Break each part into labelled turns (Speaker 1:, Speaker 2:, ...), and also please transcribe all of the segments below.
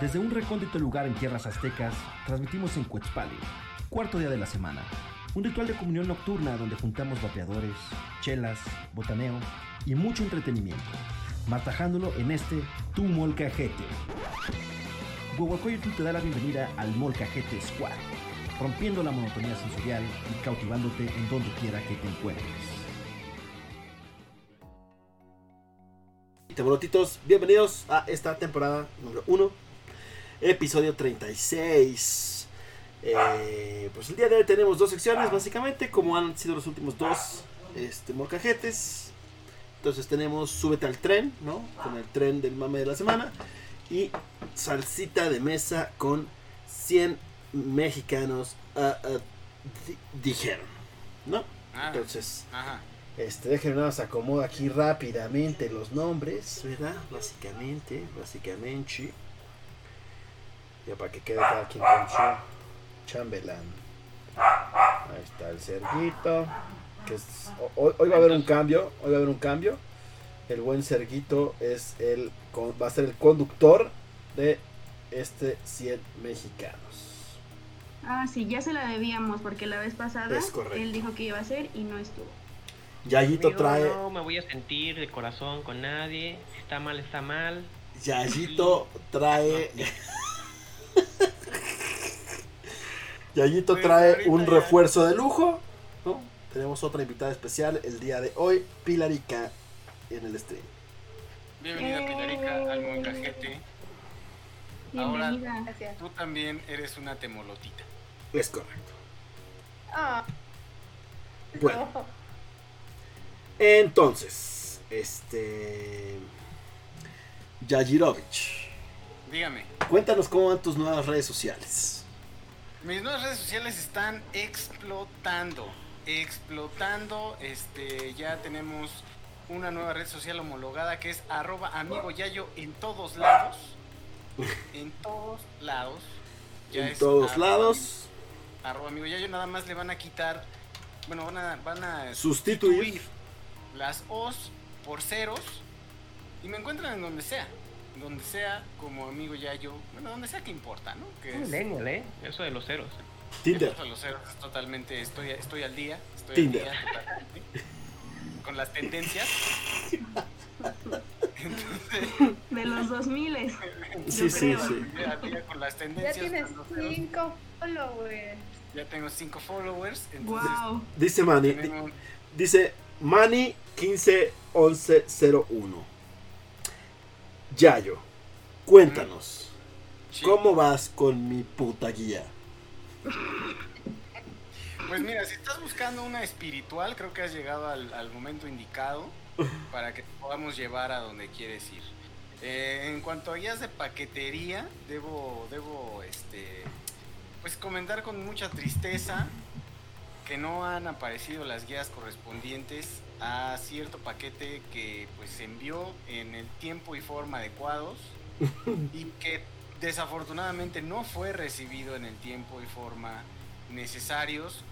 Speaker 1: Desde un recóndito lugar en tierras aztecas, transmitimos en Cuetzpale, cuarto día de la semana. Un ritual de comunión nocturna donde juntamos vapeadores, chelas, botaneo y mucho entretenimiento, martajándolo en este Tu Molcajete. Huehuacoyotl te da la bienvenida al Molcajete Squad, rompiendo la monotonía sensorial y cautivándote en donde quiera que te encuentres.
Speaker 2: Tebolotitos, bienvenidos a esta temporada número 1, episodio 36. Eh, pues el día de hoy tenemos dos secciones, básicamente, como han sido los últimos dos este, morcajetes. Entonces tenemos Súbete al tren, ¿no? Con el tren del mame de la semana. Y salsita de mesa con 100 mexicanos ah, ah, di- dijeron, ¿no?
Speaker 3: Ah,
Speaker 2: Entonces...
Speaker 3: Ajá.
Speaker 2: Este, déjenme nada más acomodo aquí rápidamente los nombres, ¿verdad? Básicamente, básicamente. Ya para que quede cada quien con su chambelán. Ahí está el Serguito. Que es- ho- hoy, hoy va a haber un cambio, hoy va a haber un cambio. El buen Serguito es el, con- va a ser el conductor de este 100 mexicanos.
Speaker 4: Ah, sí, ya se la debíamos porque la vez pasada
Speaker 2: Es correcto.
Speaker 4: él dijo que iba a hacer y no estuvo.
Speaker 2: Yayito
Speaker 5: Yo
Speaker 2: trae,
Speaker 5: No me voy a sentir de corazón con nadie. Si está mal, está mal.
Speaker 2: Yayito trae.
Speaker 3: Ah,
Speaker 2: Yayito
Speaker 3: Pues,
Speaker 2: trae
Speaker 3: ahorita
Speaker 2: un
Speaker 3: ya.
Speaker 2: refuerzo de lujo. ¿no? Tenemos otra invitada especial el día de hoy, Pilarica, en el stream.
Speaker 3: Bienvenida, Pilarica, al Moncajete. Ahora-
Speaker 4: Bienvenida.
Speaker 6: Gracias.
Speaker 3: Tú también eres una temolotita.
Speaker 2: Es correcto.
Speaker 6: Ah.
Speaker 2: Bueno. Entonces, este. Yajirovich,
Speaker 3: Dígame,
Speaker 2: cuéntanos cómo van tus nuevas redes sociales.
Speaker 3: mis nuevas redes sociales están explotando. Explotando. Este, ya tenemos una nueva red social homologada que es arroba amigo yayo en todos lados. En todos lados. Ya
Speaker 2: en
Speaker 3: es
Speaker 2: todos
Speaker 3: arroba
Speaker 2: lados,
Speaker 3: arroba amigo Yayo, nada más le van a quitar, bueno, van a, van a
Speaker 2: sustituir.
Speaker 3: las O's por ceros y me encuentran en donde sea, donde sea, como amigo Yayo, bueno, donde sea que importa, ¿no? Que es,
Speaker 5: Millennial, ¿eh? Eso de los ceros.
Speaker 2: Tinder.
Speaker 3: eso de los ceros es totalmente, estoy, estoy al día, estoy
Speaker 2: Tinder.
Speaker 3: al día totalmente, con las tendencias. Entonces,
Speaker 4: De los 2000
Speaker 2: Sí, sí,
Speaker 4: creo.
Speaker 2: sí.
Speaker 3: estoy al día con las
Speaker 6: Ya
Speaker 3: tendencias.
Speaker 6: tienes
Speaker 3: con los ceros.
Speaker 6: cinco followers.
Speaker 3: Ya tengo cinco followers, entonces
Speaker 4: Wow.
Speaker 2: Dice Manny, di-
Speaker 3: tenemos-
Speaker 2: Dice Manny 151101. Yayo, cuéntanos,
Speaker 3: sí.
Speaker 2: ¿cómo vas con mi puta guía?
Speaker 3: Pues mira, si estás buscando una espiritual, creo que has llegado al, al momento indicado para que te podamos llevar a donde quieres ir. Eh, en cuanto a guías de paquetería, debo, debo, este, pues comentar con mucha tristeza que no han aparecido las guías correspondientes a cierto paquete que pues se envió en el tiempo y forma adecuados y que desafortunadamente no fue recibido en el tiempo y forma necesarios.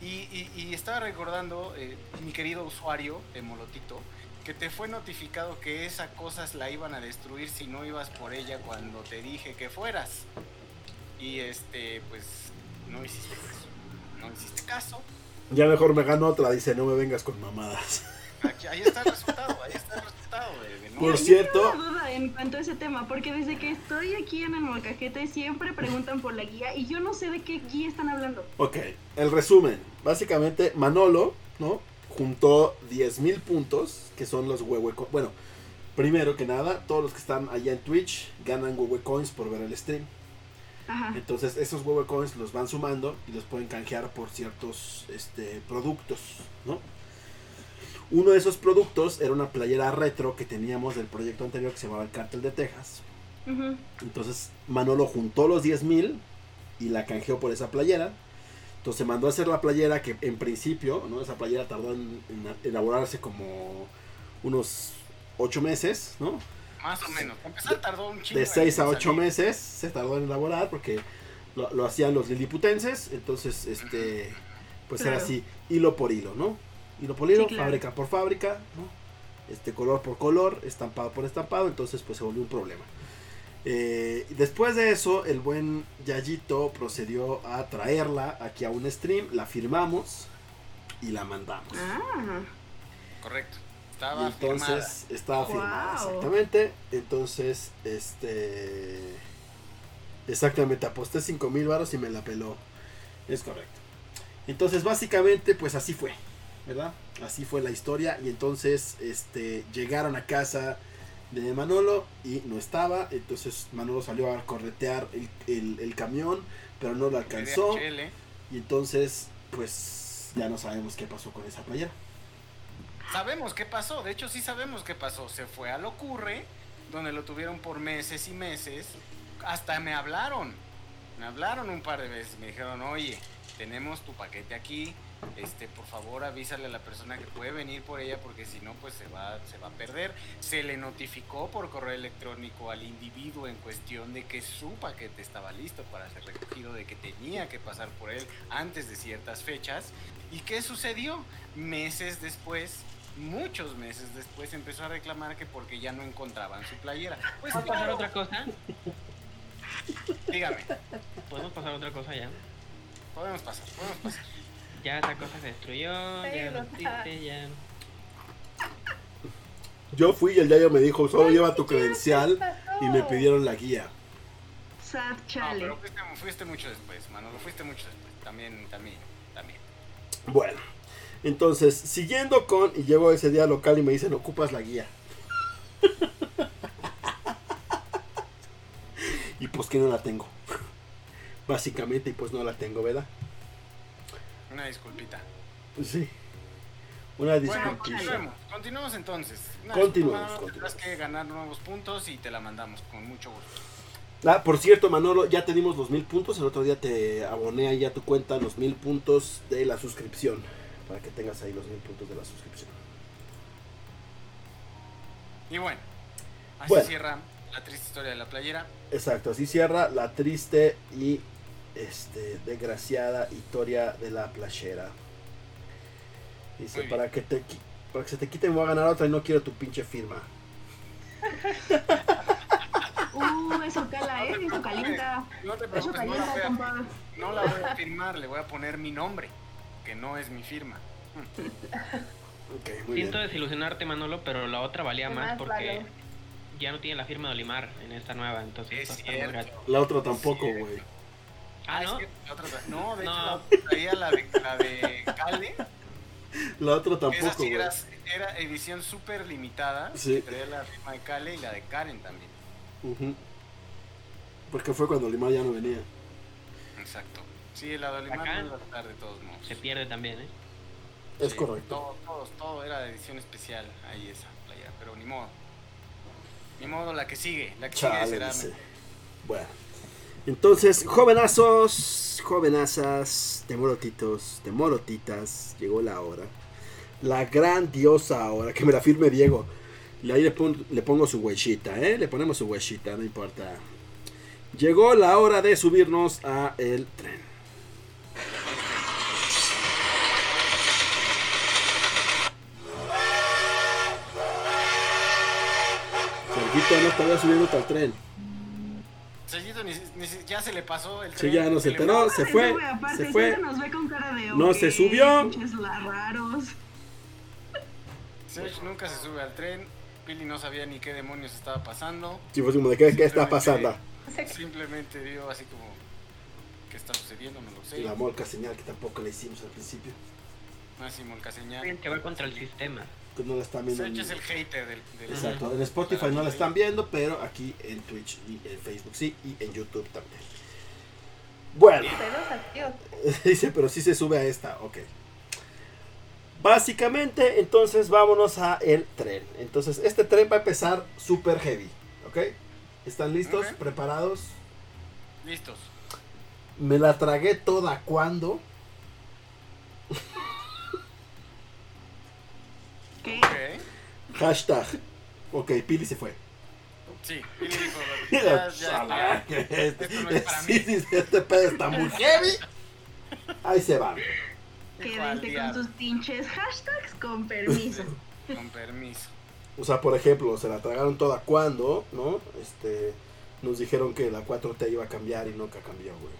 Speaker 3: Y, y- y estaba recordando, eh, mi querido usuario de Molotito, que te fue notificado que esas cosas la iban a destruir si no ibas por ella cuando te dije que fueras. Y este, pues, no hiciste caso. No hiciste caso.
Speaker 2: Ya mejor me gano otra, dice, no me vengas con mamadas.
Speaker 3: Aquí- ahí está el resultado, ahí está el resultado. de- de no-
Speaker 2: Por
Speaker 4: Yo
Speaker 2: cierto-
Speaker 4: tengo una duda en cuanto a ese tema, porque desde que estoy aquí en el molcajete siempre preguntan por la guía y yo no sé de qué guía están hablando.
Speaker 2: Ok, el resumen. Básicamente, Manolo, ¿no? Juntó 10.000 puntos, que son los huehueco. Bueno, primero que nada, todos los que están allá en Twitch ganan huehuecoins por ver el stream.
Speaker 4: Ajá.
Speaker 2: Entonces esos huevo coins los van sumando y los pueden canjear por ciertos este, productos, ¿no? Uno de esos productos era una playera retro que teníamos del proyecto anterior que se llamaba el Cártel de Texas. Eh,
Speaker 4: Ujú.
Speaker 2: Entonces Manolo juntó los 10.000 y la canjeó por esa playera. Entonces se mandó a hacer la playera que en principio, ¿no? Esa playera tardó en, en elaborarse como unos 8 meses, ¿no?
Speaker 3: Más o menos. Para empezar tardó un chingo.
Speaker 2: de
Speaker 3: en
Speaker 2: 6 a 8
Speaker 3: salir.
Speaker 2: meses se tardó en elaborar porque lo, lo hacían los liliputenses, entonces este pues era
Speaker 4: Claro.
Speaker 2: así, hilo por hilo, ¿no? Hilo por hilo,
Speaker 4: Sí, claro.
Speaker 2: fábrica por fábrica, ¿no? Este color por color, estampado por estampado, entonces pues se volvió un problema. Eh, y después de eso, el buen Yayito procedió a traerla aquí a un stream, la firmamos y la mandamos.
Speaker 4: Ah,
Speaker 3: Correcto.
Speaker 2: Y
Speaker 3: Estaba
Speaker 2: entonces
Speaker 3: firmada.
Speaker 2: estaba firmada,
Speaker 4: Guau.
Speaker 2: exactamente. Entonces, este. Exactamente, aposté 5 mil varos y me la peló. Es correcto. Entonces, básicamente, pues así fue, ¿verdad? Así fue la historia. Y entonces, este, llegaron a casa de Manolo y no estaba. Entonces, Manolo salió a corretear el, el- el camión, pero no lo alcanzó.
Speaker 3: DHL, ¿eh?
Speaker 2: Y entonces, pues, ya no sabemos qué pasó con esa playera.
Speaker 3: Sabemos qué pasó, de hecho sí sabemos qué pasó. Se fue al Ocurre, donde lo tuvieron por meses y meses. Hasta me hablaron, me hablaron un par de veces, me dijeron, oye, tenemos tu paquete aquí, este, por favor avísale a la persona que puede venir por ella, porque si no, pues se va, se va a perder. Se le notificó por correo electrónico al individuo en cuestión de que su paquete estaba listo para ser recogido, de que tenía que pasar por él antes de ciertas fechas. ¿Y qué sucedió? Meses después, muchos meses después, empezó a reclamar que porque ya no encontraban su playera. Pues
Speaker 5: ¿Puedo pasar
Speaker 3: claro,
Speaker 5: otra cosa?
Speaker 3: dígame,
Speaker 5: ¿Podemos pasar otra cosa ya?
Speaker 3: podemos pasar, podemos pasar.
Speaker 5: Ya esa cosa se destruyó, ya lo hiciste, ya.
Speaker 2: Yo fui y el Yayo me dijo, solo lleva tu credencial
Speaker 6: pasó?
Speaker 2: y me pidieron la guía.
Speaker 4: sad
Speaker 3: No,
Speaker 4: chale.
Speaker 3: pero fuiste, fuiste mucho después, Manolo, fuiste mucho después. También, también, también.
Speaker 2: Bueno, entonces, siguiendo con, y llego ese día al local y me dicen, ocupas la guía. y pues que no la tengo. Básicamente, y pues no la tengo, ¿verdad? Pues
Speaker 3: Una disculpita.
Speaker 2: Sí. Una
Speaker 3: Bueno,
Speaker 2: disculpa.
Speaker 3: continuemos, continuemos entonces. Una
Speaker 2: Continuemos,
Speaker 3: disculpa, Manolo,
Speaker 2: continuemos.
Speaker 3: Tendrás que ganar nuevos puntos y te la mandamos con mucho gusto.
Speaker 2: Ah, por cierto, Manolo, ya te dimos los mil puntos. El otro día te aboné ahí a tu cuenta los mil puntos de la suscripción. Para que tengas ahí los mil puntos de la suscripción.
Speaker 3: Y bueno, así
Speaker 2: Bueno.
Speaker 3: cierra la triste historia de la playera.
Speaker 2: Exacto, así cierra la triste y este, desgraciada historia de la playera. Dice,
Speaker 3: Muy bien.
Speaker 2: para que, te, qui- para que se te quite me voy a ganar otra y no quiero tu pinche firma.
Speaker 4: Uh, eso cala, eh, eso calienta.
Speaker 3: No te
Speaker 4: Eso
Speaker 3: preocupes, no la voy
Speaker 4: calienta,
Speaker 3: a-
Speaker 4: compadre.
Speaker 3: No la voy a firmar, le voy a poner mi nombre, que no es mi firma.
Speaker 2: Ok, muy
Speaker 5: Siento
Speaker 2: bien.
Speaker 5: desilusionarte, Manolo, pero la otra valía
Speaker 6: ¿Qué
Speaker 5: más
Speaker 6: más
Speaker 5: porque
Speaker 6: vale?
Speaker 5: ya no tiene la firma de Olimar en esta nueva, entonces
Speaker 3: Es
Speaker 5: va a estar muy
Speaker 3: cierto.
Speaker 5: gacho.
Speaker 2: La otra tampoco,
Speaker 3: Sí.
Speaker 2: güey.
Speaker 5: Ah,
Speaker 3: es
Speaker 5: ¿no?
Speaker 3: que la otra- no, de hecho,
Speaker 5: No.
Speaker 3: la- traía la de, la de Cale.
Speaker 2: La otra
Speaker 3: Esa
Speaker 2: tampoco,
Speaker 3: sí
Speaker 2: güey.
Speaker 3: era, era edición súper limitada.
Speaker 2: Sí.
Speaker 3: que Traía la firma de Cale y la de Karen también.
Speaker 2: Ujú. Porque fue cuando Limar ya no venía.
Speaker 3: Exacto. Sí, la de
Speaker 5: Acá.
Speaker 3: Olimar no iba a estar de todos modos.
Speaker 5: Se pierde también, ¿eh?
Speaker 2: Es
Speaker 3: Sí,
Speaker 2: correcto.
Speaker 3: Todo, todos, todo era de edición especial ahí esa playera, pero ni modo. Ni modo, la que sigue. La que sigue
Speaker 2: Chale,
Speaker 3: será
Speaker 2: dice.
Speaker 3: mejor.
Speaker 2: Bueno. Entonces, jovenazos, jovenazas, temorotitos, temorotitas, llegó la hora. La grandiosa hora, que me la firme Diego. Y ahí le, pon- le pongo su huesita, ¿eh? Le ponemos su huesita, no importa. Llegó la hora de subirnos a el tren. Sergito no estaba subiendo al tren.
Speaker 3: Sellito ni- ni- ya se le pasó el
Speaker 2: Sí,
Speaker 3: tren,
Speaker 2: ya no se
Speaker 3: le-
Speaker 2: enteró, se
Speaker 4: Ese
Speaker 2: fue,
Speaker 4: güey, aparte,
Speaker 2: se
Speaker 4: sí
Speaker 2: fue.
Speaker 4: se nos ve con cara de
Speaker 2: No
Speaker 4: "Ok,
Speaker 2: se subió".
Speaker 4: pinches la- raros.
Speaker 3: Serge nunca se sube al tren. Pili no sabía ni qué demonios estaba pasando.
Speaker 2: Sí, fue como de, ¿qué, qué está pasando?
Speaker 3: Simplemente vio así como, ¿qué está sucediendo? No lo sé.
Speaker 2: La molca señal que tampoco le hicimos al principio.
Speaker 3: Máximo el
Speaker 5: Alguien
Speaker 3: caseñal.
Speaker 5: que va contra el sistema.
Speaker 2: Que no la están viendo. en-
Speaker 3: Serge es el hater del... del-
Speaker 2: Exacto. En Spotify no la están viendo, pero aquí en Twitch y en Facebook sí, y en YouTube también. Bueno,
Speaker 6: Pedos activos.
Speaker 2: dice, pero sí se sube a esta, ok. Básicamente, entonces vámonos a el tren. Entonces, este tren va a empezar super heavy, ¿ok? ¿Están listos?
Speaker 3: Ok.
Speaker 2: ¿Preparados?
Speaker 3: Listos.
Speaker 2: Me la tragué toda cuando.
Speaker 4: ¿Qué?
Speaker 3: Ok.
Speaker 2: Hashtag. Ok, Pili se fue.
Speaker 3: Sí, Pili dijo, ya, ya,
Speaker 2: Chala,
Speaker 3: ya.
Speaker 2: que este-
Speaker 3: Esto no es para
Speaker 2: sí,
Speaker 3: mí.
Speaker 2: sí, Este pedo está muy heavy. Ahí se va.
Speaker 3: Igual,
Speaker 4: Quédense
Speaker 3: ya.
Speaker 4: con sus pinches hashtags con permiso.
Speaker 3: Con permiso.
Speaker 2: O sea, por ejemplo, se la tragaron toda cuando, ¿no? Este. nos dijeron que la 4T iba a cambiar y nunca cambió, güey.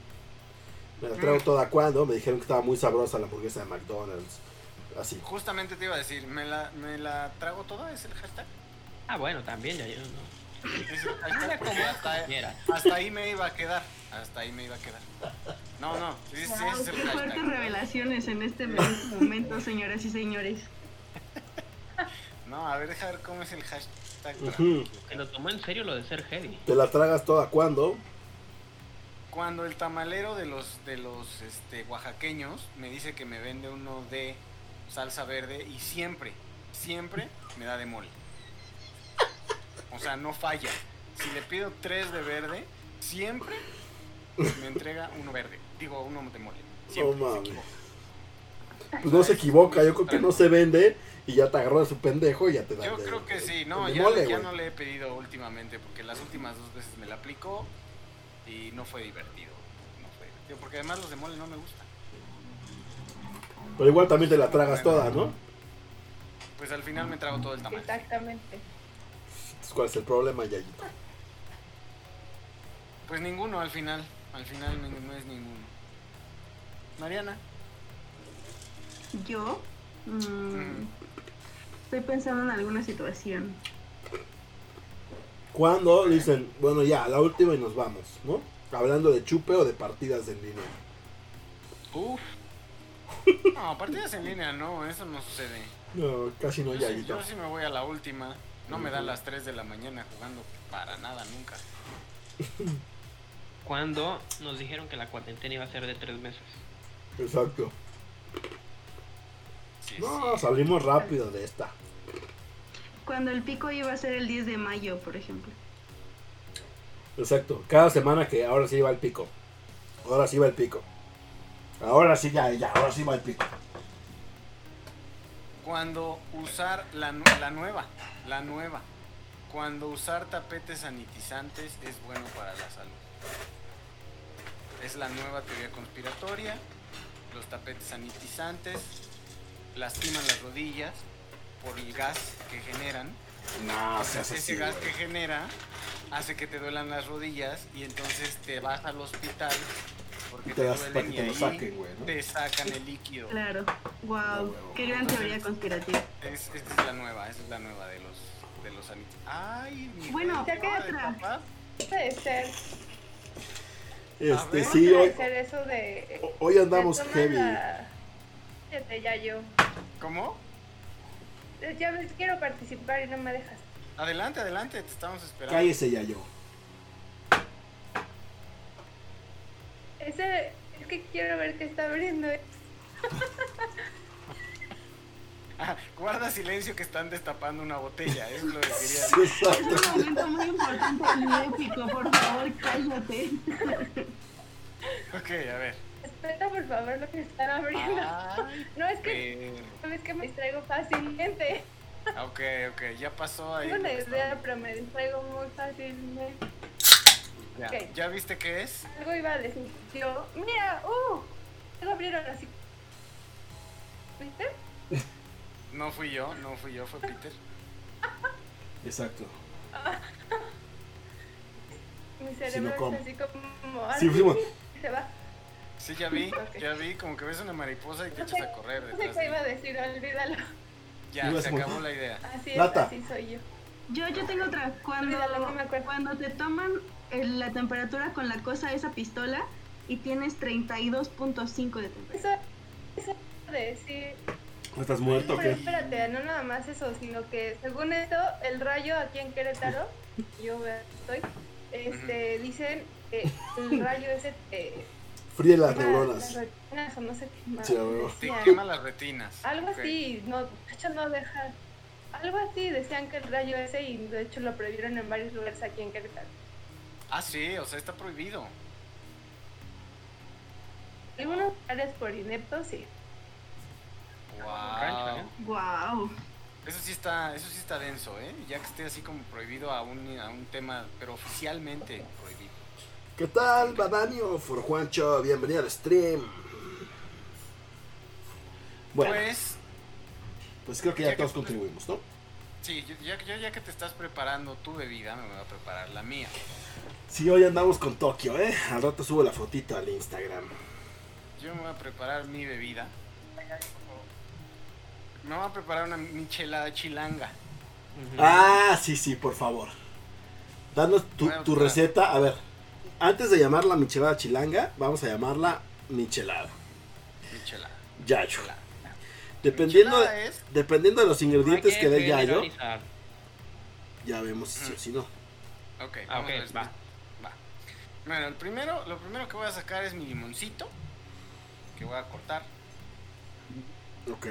Speaker 2: Me la
Speaker 3: Mm.
Speaker 2: trajo toda cuando, me dijeron que estaba muy sabrosa la hamburguesa de McDonald's. Así.
Speaker 3: Justamente te iba a decir, ¿me la, me la trago toda? ¿Es el hashtag?
Speaker 5: Ah, bueno, también ya yo no.
Speaker 3: Es el hashtag, porque hasta,
Speaker 5: Mira,
Speaker 3: hasta ahí me iba a quedar. Hasta ahí me iba a quedar. No, no, sí, sí,
Speaker 4: Wow,
Speaker 3: es el
Speaker 4: qué fuertes
Speaker 3: hashtag.
Speaker 4: revelaciones en este momento, señoras y señores.
Speaker 3: No, a ver, deja ver cómo es el hashtag.
Speaker 2: Ujú.
Speaker 5: que lo tomó en serio lo de ser heavy.
Speaker 2: Te la tragas toda cuando.
Speaker 3: Cuando el tamalero de los de los este, oaxaqueños me dice que me vende uno de salsa verde y siempre, siempre me da de mole. O sea, no falla. Si le pido tres de verde, siempre me entrega uno verde. Digo, uno de mole.
Speaker 2: No
Speaker 3: Siempre, se
Speaker 2: mames.
Speaker 3: equivoca.
Speaker 2: Pues no se equivoca, yo creo que no se vende y ya te agarró de su pendejo y ya te da.
Speaker 3: Yo
Speaker 2: de-
Speaker 3: creo que sí, no,
Speaker 2: de
Speaker 3: ya,
Speaker 2: mole,
Speaker 3: ya
Speaker 2: güey.
Speaker 3: no le he pedido últimamente porque las últimas dos veces me la aplicó y no fue divertido. No fue divertido porque además los de mole no me gustan.
Speaker 2: Pero igual también te la tragas toda, ¿no?
Speaker 3: Pues al final me trago todo el tamal.
Speaker 6: Exactamente.
Speaker 2: Entonces, ¿Cuál es el problema, Yayito?
Speaker 3: Pues ninguno al final. Al final ni- no es ninguno. Mariana.
Speaker 4: Yo mm,
Speaker 3: Mm.
Speaker 4: estoy pensando en alguna situación.
Speaker 2: Cuando dicen, bueno, ya, la última y nos vamos, ¿no? Hablando de chupe o de partidas en línea.
Speaker 5: Uf,
Speaker 3: No, partidas en línea no, eso no sucede.
Speaker 2: No, casi no,
Speaker 3: Yo sí,
Speaker 2: Yayito.
Speaker 3: yo sí me voy a la última. No me dan las 3 de la mañana jugando para nada nunca.
Speaker 5: cuando nos dijeron que la cuarentena iba a ser de tres meses.
Speaker 2: Exacto.
Speaker 3: Sí,
Speaker 2: No, salimos rápido de esta.
Speaker 4: Cuando el pico iba a ser el 10 de mayo, por ejemplo.
Speaker 2: Exacto. Cada semana que ahora sí va el pico. Ahora sí va el pico. Ahora sí, ya, ya, ahora sí va el pico.
Speaker 3: Cuando usar la, nu- la nueva, la nueva. Cuando usar tapetes sanitizantes es bueno para la salud. Es la nueva teoría conspiratoria. Los tapetes sanitizantes lastiman las rodillas por el gas que generan.
Speaker 2: No, seas
Speaker 3: Ese
Speaker 2: así,
Speaker 3: gas
Speaker 2: güey.
Speaker 3: que genera hace que te duelan las rodillas y entonces te vas al hospital porque
Speaker 2: Te
Speaker 3: te,
Speaker 2: das para
Speaker 3: duelen
Speaker 2: que
Speaker 3: y
Speaker 2: te lo
Speaker 3: ahí
Speaker 2: saquen, güey, ¿no?
Speaker 3: te sacan el líquido.
Speaker 4: Claro.
Speaker 2: No,
Speaker 4: Wow.
Speaker 2: huevo.
Speaker 4: Qué gran teoría conspirativa.
Speaker 3: Es, esta es la nueva, esa es la nueva de los de los sanit- Ay, mi
Speaker 4: Bueno,
Speaker 3: güey,
Speaker 4: ¿qué
Speaker 3: de
Speaker 4: otra?
Speaker 3: papá.
Speaker 6: Puede ser.
Speaker 3: A
Speaker 2: Este,
Speaker 3: ver.
Speaker 2: sí, hoy,
Speaker 6: Puede ser eso de.
Speaker 2: hoy andamos
Speaker 6: se toman
Speaker 2: heavy.
Speaker 6: la- Fíjate, ya yo.
Speaker 3: ¿Cómo?
Speaker 6: Eh, Ya ves, quiero participar y no me dejas.
Speaker 3: Adelante, adelante, te estamos esperando.
Speaker 2: Cállese, ya yo.
Speaker 6: Ese. Es que quiero ver qué está abriendo.
Speaker 3: Ah, guarda silencio que están destapando una botella, eso es lo que quería.
Speaker 4: Es
Speaker 2: Exacto.
Speaker 4: un momento muy importante del pico, por favor, cállate.
Speaker 3: Ok, a ver.
Speaker 6: Respeta, por favor, lo que están abriendo.
Speaker 3: Ay,
Speaker 6: No, es que.
Speaker 3: pero-
Speaker 6: Sabes que me distraigo fácilmente.
Speaker 3: Ah, Ok, ok, ya pasó ahí.
Speaker 6: Tengo
Speaker 3: lo
Speaker 6: una
Speaker 3: que estaba-
Speaker 6: idea, pero me distraigo muy fácilmente.
Speaker 3: Ya,
Speaker 6: ok.
Speaker 3: ¿Ya viste qué es?
Speaker 6: Algo iba a decir yo. Mira, uh. Algo abrieron así. ¿Viste?
Speaker 3: No fui yo, no fui yo, fue Peter.
Speaker 2: Exacto.
Speaker 6: Mi
Speaker 2: no,
Speaker 6: cerebro
Speaker 2: ¿cómo?
Speaker 6: es así como. ah,
Speaker 2: Sí, fuimos.
Speaker 6: Se va.
Speaker 3: Sí, ya vi,
Speaker 6: Ok.
Speaker 3: ya vi, como que ves una mariposa y te
Speaker 6: No
Speaker 3: echas
Speaker 6: sé-
Speaker 3: a correr
Speaker 6: No sé
Speaker 3: detrás.
Speaker 6: qué iba a
Speaker 3: de-
Speaker 6: decir, olvídalo.
Speaker 3: Ya,
Speaker 2: Ibas
Speaker 3: se
Speaker 2: muy-
Speaker 3: acabó la idea.
Speaker 6: Así es,
Speaker 2: Lata.
Speaker 6: así soy yo.
Speaker 4: Yo, yo tengo otra. Cuando,
Speaker 6: Olvídalo, no me acuerdo.
Speaker 4: cuando te toman eh, la temperatura con la cosa, esa pistola, y tienes 32.5 de temperatura.
Speaker 6: Eso, eso de sí.
Speaker 2: ¿Estás muerto o
Speaker 6: Pero
Speaker 2: qué?
Speaker 6: espérate, no nada más eso, sino que según esto, el rayo aquí en Querétaro, yo estoy, este, dicen que el rayo ese te
Speaker 2: Fríe las
Speaker 6: quema
Speaker 2: neuronas.
Speaker 6: las retinas o no sé qué más
Speaker 2: Sí, a huevo.
Speaker 3: Te
Speaker 6: decían.
Speaker 3: quema las retinas.
Speaker 6: Algo
Speaker 3: Ok.
Speaker 6: así, no, de hecho no deja. Algo así, decían que el rayo ese y de hecho lo prohibieron en varios lugares aquí en Querétaro.
Speaker 3: Ah, sí, o sea, está prohibido.
Speaker 6: Algunos lugares por ineptos, sí.
Speaker 3: Wow.
Speaker 5: Rancho, ¿eh?
Speaker 4: Wow.
Speaker 3: Eso sí está, eso sí está denso, ¿eh? Ya que esté así como prohibido a un, a un tema, pero oficialmente prohibido.
Speaker 2: ¿Qué tal, Badanio? For Juancho, bienvenido al stream. Bueno,
Speaker 3: Pues,
Speaker 2: pues creo que
Speaker 3: ya
Speaker 2: ya
Speaker 3: que-
Speaker 2: Pues todos contribuimos, ¿no?
Speaker 3: Sí, yo ya, yo ya que te estás preparando tu bebida, me voy a preparar la mía.
Speaker 2: Sí, hoy andamos con Tokio, ¿eh? Al rato subo la fotito al Instagram.
Speaker 3: Yo me voy a preparar mi bebida. Me voy a preparar una michelada chilanga.
Speaker 5: Ujú.
Speaker 2: Ah, sí, sí, por favor. Danos tu,
Speaker 3: Bueno,
Speaker 2: tu
Speaker 3: claro.
Speaker 2: receta. A ver, antes de llamarla michelada chilanga, vamos a llamarla michelada.
Speaker 3: Michelada.
Speaker 2: Yayo.
Speaker 3: Michelada.
Speaker 2: Dependiendo,
Speaker 3: Michelada eh.
Speaker 2: de,
Speaker 3: es-
Speaker 2: dependiendo de los
Speaker 5: No hay
Speaker 2: ingredientes que dé Yayo,
Speaker 5: generalizar.
Speaker 2: ya vemos si
Speaker 3: Mm.
Speaker 2: sí o si no.
Speaker 3: Ok,
Speaker 5: Ah, ok,
Speaker 3: vamos a ver si-
Speaker 5: va.
Speaker 3: va. Bueno, el primero, lo primero que voy a sacar es mi limoncito. Que voy a cortar.
Speaker 2: Ok.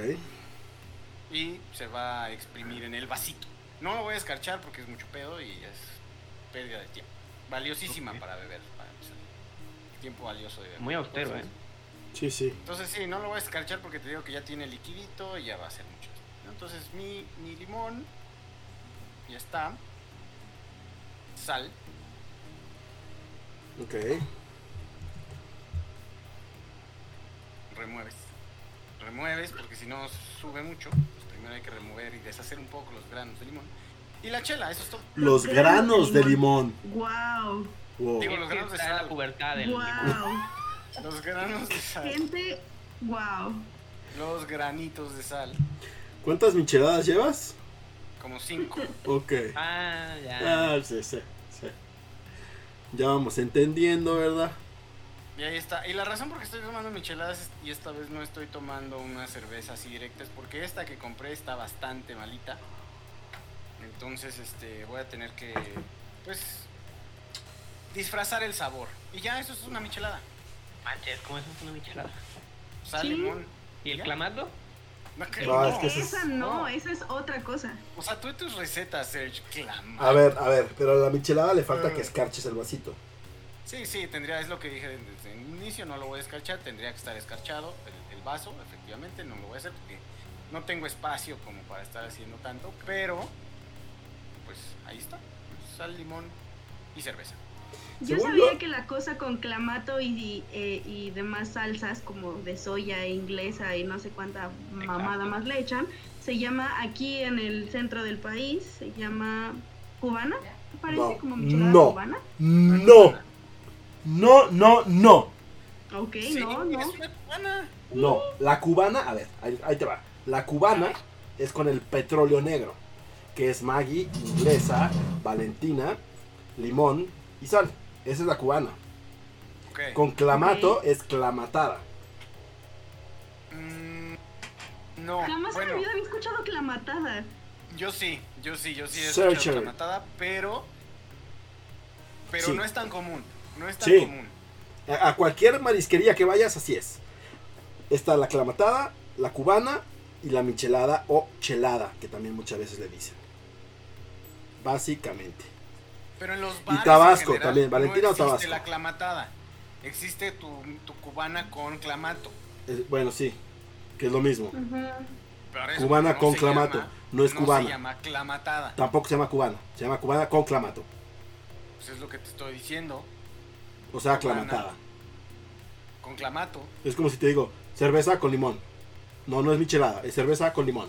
Speaker 3: y se va a exprimir en el vasito. No lo voy a escarchar porque es mucho pedo y es pérdida de tiempo. Valiosísima
Speaker 5: Ok.
Speaker 3: para beber, para empezar. Tiempo valioso de beber.
Speaker 5: Muy austero, ¿eh?
Speaker 2: Sí, sí.
Speaker 3: Entonces sí, no lo voy a escarchar porque te digo que ya tiene liquidito y ya va a ser mucho. ¿no? Entonces mi, mi limón, ya está. Sal,
Speaker 2: Ok.
Speaker 3: remueves. Remueves porque si no sube mucho. Pues primero hay que remover y deshacer un poco los granos de limón. Y la chela, eso es todo.
Speaker 2: Los granos de limón.
Speaker 4: ¡Wow!
Speaker 2: Wow.
Speaker 3: Digo,
Speaker 5: Es
Speaker 3: los
Speaker 5: que
Speaker 3: granos de
Speaker 5: está en la
Speaker 3: sal.
Speaker 5: pubertad del limón.
Speaker 4: ¡Wow!
Speaker 3: Los granos de sal.
Speaker 4: Gente, ¡wow!
Speaker 3: Los granitos de sal.
Speaker 2: ¿Cuántas micheladas llevas?
Speaker 3: Como cinco.
Speaker 2: Ok.
Speaker 5: Ah, ya.
Speaker 2: Ah, sí, sí, sí. Ya vamos entendiendo, ¿verdad?
Speaker 3: Y ahí está. Y la razón por que estoy tomando micheladas es- y esta vez no estoy tomando una cerveza así directa es porque esta que compré está bastante malita. Entonces, este, voy a tener que, pues, disfrazar el sabor. Y ya, eso es una michelada.
Speaker 5: Manches, ¿cómo eso es una michelada?
Speaker 3: Sal,
Speaker 4: Sí.
Speaker 3: limón.
Speaker 5: ¿Y el
Speaker 3: ¿Ya?
Speaker 5: clamato?
Speaker 3: No, que
Speaker 2: No,
Speaker 3: no.
Speaker 2: es que ese es-
Speaker 4: Esa no,
Speaker 3: no.
Speaker 4: esa es otra cosa.
Speaker 3: O sea, tú y tus recetas, Serge, clama.
Speaker 2: A ver, a ver, pero a la michelada le falta que escarches el vasito.
Speaker 3: Sí, sí, tendría, es lo que dije desde el inicio, no lo voy a escarchar, tendría que estar escarchado el, el vaso, efectivamente, no lo voy a hacer porque no tengo espacio como para estar haciendo tanto, pero pues ahí está, sal, limón y cerveza.
Speaker 4: Yo
Speaker 2: Según
Speaker 4: sabía
Speaker 2: yo-
Speaker 4: que la cosa con clamato y, y, eh, y demás salsas como de soya e inglesa y no sé cuánta mamada
Speaker 5: Exacto.
Speaker 4: más le echan, se llama aquí en el centro del país, se llama cubana, ¿te parece
Speaker 2: No.
Speaker 4: como michelada
Speaker 2: No.
Speaker 4: cubana.
Speaker 2: No, no, no, no.
Speaker 4: Ok,
Speaker 3: Sí,
Speaker 4: no,
Speaker 3: es
Speaker 4: no.
Speaker 3: una cubana.
Speaker 2: No, la cubana, a ver, ahí, ahí te va. La cubana es con el petróleo negro, que es Maggi, inglesa, Valentina, limón y sal. Esa es la cubana.
Speaker 3: Ok.
Speaker 2: Con clamato es clamatada.
Speaker 3: Mm, no,
Speaker 4: Jamás en mi
Speaker 3: bueno,
Speaker 4: vida había escuchado clamatada.
Speaker 3: yo sí, yo sí, yo sí he escuchado
Speaker 2: Searcher.
Speaker 3: clamatada, pero pero
Speaker 2: Sí.
Speaker 3: no es tan común, no es tan
Speaker 2: Sí.
Speaker 3: común.
Speaker 2: A, a cualquier marisquería que vayas, así es. Está la clamatada, la cubana y la michelada o chelada, que también muchas veces le dicen. Básicamente.
Speaker 3: Pero en los bares en
Speaker 2: Tabasco
Speaker 3: general
Speaker 2: también, Valentina o
Speaker 3: no existe
Speaker 2: Tabasco.
Speaker 3: la clamatada. Existe tu, tu cubana con clamato.
Speaker 2: Es- bueno, sí, que es lo mismo.
Speaker 4: Ajá.
Speaker 3: Pero eso
Speaker 2: Cubana
Speaker 3: no
Speaker 2: con
Speaker 3: se
Speaker 2: clamato,
Speaker 3: llama-
Speaker 2: no es cubana.
Speaker 3: se llama clamatada.
Speaker 2: Tampoco se llama cubana, se llama cubana con clamato.
Speaker 3: Pues es lo que te estoy diciendo.
Speaker 2: O sea,
Speaker 3: Cubana.
Speaker 2: clamatada.
Speaker 3: Con clamato.
Speaker 2: Es como si te digo, cerveza con limón. No, no es michelada, es cerveza con limón.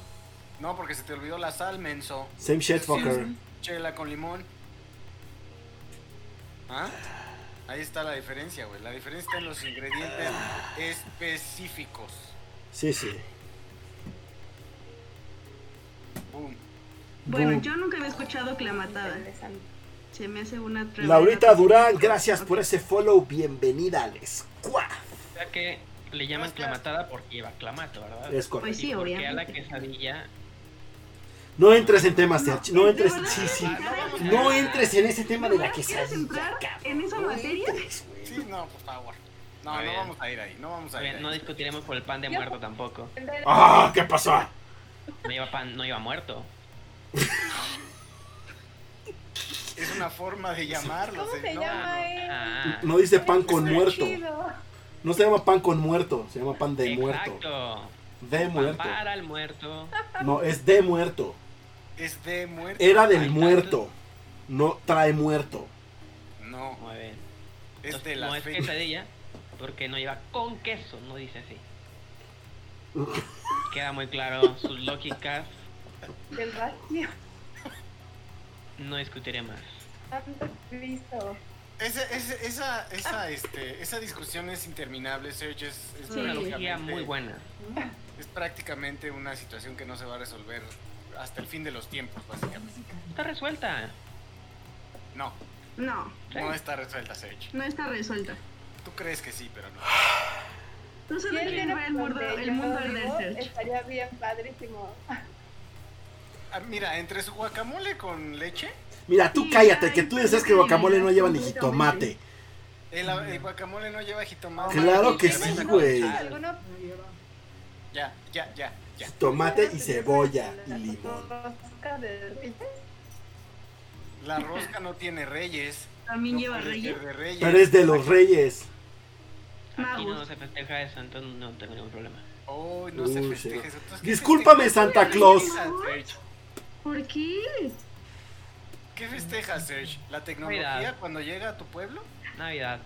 Speaker 3: No, porque se te olvidó la sal, menso.
Speaker 2: Same shit, fucker.
Speaker 3: Chela con limón. ¿Ah? Ahí está la diferencia, güey. La diferencia está en los ingredientes específicos.
Speaker 2: Sí, sí.
Speaker 3: Boom.
Speaker 4: Bueno,
Speaker 2: Boom.
Speaker 4: yo nunca había escuchado clamatada.
Speaker 6: Interesante.
Speaker 4: Se me hace una tremenda-
Speaker 2: Laurita Durán, gracias por ese follow. Bienvenida al squad.
Speaker 5: O sea que le llaman clamatada porque lleva clamato, ¿verdad?
Speaker 2: Es correcto.
Speaker 4: Pues sí,
Speaker 5: Y porque a la
Speaker 4: obviamente.
Speaker 5: quesadilla
Speaker 2: No entres en temas, Serge, No
Speaker 4: ¿de
Speaker 2: entres.
Speaker 4: verdad?
Speaker 2: Sí, sí.
Speaker 4: ¿De verdad?
Speaker 2: No entres en ese tema de la
Speaker 4: ¿De verdad quieres
Speaker 2: quesadilla,
Speaker 4: entrar
Speaker 2: cabrón.
Speaker 4: en esa
Speaker 2: No
Speaker 4: materia?
Speaker 2: entres, güey.
Speaker 3: Sí, no, por favor. No,
Speaker 5: A
Speaker 3: no
Speaker 5: ver.
Speaker 3: vamos a ir ahí. No vamos a ir
Speaker 5: Oigan,
Speaker 3: ahí.
Speaker 5: no discutiremos por el pan de
Speaker 6: Ya.
Speaker 5: muerto tampoco.
Speaker 2: ¡Ah! ¿Qué pasó?
Speaker 5: No lleva pan, no lleva muerto.
Speaker 3: Es una forma de llamarlo.
Speaker 6: ¿Cómo
Speaker 3: sí,
Speaker 6: se
Speaker 3: no,
Speaker 6: llama
Speaker 3: no.
Speaker 6: él?
Speaker 5: Ah,
Speaker 2: No dice pan con
Speaker 6: Está
Speaker 2: muerto.
Speaker 6: chido.
Speaker 2: No se llama pan con muerto. Se llama pan de muerto.
Speaker 5: Exacto.
Speaker 2: De muerto.
Speaker 5: Para el muerto.
Speaker 2: No, es de muerto.
Speaker 3: Es de muerte.
Speaker 2: Era del
Speaker 5: Ay,
Speaker 2: muerto. No trae muerto.
Speaker 3: No,
Speaker 5: Muy bien.
Speaker 3: es de
Speaker 5: Entonces, no
Speaker 3: Este la
Speaker 5: es
Speaker 3: fe.
Speaker 5: quesadilla porque no lleva con queso, no dice así. Queda muy claro sus lógicas.
Speaker 6: Del vacío.
Speaker 5: No discutiré más.
Speaker 6: Santo Cristo.
Speaker 3: Ese- ese- esa, esa, este, esa discusión es interminable, Serge. Es, es
Speaker 5: Es una
Speaker 4: Sí.
Speaker 5: analogía
Speaker 3: prácticamente-
Speaker 5: muy buena.
Speaker 3: Es prácticamente una situación que no se va a resolver hasta el fin de los tiempos, básicamente.
Speaker 5: Está resuelta.
Speaker 3: No,
Speaker 4: No,
Speaker 3: no está resuelta, Serge.
Speaker 4: no está resuelta.
Speaker 3: Tú crees que sí, pero no.
Speaker 4: Tú
Speaker 6: Si
Speaker 4: sabes
Speaker 6: él
Speaker 4: quién
Speaker 6: tiene
Speaker 4: ve el mundo,
Speaker 6: donde
Speaker 4: el
Speaker 6: yo
Speaker 4: mundo
Speaker 6: vivo,
Speaker 4: del search.
Speaker 6: Estaría bien padrísimo.
Speaker 3: Ah, mira, entre su guacamole con leche,
Speaker 2: Mira, tú
Speaker 4: Sí,
Speaker 2: cállate,
Speaker 4: ay,
Speaker 2: que tú
Speaker 4: pues,
Speaker 2: decías
Speaker 4: es
Speaker 2: que el
Speaker 4: que
Speaker 2: guacamole no
Speaker 4: mira,
Speaker 2: lleva ni
Speaker 4: completamente.
Speaker 2: jitomate.
Speaker 3: el, el guacamole no lleva jitomate.
Speaker 2: Claro que
Speaker 6: ¿Y
Speaker 2: sí,
Speaker 6: alguno-
Speaker 2: güey.
Speaker 6: Ah, alguno-
Speaker 3: Ya, ya, ya, ya.
Speaker 2: Tomate y
Speaker 6: alguno-
Speaker 2: cebolla y limón.
Speaker 6: Rosca de reyes.
Speaker 3: La rosca no tiene reyes.
Speaker 4: También
Speaker 3: no
Speaker 4: lleva
Speaker 3: puede
Speaker 4: reyes.
Speaker 3: ser de reyes.
Speaker 2: Pero es de los reyes.
Speaker 5: Aquí no
Speaker 4: Magos.
Speaker 5: se festeja eso, entonces no tengo ningún problema.
Speaker 3: Hoy no se
Speaker 2: Uy,
Speaker 3: festeja
Speaker 2: sí.
Speaker 3: eso. Entonces, ¿qué
Speaker 2: Discúlpame,
Speaker 3: festejas?
Speaker 2: Santa Claus.
Speaker 4: ¿Por qué?
Speaker 3: ¿Qué festejas, Serge? ¿La tecnología
Speaker 5: Cuidado.
Speaker 3: cuando llega a tu pueblo?
Speaker 5: Navidad.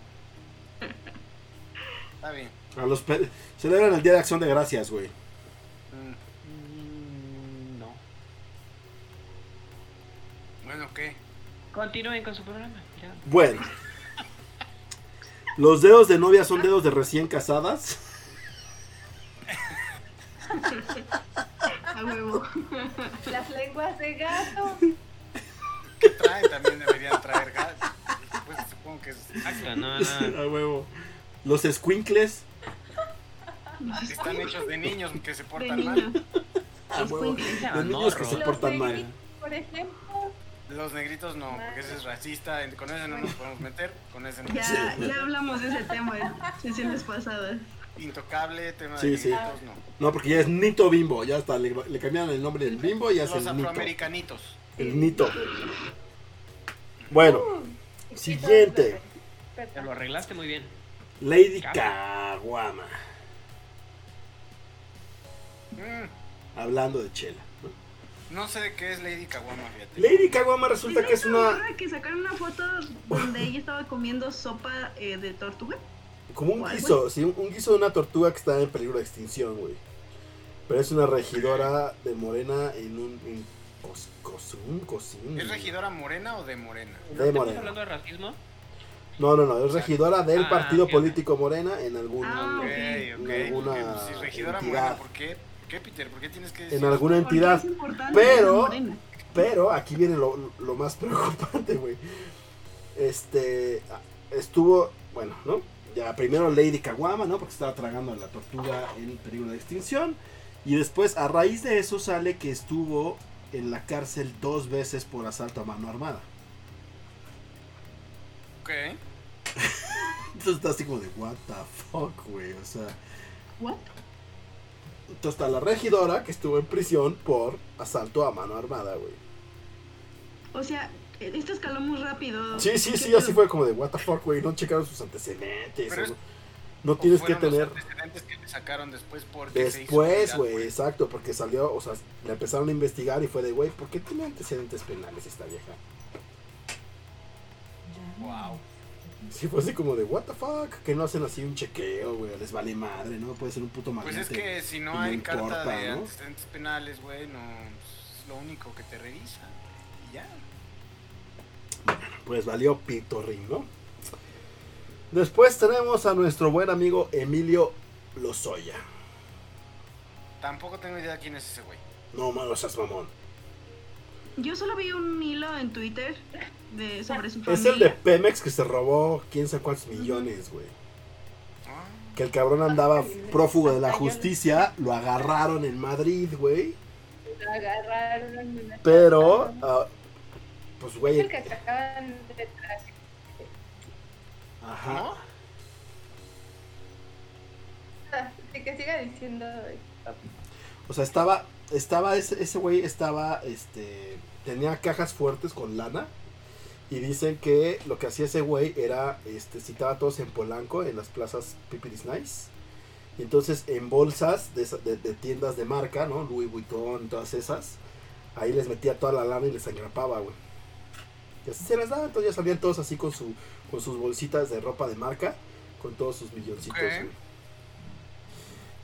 Speaker 3: Está bien.
Speaker 2: A los pe- celebran el Día de Acción de Gracias, güey.
Speaker 3: Mm,
Speaker 5: Mm, No.
Speaker 3: Bueno, ¿qué?
Speaker 5: Continúen con su programa. ya.
Speaker 2: Bueno. Los dedos de novia son dedos de recién casadas.
Speaker 4: A huevo.
Speaker 6: Las lenguas de gato.
Speaker 3: ¿Qué traen? También deberían traer gas. Pues supongo que es-
Speaker 5: Exacto, no,
Speaker 3: Ah.
Speaker 5: no.
Speaker 2: A huevo. Los escuincles.
Speaker 3: están hechos de niños que se
Speaker 4: De
Speaker 3: portan mal.
Speaker 4: niño.
Speaker 2: A huevo.
Speaker 4: Escuincle.
Speaker 5: Sean
Speaker 2: Los niños que se
Speaker 5: morros.
Speaker 2: portan
Speaker 6: Los
Speaker 2: mal.
Speaker 6: negritos, Por ejemplo,
Speaker 3: Los negritos no, porque ese es racista. en- Con ese no nos podemos meter. Con ese no.
Speaker 4: Ya, ya hablamos de ese tema en sesiones pasadas.
Speaker 3: Intocable, tema
Speaker 2: Sí,
Speaker 3: de
Speaker 2: sí.
Speaker 3: negritos, no.
Speaker 2: No, porque ya es Nito Bimbo. Ya está. Le, le cambiaron el nombre del Bimbo y ya es
Speaker 3: Los
Speaker 2: el Nito.
Speaker 3: afroamericanitos.
Speaker 2: El Nito. Bueno,
Speaker 6: chiquitos,
Speaker 2: Siguiente.
Speaker 6: pero-
Speaker 5: Te lo arreglaste muy bien.
Speaker 2: Lady Caguama.
Speaker 3: Mm,
Speaker 2: Hablando de chela. ¿no?
Speaker 3: no sé de qué es Lady Kawama, fíjate.
Speaker 2: Lady Caguama resulta que es
Speaker 4: esa
Speaker 2: una.
Speaker 4: morra que sacaron una foto donde ella estaba comiendo sopa eh, de tortuga?
Speaker 2: Como un guiso. Sí, un, un guiso de una tortuga que está en peligro de extinción, güey. Pero es una regidora de Morena en un. En cos- cosum, cosum.
Speaker 3: ¿Es regidora morena o de morena?
Speaker 2: De
Speaker 5: ¿Estás
Speaker 2: Morena.
Speaker 5: hablando de racismo?
Speaker 2: No, no, no. Es regidora del
Speaker 5: Ah,
Speaker 2: partido
Speaker 5: ok.
Speaker 2: político Morena en algún.
Speaker 4: Ah,
Speaker 3: Ok,
Speaker 4: ok.
Speaker 3: ok.
Speaker 2: Alguna
Speaker 3: porque, pues, si es regidora
Speaker 2: entidad.
Speaker 3: morena, ¿por qué? ¿Por qué, Peter? ¿Por qué tienes que decir?
Speaker 2: En alguna
Speaker 4: Porque
Speaker 2: entidad.
Speaker 4: es importante
Speaker 2: pero-
Speaker 4: la morena.
Speaker 2: Pero aquí viene lo, lo más preocupante, güey. Este estuvo, bueno, ¿no? Ya primero Lady Kawama, ¿no? Porque estaba tragando a la tortuga en peligro de extinción. Y después, a raíz de eso, sale que estuvo en la cárcel dos veces por asalto a mano armada.
Speaker 3: Ok.
Speaker 2: Entonces está así como de, what the fuck, güey. O sea,
Speaker 4: What?
Speaker 2: entonces está la regidora que estuvo en prisión por asalto a mano armada, güey.
Speaker 4: O sea, eh, esto escaló muy rápido.
Speaker 2: Sí, sí,
Speaker 4: ¿Qué
Speaker 2: sí,
Speaker 4: pedo?
Speaker 2: así fue como de, what the fuck, güey. No checaron sus antecedentes.
Speaker 3: Pero es-
Speaker 2: o no- no tienes
Speaker 3: ¿O
Speaker 2: que
Speaker 3: fueron los
Speaker 2: tener.
Speaker 3: antecedentes que le sacaron después porque se hizo
Speaker 2: Después,
Speaker 3: realidad,
Speaker 2: güey, exacto, porque salió, o sea, la empezaron a investigar y fue de, güey, ¿por qué tiene antecedentes penales esta vieja?
Speaker 3: Wow.
Speaker 2: Sí, fue así como de, what the fuck, que no hacen así un chequeo, güey, les vale madre, ¿no? Puede ser un puto
Speaker 3: Pues
Speaker 2: magnate.
Speaker 3: es que si
Speaker 2: no
Speaker 3: no hay carta
Speaker 2: importa,
Speaker 3: de
Speaker 2: ¿no?
Speaker 3: antecedentes penales, güey, no pues, es lo único que te revisa. Y ya.
Speaker 2: Pues valió pitorrín, ¿no? Después tenemos a nuestro buen amigo Emilio Lozoya.
Speaker 3: Tampoco tengo idea quién es ese güey.
Speaker 2: No, malo, seas mamón.
Speaker 4: Yo solo vi un hilo en Twitter de, sobre su
Speaker 2: Es el de
Speaker 4: familia.
Speaker 2: Pemex que se robó quién sabe cuántos millones, güey.
Speaker 3: Ah,
Speaker 2: Que el cabrón andaba prófugo de la justicia, lo agarraron en Madrid, güey.
Speaker 6: lo agarraron. en la-
Speaker 2: Pero, ah, pues,
Speaker 6: Es
Speaker 2: güey.
Speaker 6: el que acaban de traer.
Speaker 2: Ajá.
Speaker 3: ¿No?
Speaker 6: Así que siga diciendo. güey.
Speaker 2: O sea, estaba, estaba, ese ese güey estaba, este, tenía cajas fuertes con lana. Y dicen que lo que hacía ese güey era, este, citaba a todos en Polanco, en las plazas Pipiris Nice. Y entonces en bolsas de, esa- de- de tiendas de marca, ¿no? Louis Vuitton, todas esas. Ahí les metía toda la lana y les engrapaba, güey. Y así se les daba, entonces ya salían todos así con, su, con sus bolsitas de ropa de marca, con todos sus milloncitos,
Speaker 3: Ok.
Speaker 2: güey.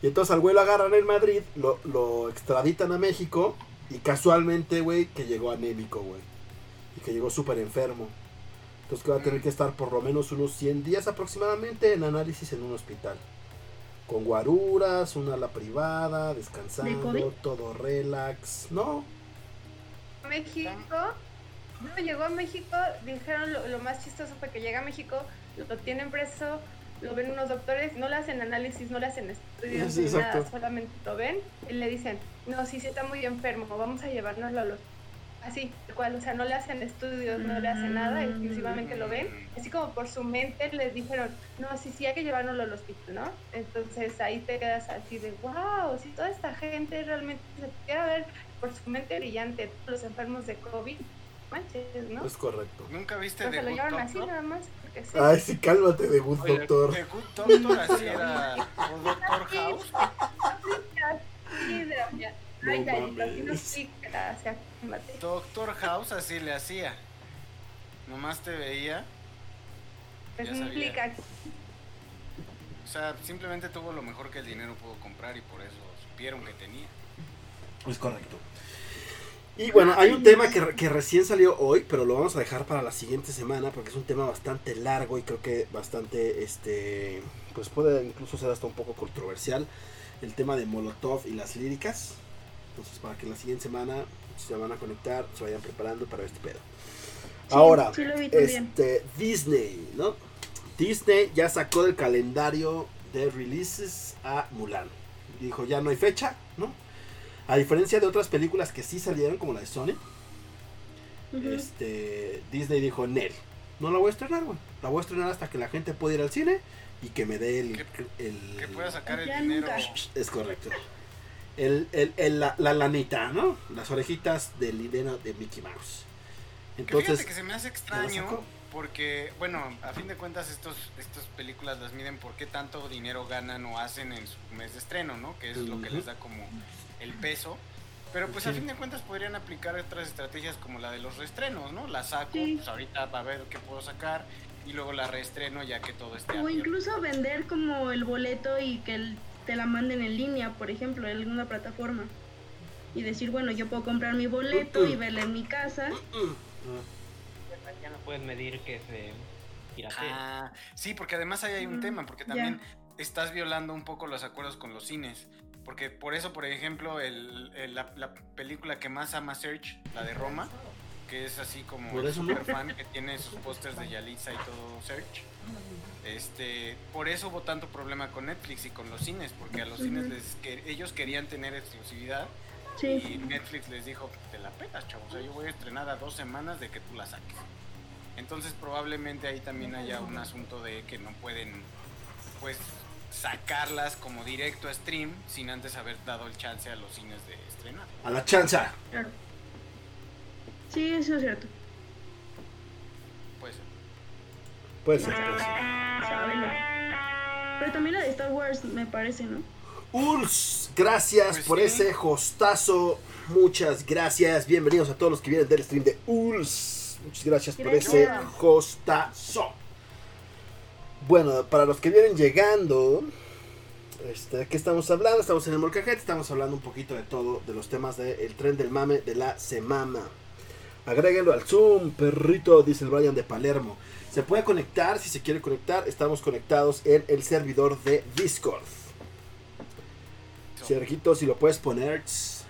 Speaker 2: Y entonces al güey lo agarran en Madrid, lo, lo extraditan a México y casualmente, güey, que llegó anémico, güey. y que llegó súper enfermo. Entonces que va a tener que estar por lo menos unos 100 días aproximadamente en análisis en un hospital. Con guaruras, una ala privada,
Speaker 4: COVID?
Speaker 2: descansando, todo relax. No,
Speaker 6: México. No, llegó a México, dijeron lo, lo más chistoso fue que llega a México, lo tienen preso, lo ven unos doctores, no le hacen análisis, no le hacen estudios,
Speaker 2: Sí,
Speaker 6: ni nada,
Speaker 2: exacto.
Speaker 6: solamente lo ven y le dicen, no, sí, sí está muy enfermo, vamos a llevárnoslo a los... Así, tal cual, o sea, no le hacen estudios, no le hacen nada, exclusivamente lo ven. Así como por su mente les dijeron, no, sí, sí, hay que llevárnoslo al hospital, ¿no? Entonces ahí te quedas así de, wow, si toda esta gente realmente se quiere ver por su mente brillante, todos los enfermos de COVID, manches, ¿no?
Speaker 2: es correcto.
Speaker 3: Nunca viste
Speaker 6: Pero
Speaker 3: de
Speaker 6: se lo
Speaker 3: Good
Speaker 6: llevan así
Speaker 3: Doctor.
Speaker 6: nada más. porque sí.
Speaker 2: Ay, sí, cálmate de Good
Speaker 3: Oye,
Speaker 2: Doctor.
Speaker 3: The Good Doctor así era. O Doctor House.
Speaker 6: Sí, de- ya.
Speaker 2: No
Speaker 6: Ay, Daito, así no
Speaker 2: mames.
Speaker 6: pica, o sea, cálmate.
Speaker 3: Doctor House así le hacía. Nomás te veía.
Speaker 6: Pues
Speaker 3: Ya
Speaker 6: no
Speaker 3: sabía.
Speaker 6: implica.
Speaker 3: O sea, simplemente tuvo lo mejor que el dinero pudo comprar y por eso supieron que tenía.
Speaker 2: Es correcto. Y bueno, hay un tema que, re- que recién salió hoy, pero lo vamos a dejar para la siguiente semana porque es un tema bastante largo y creo que bastante, este, pues puede incluso ser hasta un poco controversial, el tema de Molotov y las líricas. Entonces, para que la siguiente semana pues, se van a conectar, se vayan preparando para este pedo.
Speaker 4: Sí,
Speaker 2: Ahora,
Speaker 4: sí lo vi también.
Speaker 2: este, Disney, ¿no? Disney ya sacó del calendario de releases a Mulan. Dijo, ya no hay fecha, ¿no? A diferencia de otras películas que sí salieron, como la de Sonic,
Speaker 4: Ujú.
Speaker 2: este, Disney dijo, Nel, no la voy a estrenar, güey. La voy a estrenar hasta que la gente pueda ir al cine y que me dé el... el-
Speaker 3: Que pueda sacar el
Speaker 4: Ya
Speaker 3: dinero.
Speaker 4: nunca.
Speaker 2: es correcto. El, el- el- la, la lanita, ¿no? Las orejitas de Lidena de Mickey Mouse.
Speaker 3: Que fíjate
Speaker 2: Entonces,
Speaker 3: que se me hace
Speaker 2: ¿lo
Speaker 3: extraño
Speaker 2: sacó?
Speaker 3: porque, bueno, a fin de cuentas estos, estas películas las miden por qué tanto dinero ganan o hacen en su mes de estreno, ¿no? Que es lo que
Speaker 2: Ujú.
Speaker 3: les da como el peso. Pero pues a
Speaker 2: Sí.
Speaker 3: fin de cuentas podrían aplicar otras estrategias como la de los reestrenos, ¿no? La saco,
Speaker 4: Sí.
Speaker 3: pues ahorita va a ver qué puedo sacar y luego la reestreno ya que todo esté
Speaker 4: O
Speaker 3: abierto.
Speaker 4: incluso vender como el boleto y que el- te la manden en línea, por ejemplo, en alguna plataforma. Y decir, bueno, yo puedo comprar mi boleto y verla en mi casa.
Speaker 5: Ya no puedes medir que se piratea.
Speaker 3: Ah, sí, porque además ahí hay un
Speaker 4: Mm,
Speaker 3: tema, porque
Speaker 4: ya.
Speaker 3: también estás violando un poco los acuerdos con los cines. Porque por eso, por ejemplo, el, el- la, la película que más ama Search, la de Roma, que es así como
Speaker 2: Por eso no.
Speaker 3: super fan que tiene sus pósters de Yalitza y todo Search. Este, por eso hubo tanto problema con Netflix y con los cines, porque a los cines
Speaker 4: Ujú.
Speaker 3: les que- ellos querían tener exclusividad y
Speaker 4: Sí.
Speaker 3: Netflix les dijo, te la pelas, chavo. O sea, yo voy a estrenar a dos semanas de que tú la saques. Entonces probablemente ahí también haya un asunto de que no pueden, pues, sacarlas como directo a stream sin antes haber dado el chance a los cines de estrenar.
Speaker 2: a la chanza.
Speaker 4: Claro. Sí, eso es cierto.
Speaker 3: Pues, eh,
Speaker 2: Puede ser, puede ser.
Speaker 4: Sábelo. Pero también la de Star Wars, me parece, ¿no?
Speaker 2: Urs, gracias
Speaker 3: Pues
Speaker 2: por
Speaker 3: sí.
Speaker 2: ese hostazo. Muchas gracias. Bienvenidos a todos los que vienen del stream de Urs. Muchas gracias por ese
Speaker 4: Gracias.
Speaker 2: hostazo. Bueno, para los que vienen llegando, este, ¿de qué estamos hablando? Estamos en el Molcajete, estamos hablando un poquito de todo, de los temas del tren del mame de la semana. Agréguenlo al Zoom, perrito, dice el Brian de Palermo. Se puede conectar, si se quiere conectar, estamos conectados en el servidor de Discord.
Speaker 3: so-
Speaker 2: Sergito, si lo puedes poner. tss.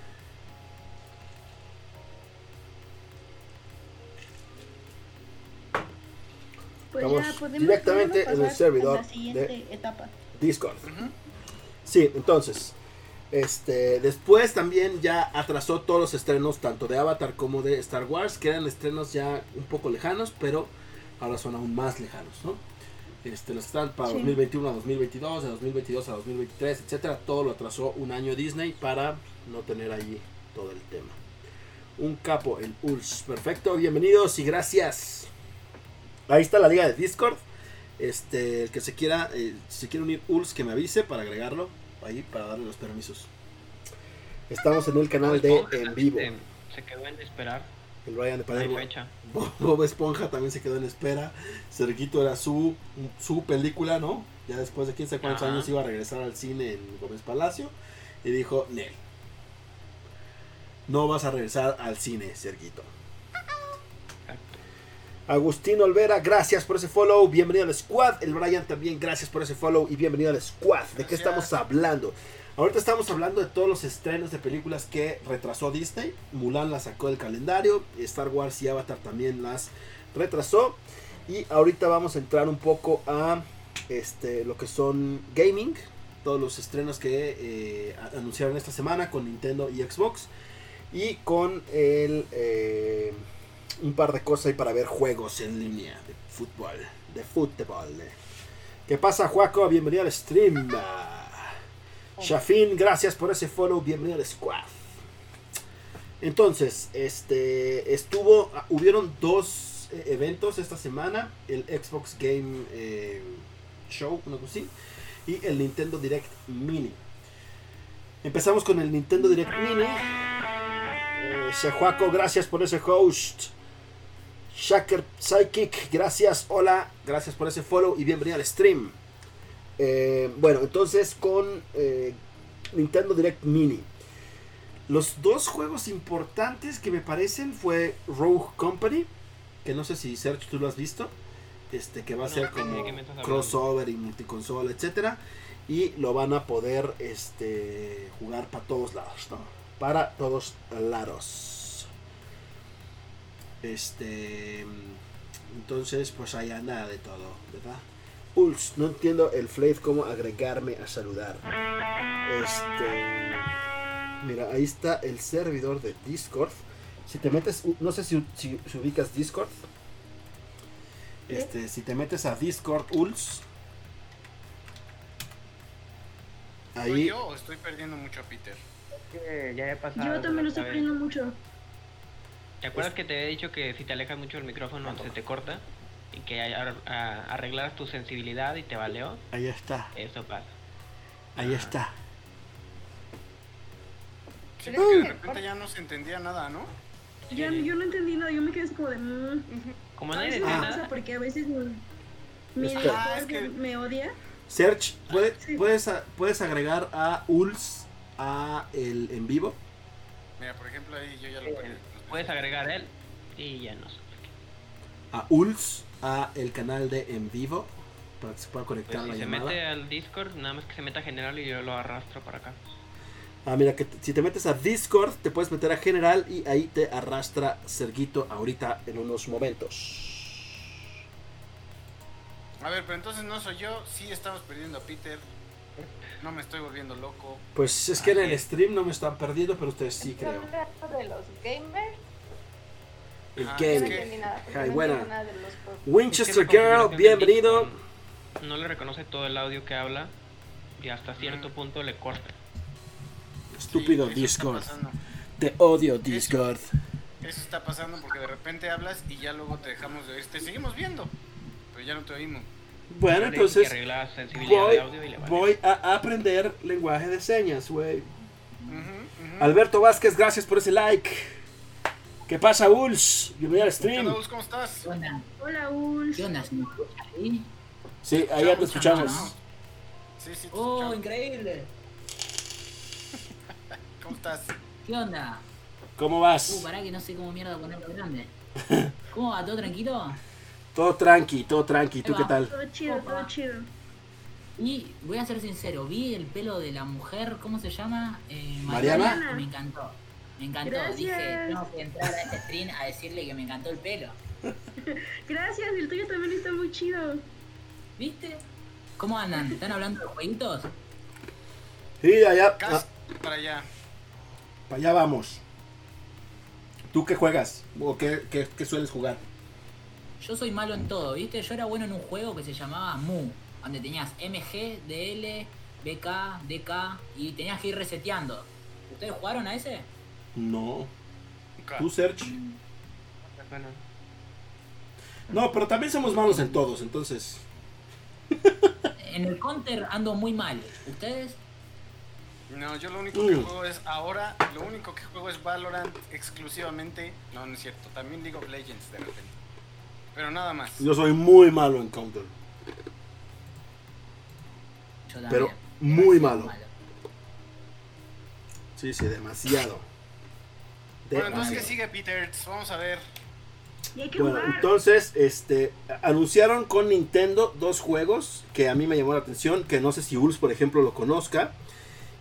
Speaker 4: Pues
Speaker 2: Vamos
Speaker 4: ya podemos
Speaker 2: directamente
Speaker 4: podemos
Speaker 2: en el
Speaker 4: pasar
Speaker 2: servidor
Speaker 4: a la siguiente etapa.
Speaker 2: Discord.
Speaker 3: Ujú.
Speaker 2: Sí, entonces. Este, después también ya atrasó todos los estrenos, tanto de Avatar como de Star Wars, que eran estrenos ya un poco lejanos, pero ahora son aún más lejanos, ¿no? Este, los que estaban para
Speaker 4: Sí.
Speaker 2: 2021 a 2022, de 2022 a 2023, etcétera, todo lo atrasó un año Disney para no tener ahí todo el tema. Un capo, el ULS. Perfecto, bienvenidos y gracias. Ahí está la liga de Discord. Este, el que se quiera, eh, si se quiere unir ULS, que me avise para agregarlo ahí, para darle los permisos. Estamos en el canal de
Speaker 5: Esponja
Speaker 2: En
Speaker 5: también
Speaker 2: Vivo.
Speaker 5: este, Se, se quedó en esperar.
Speaker 2: El Brian de
Speaker 5: No hay
Speaker 2: Palermo.
Speaker 5: fecha.
Speaker 2: Bob Esponja también se quedó en espera. Cerquito era su, su película, ¿no? Ya después de quién sabe cuántos
Speaker 5: Ajá.
Speaker 2: años iba a regresar al cine en Gómez Palacio. Y dijo, Nel, no vas a regresar al cine, Cerquito.
Speaker 5: Aquí
Speaker 2: Agustín Olvera, gracias por ese follow. Bienvenido al squad. El Brian también, gracias por ese follow y bienvenido al squad. ¿De qué
Speaker 3: Gracias.
Speaker 2: estamos hablando? Ahorita estamos hablando de todos los estrenos de películas que retrasó Disney. Mulan la sacó del calendario. Star Wars y Avatar también las retrasó. Y ahorita vamos a entrar un poco a este, lo que son gaming. Todos los estrenos que eh, a- anunciaron esta semana con Nintendo y Xbox. Y con el, eh, un par de cosas ahí para ver juegos en línea de fútbol. De fútbol. ¿Qué pasa, Juaco? Bienvenido al stream. Shafin, gracias por ese follow. Bienvenido al squad. Entonces, este estuvo, ah, hubieron dos eh, eventos esta semana, el Xbox Game eh, Show, una cosa así, y el Nintendo Direct Mini. Empezamos con el Nintendo Direct Mini. Eh, Sejuaco, gracias por ese host. Shaker Psychic, gracias, hola, gracias por ese follow y bienvenido al stream. Eh, bueno, entonces con eh, Nintendo Direct Mini. Los dos juegos importantes que me parecen fue Rogue Company, que no sé si Sergio tú lo has visto, este que va a
Speaker 5: No,
Speaker 2: ser
Speaker 5: no sé de
Speaker 2: como
Speaker 5: qué me estás hablando.
Speaker 2: crossover y multiconsola, etcétera, y lo van a poder este jugar para todos lados, ¿no? Para todos lados. Este entonces pues allá nada de todo, ¿verdad? Uls, no entiendo el Flav cómo agregarme a saludar. Este. Mira, ahí está el servidor de Discord. Si te metes, u- no sé si, si- si ubicas Discord.
Speaker 6: ¿Sí?
Speaker 2: Este, si te metes a Discord Uls.
Speaker 3: ¿Soy
Speaker 2: Ahí.
Speaker 3: yo o estoy perdiendo mucho a Peter?
Speaker 5: Eh, Ya he
Speaker 3: Ah,
Speaker 5: pasado.
Speaker 4: Yo también lo
Speaker 5: otra
Speaker 4: estoy
Speaker 5: vez.
Speaker 4: perdiendo mucho.
Speaker 5: ¿Te acuerdas que te he dicho que si te alejas mucho el micrófono se te corta? Y que ar- a- arreglaras tu sensibilidad y te valeó?
Speaker 2: Ahí está,
Speaker 5: Eso pasa.
Speaker 2: ahí está.
Speaker 3: Sí,
Speaker 6: Pero
Speaker 3: porque
Speaker 6: es
Speaker 3: de
Speaker 6: que-
Speaker 3: repente ya no se entendía nada, ¿no?
Speaker 4: Ya, yo no entendí nada, yo me quedé así como de. mm.
Speaker 6: Ujú.
Speaker 5: Como
Speaker 4: A
Speaker 5: nadie
Speaker 4: veces
Speaker 5: decía
Speaker 2: Ah.
Speaker 4: me pasa
Speaker 5: nada,
Speaker 4: porque a veces mi, mi
Speaker 2: Está-
Speaker 4: director
Speaker 3: Ah, es que-
Speaker 4: me odia.
Speaker 2: Serge, ¿puede-
Speaker 4: Sí.
Speaker 2: puedes, a- puedes agregar a Uls a el en vivo.
Speaker 3: Mira, por ejemplo, ahí yo ya lo perdí.
Speaker 5: puedes agregar él y ya no. sé.
Speaker 2: A Uls a el canal de en vivo. Para que se pueda
Speaker 5: Pues
Speaker 2: conectar
Speaker 5: si
Speaker 2: la
Speaker 5: se
Speaker 2: llamada.
Speaker 5: mete al Discord, nada más que se meta a general y yo lo arrastro para acá.
Speaker 2: Ah, mira, que t- si te metes a Discord, te puedes meter a general y ahí te arrastra Serguito ahorita en unos momentos.
Speaker 3: A ver, pero entonces no soy yo, sí estamos perdiendo a Peter. No me estoy volviendo loco.
Speaker 2: Pues es que en el
Speaker 5: Así es.
Speaker 2: stream no me están perdiendo, pero ustedes sí creo.
Speaker 6: Hablando de los gamers,
Speaker 2: El
Speaker 3: Ah,
Speaker 6: yo
Speaker 3: es
Speaker 6: no
Speaker 2: game.
Speaker 3: que-
Speaker 6: entendí nada. porque
Speaker 2: Ay,
Speaker 6: no
Speaker 2: buena.
Speaker 6: entiendo nada de los juegos.
Speaker 2: Winchester
Speaker 5: Es que la
Speaker 2: Girl,
Speaker 5: configuración del
Speaker 2: bienvenido.
Speaker 5: Discord No le reconoce todo el audio que habla y hasta cierto
Speaker 4: Ah.
Speaker 5: punto le corta.
Speaker 2: Estúpido
Speaker 3: Sí, eso está
Speaker 2: Discord.
Speaker 3: pasando.
Speaker 2: Te odio Discord.
Speaker 3: Eso está pasando porque de repente hablas y ya luego te dejamos de oír. Te seguimos viendo, pero ya no te oímos.
Speaker 2: Bueno,
Speaker 5: Yo le dije que
Speaker 2: entonces
Speaker 5: arreglara sensibilidad
Speaker 2: voy,
Speaker 5: de audio y le vale.
Speaker 2: voy a aprender lenguaje de señas, güey.
Speaker 3: Ujú, ujú.
Speaker 2: Alberto Vázquez, gracias por ese like. ¿Qué pasa, Uls? Bienvenido al
Speaker 3: ¿Qué
Speaker 2: stream.
Speaker 3: onda, Gus? ¿Cómo estás?
Speaker 7: ¿Qué onda?
Speaker 4: Hola, Ul.
Speaker 7: ¿Qué onda? ¿Se me escucha ahí?
Speaker 2: Sí, ahí ya te escuchamos.
Speaker 3: Sí, sí, te
Speaker 7: ¡Oh,
Speaker 3: escuchamos.
Speaker 7: increíble!
Speaker 3: ¿Cómo estás?
Speaker 7: ¿Qué onda?
Speaker 2: ¿Cómo
Speaker 7: Uh,
Speaker 2: vas?
Speaker 7: pará que no sé cómo mierda ponerlo grande. ¿Cómo va? ¿Todo tranquilo?
Speaker 2: Todo tranqui, todo tranqui. ¿Tú
Speaker 7: Ahí
Speaker 2: qué
Speaker 7: va.
Speaker 2: tal?
Speaker 4: Todo chido, todo chido.
Speaker 7: Y voy a ser sincero, vi el pelo de la mujer, ¿cómo se llama? Eh,
Speaker 2: Mariana.
Speaker 7: y Me encantó. Me encantó.
Speaker 4: Gracias.
Speaker 7: Dije, tengo que entrar a este stream a decirle que me encantó el pelo.
Speaker 4: Gracias, el tuyo también está muy chido.
Speaker 7: ¿Viste? ¿Cómo andan? ¿Están hablando de jueguitos?
Speaker 2: Sí, allá, ah,
Speaker 3: Casi para allá.
Speaker 2: para allá vamos. ¿Tú qué juegas? ¿O qué, qué- qué sueles jugar?
Speaker 7: Yo soy malo en todo, ¿viste? Yo era bueno en un juego que se llamaba Mu, donde tenías MG, DL, BK, DK y tenías que ir reseteando. ¿Ustedes jugaron a ese?
Speaker 2: No.
Speaker 3: Nunca.
Speaker 2: ¿Tú, Serge?
Speaker 5: Bueno,
Speaker 2: No, pero también somos malos en todos, entonces.
Speaker 7: En el counter ando muy mal. ¿Ustedes?
Speaker 3: No, yo lo único que
Speaker 2: Mm.
Speaker 3: juego es ahora, lo único que juego es Valorant exclusivamente. No, no es cierto, también League of Legends de repente. Pero nada más.
Speaker 2: Yo soy muy malo en Counter.
Speaker 7: Yo también.
Speaker 2: Pero muy
Speaker 7: Demasiado
Speaker 2: malo. Sí, sí, demasiado.
Speaker 3: Bueno, entonces,
Speaker 2: Demasiado.
Speaker 3: ¿qué sigue, Peters? Vamos a ver.
Speaker 4: Y hay que
Speaker 2: Bueno,
Speaker 4: jugar.
Speaker 2: entonces, este, anunciaron con Nintendo dos juegos que a mí me llamó la atención, que no sé si Urs, por ejemplo, lo conozca,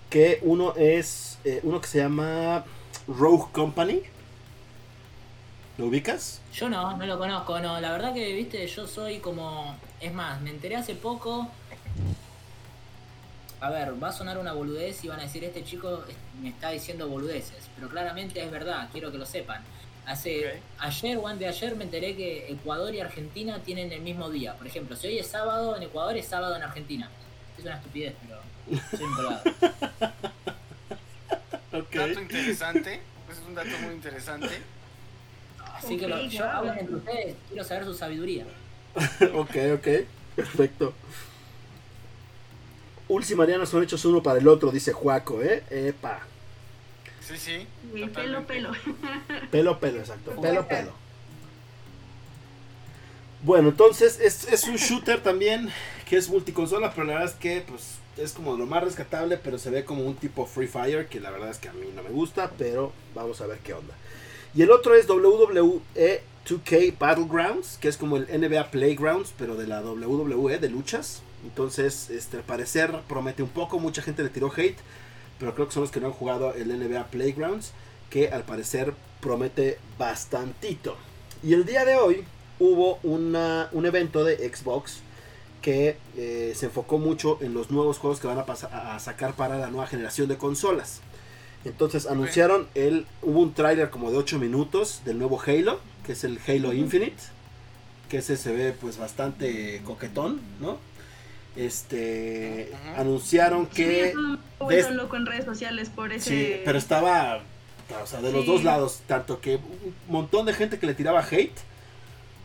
Speaker 2: que uno es, eh, uno que se llama Rogue Company. ¿Lo ubicas?
Speaker 7: Yo no, no lo conozco, no. La verdad que, viste, yo soy como... Es más, me enteré hace poco... A ver, va a sonar una boludez y van a decir, este chico es- me está diciendo boludeces. Pero claramente es verdad, quiero que lo sepan. Hace
Speaker 3: Ok.
Speaker 7: ayer o antes de ayer me enteré que Ecuador y Argentina tienen el mismo día. Por ejemplo, si hoy es sábado en Ecuador, es sábado en Argentina. Es una estupidez, pero soy un colgado.
Speaker 2: Ok.
Speaker 3: Dato interesante. Pues es un dato muy interesante.
Speaker 7: Así que lo,
Speaker 4: Ok,
Speaker 7: yo
Speaker 4: guau.
Speaker 7: hablo entre ustedes, quiero saber su sabiduría.
Speaker 2: ok, ok. Perfecto. Urs y Mariana son hechos uno para el otro, dice Juaco, ¿eh? Epa.
Speaker 3: Sí, sí.
Speaker 4: Y pelo,
Speaker 3: totalmente.
Speaker 4: pelo.
Speaker 2: Pelo, pelo, exacto.
Speaker 6: Puede
Speaker 2: Pelo,
Speaker 6: ser.
Speaker 2: pelo. Bueno, entonces es, es un shooter también que es multiconsola, pero la verdad es que pues, es como lo más rescatable, pero se ve como un tipo Free Fire, que la verdad es que a mí no me gusta, pero vamos a ver qué onda. Y el otro es WWE 2K Battlegrounds, que es como el NBA Playgrounds, pero de la WWE, de luchas. Entonces, este, al parecer promete un poco, mucha gente le tiró hate, pero creo que son los que no han jugado el NBA Playgrounds que al parecer promete bastantito. Y el día de hoy hubo una- un evento de Xbox que eh, se enfocó mucho en los nuevos juegos que van a, pas- a sacar para la nueva generación de consolas. Entonces anunciaron el hubo un tráiler como de 8 minutos del nuevo Halo, que es el Halo Infinite, que ese se ve pues bastante coquetón, ¿no? Este
Speaker 3: Ujú.
Speaker 2: anunciaron
Speaker 4: Sí,
Speaker 2: que
Speaker 4: es un
Speaker 2: des-
Speaker 4: vuelto loco en redes sociales por ese.
Speaker 2: Sí, pero estaba, o sea, de los
Speaker 4: Sí.
Speaker 2: dos lados, tanto que un montón de gente que le tiraba hate,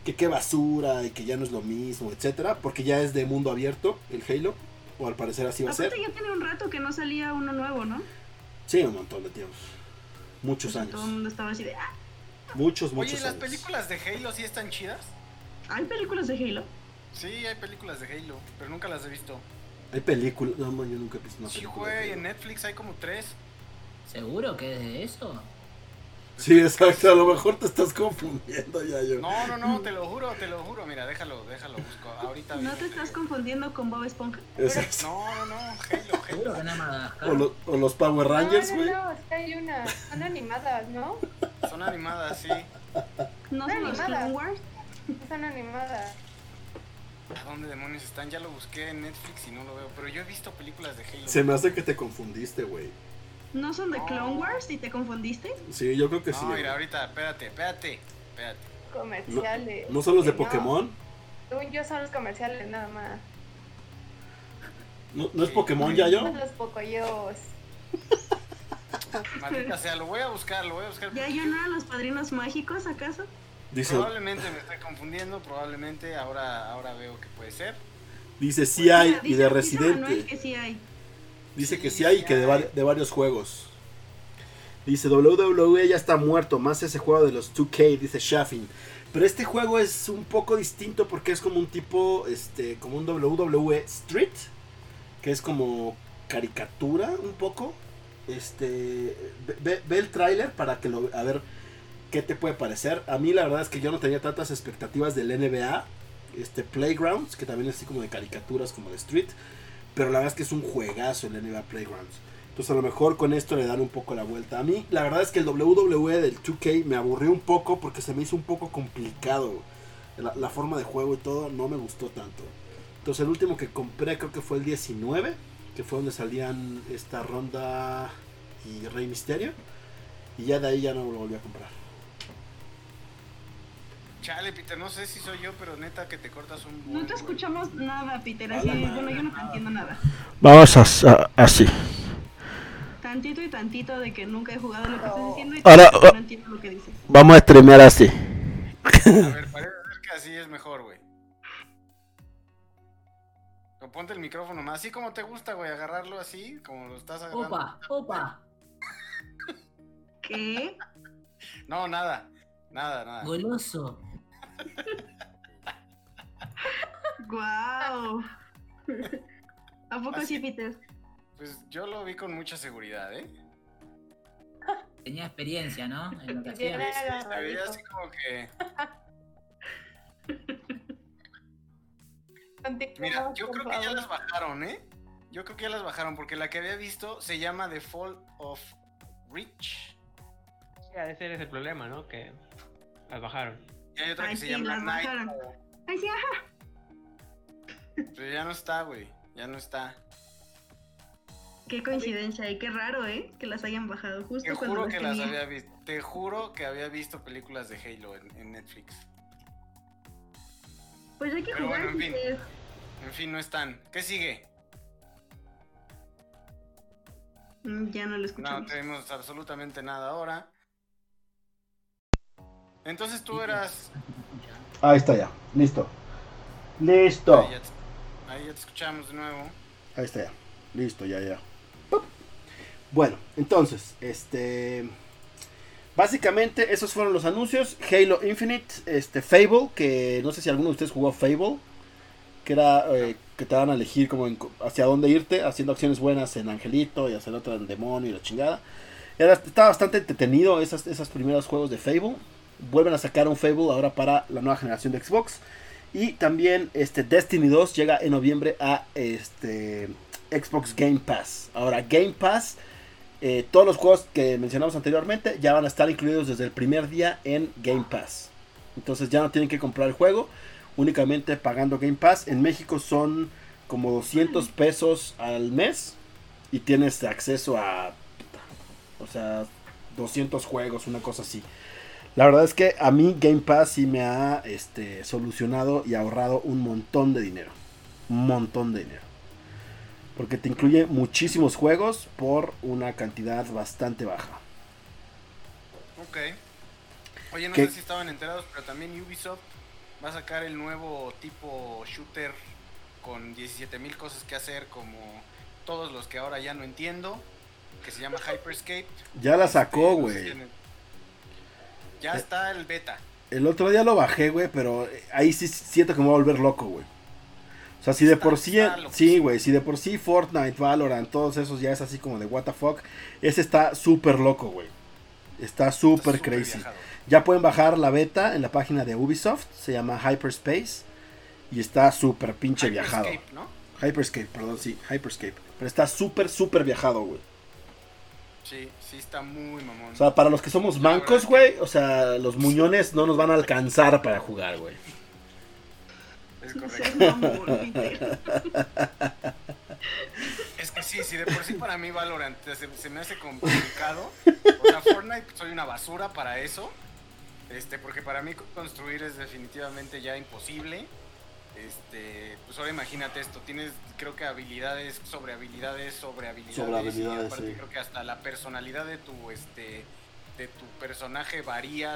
Speaker 2: que qué basura y que ya no es lo mismo, etcétera, porque ya es de mundo abierto el Halo, o al parecer así va a ser.
Speaker 4: Aparte ya tiene un rato que no salía uno nuevo, ¿no?
Speaker 2: Sí, un montón de tiempos. Muchos
Speaker 4: Entonces,
Speaker 2: años.
Speaker 4: Todo el mundo estaba así de, ah,
Speaker 2: Muchos, muchos
Speaker 3: Oye, ¿y las
Speaker 2: años.
Speaker 3: películas de Halo sí están chidas?
Speaker 4: ¿hay películas de Halo?
Speaker 3: Sí, hay películas de Halo, pero nunca las he visto.
Speaker 2: Hay películas, no, man, yo nunca he visto una
Speaker 3: sí,
Speaker 2: película. de
Speaker 3: güey, en
Speaker 2: Halo.
Speaker 3: Netflix hay como tres.
Speaker 7: ¿Seguro que es de eso?
Speaker 2: Sí, exacto, a lo mejor te estás confundiendo ya yo.
Speaker 3: No, no, no, te lo juro, te lo juro. Mira, déjalo, déjalo, busco. Ahorita
Speaker 4: ¿No
Speaker 3: mismo
Speaker 4: te estás
Speaker 3: digo.
Speaker 4: confundiendo con Bob Esponja?
Speaker 2: Exacto.
Speaker 3: No, no, no, Halo,
Speaker 7: ¿Seguro
Speaker 3: Halo.
Speaker 7: que no es Madagascar?
Speaker 2: O, lo- o los Power Rangers,
Speaker 6: no,
Speaker 2: güey.
Speaker 6: No, no, es que hay unas, son animadas, ¿no?
Speaker 3: Son animadas, sí. ¿A
Speaker 4: ¿No son los
Speaker 6: animada.
Speaker 4: Clone Wars?
Speaker 6: Son animadas.
Speaker 3: dónde demonios están? Ya lo busqué en Netflix y no lo veo. Pero yo he visto películas de Halo.
Speaker 2: Se me hace que te confundiste, güey.
Speaker 4: ¿No son de
Speaker 3: No.
Speaker 4: Clone Wars y te confundiste?
Speaker 2: Sí, yo creo que sí.
Speaker 3: No,
Speaker 2: güey.
Speaker 3: mira, ahorita, espérate, espérate, espérate.
Speaker 6: Comerciales.
Speaker 2: ¿No son los de
Speaker 6: No,
Speaker 2: Pokémon?
Speaker 6: Según yo son los comerciales nada más.
Speaker 2: ¿No, no es Pokémon ya yo?
Speaker 6: Son los pocoyos.
Speaker 3: Maldita sea, lo voy a buscar, lo voy a buscar.
Speaker 4: ¿Ya yo no eran los padrinos mágicos, acaso?
Speaker 2: Dice,
Speaker 3: Probablemente me estoy confundiendo, probablemente ahora, ahora veo que puede ser.
Speaker 2: dice sí hay
Speaker 4: Mira,
Speaker 2: y
Speaker 4: dice-
Speaker 2: de
Speaker 4: dice Manuel
Speaker 2: Residente.
Speaker 4: que sí hay.
Speaker 2: Dice que
Speaker 3: Sí,
Speaker 2: sí hay y
Speaker 3: sí
Speaker 2: que de,
Speaker 3: hay.
Speaker 2: var- de varios juegos. Dice WWE ya está muerto, más ese juego de los 2K, dice Shaffin. Pero este juego es un poco distinto porque es como un tipo, este, como un WWE Street, que es como caricatura un poco. Este, ve, ve- ve el tráiler para que lo, a ver qué te puede parecer. A mí la verdad es que yo no tenía tantas expectativas del NBA, este Playgrounds, que también es así como de caricaturas, como de Street. Pero la verdad es que es un juegazo el NBA Playgrounds. Entonces a lo mejor con esto le dan un poco la vuelta. A mí la verdad es que el WWE del 2K me aburrió un poco porque se me hizo un poco complicado. La, la forma de juego y todo no me gustó tanto. Entonces el último que compré creo que fue el 19, que fue donde salían esta ronda y Rey Misterio. Y ya de ahí ya no lo volví a comprar.
Speaker 3: Chale, Peter, no sé si soy yo, pero neta que te cortas un
Speaker 4: No
Speaker 3: buen,
Speaker 4: te
Speaker 3: güey.
Speaker 4: escuchamos nada, Peter. Así,
Speaker 2: Hola,
Speaker 4: bueno, yo no te entiendo nada.
Speaker 2: Vamos así.
Speaker 4: Tantito y tantito de que nunca he jugado lo que estás diciendo y
Speaker 2: Ahora,
Speaker 4: tantito que
Speaker 2: ah.
Speaker 4: no entiendo lo que dices.
Speaker 2: Vamos a streamear así.
Speaker 3: A ver, parece ser que así es mejor, güey. O Ponte el micrófono más, así como te gusta, güey, agarrarlo así, como lo estás agarrando.
Speaker 7: Opa, opa,
Speaker 4: ¿Qué?
Speaker 3: No, nada, nada, nada.
Speaker 7: goloso.
Speaker 4: ¡Guau! ¿A poco sí, Peter?
Speaker 3: Pues yo lo vi con mucha seguridad, ¿eh?
Speaker 7: Tenía experiencia, ¿no? En lo que
Speaker 6: Llena
Speaker 7: hacía.
Speaker 6: la
Speaker 3: Se veía
Speaker 6: rabito.
Speaker 3: así como que
Speaker 6: Continuamos,
Speaker 3: Mira, yo
Speaker 6: por
Speaker 3: creo que ya
Speaker 6: favor.
Speaker 3: las bajaron, ¿eh? Yo creo que ya las bajaron porque la que había visto se llama The Fall of Rich.
Speaker 5: Ya, ese es el problema, ¿no? Que las bajaron.
Speaker 3: Y hay otra
Speaker 4: Ay,
Speaker 3: que se
Speaker 4: sí,
Speaker 3: llama
Speaker 4: las
Speaker 3: Night.
Speaker 4: bajaron. Ay, sí, ajá.
Speaker 3: Pero ya no está, güey. Ya no está.
Speaker 4: Qué coincidencia y qué raro, ¿eh? Que las hayan bajado justo
Speaker 3: Te
Speaker 4: cuando
Speaker 3: juro que las
Speaker 4: tenía.
Speaker 3: había visto. Te juro que había visto películas de Halo en, en Netflix.
Speaker 4: Pues hay que
Speaker 3: Pero
Speaker 4: jugar.
Speaker 3: bueno, en fin.
Speaker 4: dices.
Speaker 3: En fin, no están. ¿Qué sigue?
Speaker 4: Mm, Ya no lo
Speaker 3: No
Speaker 4: escuchamos.
Speaker 3: tenemos absolutamente nada ahora. Entonces tú
Speaker 7: Sí,
Speaker 3: eras.
Speaker 2: Ahí está ya. Listo. Listo.
Speaker 3: Ahí ya, te- ahí ya te escuchamos de nuevo.
Speaker 2: Ahí está ya. Listo, ya, ya. Pop. Bueno, entonces, este. Básicamente, esos fueron los anuncios. Halo Infinite, este, Fable, que no sé si alguno de ustedes jugó a Fable, que era eh, que te daban a elegir como en co- hacia dónde irte, haciendo acciones buenas en Angelito y hacer otra en Demonio y la chingada. Era, estaba bastante entretenido esas, esas primeros juegos de Fable. Vuelven a sacar un Fable ahora para la nueva generación de Xbox. Y también este Destiny 2 llega en noviembre a este Xbox Game Pass. Ahora, Game Pass, eh, todos los juegos que mencionamos anteriormente ya van a estar incluidos desde el primer día en Game Pass. Entonces ya no tienen que comprar el juego, únicamente pagando Game Pass. En México son como 200 pesos al mes y tienes acceso a, puta, o sea, 200 juegos, una cosa así. La verdad es que a mí Game Pass sí me ha este, solucionado y ahorrado un montón de dinero. Un montón de dinero. Porque te incluye muchísimos juegos por una cantidad bastante baja.
Speaker 3: Ok. Oye, no
Speaker 2: ¿Qué?
Speaker 3: sé si estaban enterados, pero también Ubisoft va a sacar el nuevo tipo shooter con 17.000 cosas que hacer, como todos los que ahora ya no entiendo, que se llama Hyperscape.
Speaker 2: Ya la
Speaker 3: Eh,
Speaker 2: sacó,
Speaker 3: no sé si
Speaker 2: güey.
Speaker 3: en el- Ya
Speaker 2: Eh.
Speaker 3: está el beta.
Speaker 2: El otro día lo bajé, güey, pero eh, ahí sí siento que me voy a volver loco, güey. O sea, si de
Speaker 3: Está-
Speaker 2: por sí,
Speaker 3: está loco.
Speaker 2: sí, güey, si de por sí Fortnite, Valorant, todos esos ya es así como de what the fuck, ese está súper loco, güey. Está
Speaker 3: Está
Speaker 2: súper
Speaker 3: súper
Speaker 2: crazy.
Speaker 3: viajado.
Speaker 2: Ya pueden bajar la beta en la página de Ubisoft, se llama Hyperspace y está súper pinche viajado.
Speaker 3: Hyperscape, ¿no?
Speaker 2: Hyperscape, perdón, sí, Hyperscape. Pero está súper, súper viajado, güey.
Speaker 3: Sí, sí está muy mamón.
Speaker 2: O sea, para los que somos
Speaker 3: La verdad
Speaker 2: mancos,
Speaker 3: es que-
Speaker 2: güey, o sea, los muñones no nos van a alcanzar para jugar, güey.
Speaker 3: es
Speaker 4: No
Speaker 3: correcto.
Speaker 4: seas mamón, Peter.
Speaker 3: Es que sí, sí, de por sí para mí Valorant se, se me hace complicado. O sea, Fortnite soy una basura para eso. Este, porque para mí construir es definitivamente ya imposible. Este, pues ahora imagínate esto, tienes creo que habilidades, sobre habilidades, sobre habilidades.
Speaker 2: Sobre habilidades,
Speaker 3: y aparte
Speaker 2: sí.
Speaker 3: creo que hasta la personalidad de tu este de tu personaje varía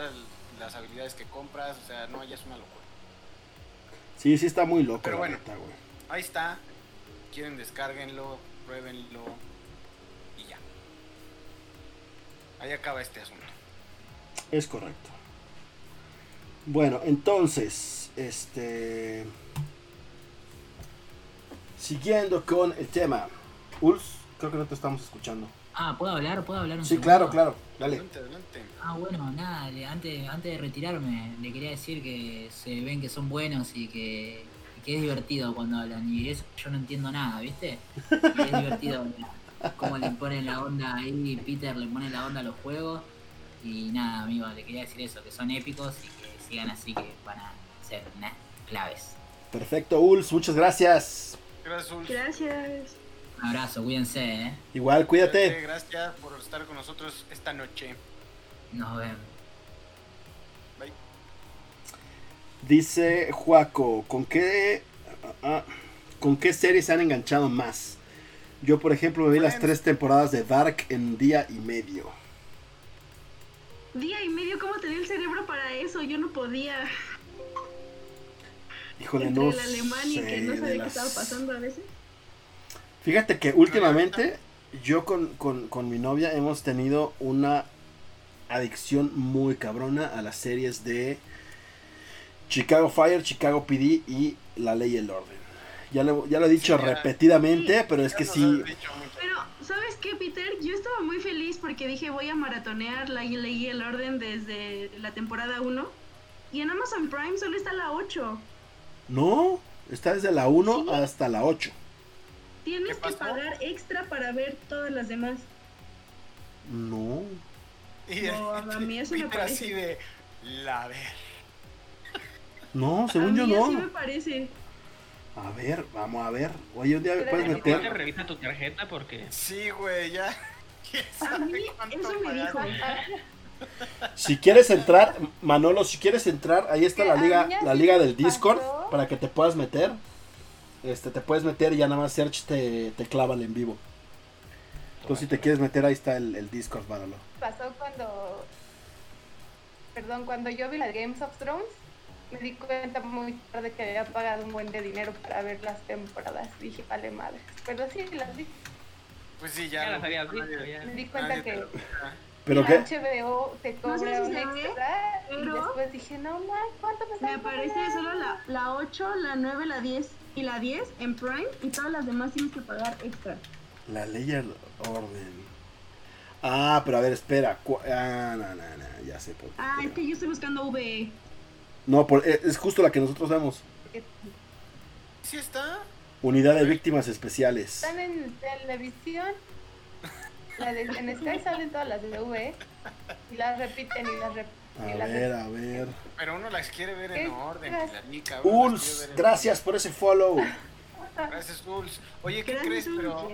Speaker 3: las habilidades que compras, o sea, no, ya es una locura.
Speaker 2: Sí, sí está muy loco,
Speaker 3: Pero
Speaker 2: la
Speaker 3: bueno.
Speaker 2: neta, güey.
Speaker 3: Ahí está. Quieren descárguenlo, pruébenlo y ya. Ahí acaba este asunto.
Speaker 2: Es correcto. Bueno, entonces, este... Siguiendo con el tema. Uls, creo que no te estamos escuchando.
Speaker 7: Ah, ¿puedo hablar? ¿Puedo hablar un
Speaker 2: Sí,
Speaker 7: segundo?
Speaker 2: claro, claro. Dale.
Speaker 3: Adelante, adelante.
Speaker 7: Ah, bueno, nada, le- antes, antes de retirarme, le quería decir que se ven que son buenos y que, y que es divertido cuando hablan. Y eso yo no entiendo nada, ¿viste? Y es divertido cómo le ponen la onda ahí, Peter le pone la onda a los juegos. Y nada, amigo, le quería decir eso, que son épicos y que sigan así, que van a ser nah, claves.
Speaker 2: Perfecto, Uls, muchas gracias.
Speaker 3: Gracias, Ul.
Speaker 4: Gracias.
Speaker 7: Un abrazo, cuídense, ¿eh?
Speaker 2: Igual, cuídate.
Speaker 3: Gracias por estar con nosotros esta noche.
Speaker 7: Nos vemos.
Speaker 2: Dice Juaco, ¿con qué, ah, ah, ¿con qué series se han enganchado más? Yo, por ejemplo, me vi las tres
Speaker 3: Friends.
Speaker 2: temporadas de Dark en día y medio.
Speaker 4: Día y medio, ¿cómo te dio el cerebro para eso? Yo no podía.
Speaker 2: Híjole,
Speaker 4: Entre
Speaker 2: Pues no
Speaker 4: el alemán y que
Speaker 2: sé,
Speaker 4: no
Speaker 2: de
Speaker 4: sabía qué
Speaker 2: las-
Speaker 4: estaba pasando a veces.
Speaker 2: Fíjate que últimamente yo con, con- con mi novia hemos tenido una adicción muy cabrona a las series de Chicago Fire, Chicago PD y La Ley y el Orden. Ya lo, ya lo he dicho
Speaker 3: Sí, ya.
Speaker 2: repetidamente, pero es
Speaker 3: Ya
Speaker 2: que
Speaker 3: nos
Speaker 2: sí,
Speaker 3: has dicho mucho.
Speaker 4: Pero, ¿sabes qué, Peter? Yo estaba muy feliz porque dije voy a maratonear la y leí el orden desde la temporada 1. Y en Amazon Prime solo está la 8.
Speaker 2: ¿no? Está desde la 1 hasta la 8.
Speaker 4: Tienes
Speaker 3: ¿Qué
Speaker 4: que
Speaker 3: pasó?
Speaker 4: pagar extra para ver todas las demás.
Speaker 2: No.
Speaker 3: Y
Speaker 4: No, a mí eso me
Speaker 3: Peter
Speaker 4: parece.
Speaker 3: así de la ver.
Speaker 2: No,
Speaker 4: a
Speaker 2: según
Speaker 4: mí
Speaker 2: yo
Speaker 4: así me
Speaker 2: no.
Speaker 4: parece.
Speaker 2: A ver, vamos a ver. Oye, un día me
Speaker 6: Pero
Speaker 2: puedes
Speaker 6: de
Speaker 5: Pero te
Speaker 2: meter.
Speaker 5: revisa tu tarjeta porque
Speaker 3: Sí, güey, ya. ¿Quién
Speaker 4: A
Speaker 3: sabe
Speaker 4: mí
Speaker 3: cuánto
Speaker 4: eso me dijo.
Speaker 3: pagaste?
Speaker 6: Ah,
Speaker 2: Si quieres entrar, Manolo, si quieres entrar, ahí está la
Speaker 6: Que a
Speaker 2: liga,
Speaker 6: mí así
Speaker 2: la liga del
Speaker 6: me
Speaker 2: Discord
Speaker 6: pasó.
Speaker 2: para que te puedas meter. Este, te puedes meter y ya nada más search te, te clava el en vivo. Entonces, si te quieres meter, ahí está el, el Discord, Manolo.
Speaker 6: pasó cuando. Perdón, cuando yo vi las Games of Thrones, me di cuenta muy tarde que había pagado un buen de dinero para ver las temporadas. Dije, vale madre. Pero sí, las vi.
Speaker 3: Pues sí, ya.
Speaker 5: ya las
Speaker 3: no,
Speaker 5: habías
Speaker 3: nadie-
Speaker 5: visto. Ya.
Speaker 6: Me di
Speaker 3: nadie
Speaker 6: cuenta
Speaker 3: te
Speaker 6: que
Speaker 3: lo quita.
Speaker 2: Pero que
Speaker 6: HBO te
Speaker 4: No sé
Speaker 6: cobra
Speaker 4: si
Speaker 6: un
Speaker 4: se ve,
Speaker 6: extra.
Speaker 4: pero-
Speaker 6: Y después dije, no man, ¿cuánto me
Speaker 4: Me
Speaker 6: sale?
Speaker 4: parece solo la, la 8, la 9, la 10 y la 10 en Prime y todas las demás tienes que pagar extra.
Speaker 2: la ley y el orden. Ah, pero a ver, espera. cu- Ah, no, no, no, ya sé por qué.
Speaker 4: Ah, es que yo estoy buscando V. E.
Speaker 2: No, por- eh, es justo la que nosotros vemos.
Speaker 3: Sí está.
Speaker 2: Unidad de víctimas especiales.
Speaker 6: Están en televisión. La de- en Sky salen todas las de V. Y las repiten y las repiten.
Speaker 2: A
Speaker 6: y las
Speaker 2: ver, a ver.
Speaker 3: Pero uno las quiere ver en
Speaker 6: ¿Qué?
Speaker 3: orden,
Speaker 6: Gracias.
Speaker 3: Pilanica, uno las quiere
Speaker 2: Uls,
Speaker 3: ver en-
Speaker 2: gracias por ese follow.
Speaker 3: Gracias, Uls. Oye, ¿qué
Speaker 4: Gracias,
Speaker 3: crees?
Speaker 4: Uls.
Speaker 3: Pero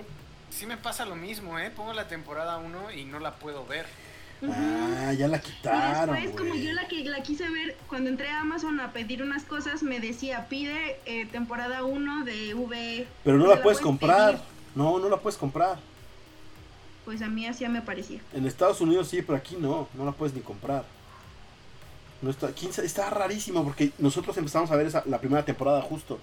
Speaker 3: sí me pasa lo mismo, ¿eh? Pongo la temporada 1 y no la puedo ver.
Speaker 4: Ujú.
Speaker 2: Ah, ya la
Speaker 4: Y
Speaker 2: quitaron.
Speaker 4: después, como
Speaker 2: güey.
Speaker 4: yo la que la quise ver, cuando entré a Amazon a pedir unas cosas, me decía, pide eh, temporada 1 de V. E".
Speaker 2: Pero no
Speaker 4: ¿Me
Speaker 2: la,
Speaker 4: la
Speaker 2: puedes
Speaker 4: puedes
Speaker 2: comprar.
Speaker 4: pedir?
Speaker 2: No, no la puedes comprar.
Speaker 4: Pues a mí así ya me parecía.
Speaker 2: En Estados Unidos sí, pero aquí no. No la puedes ni comprar. No está, ¿quién sabe? está rarísimo porque nosotros empezamos a ver esa, la primera temporada justo.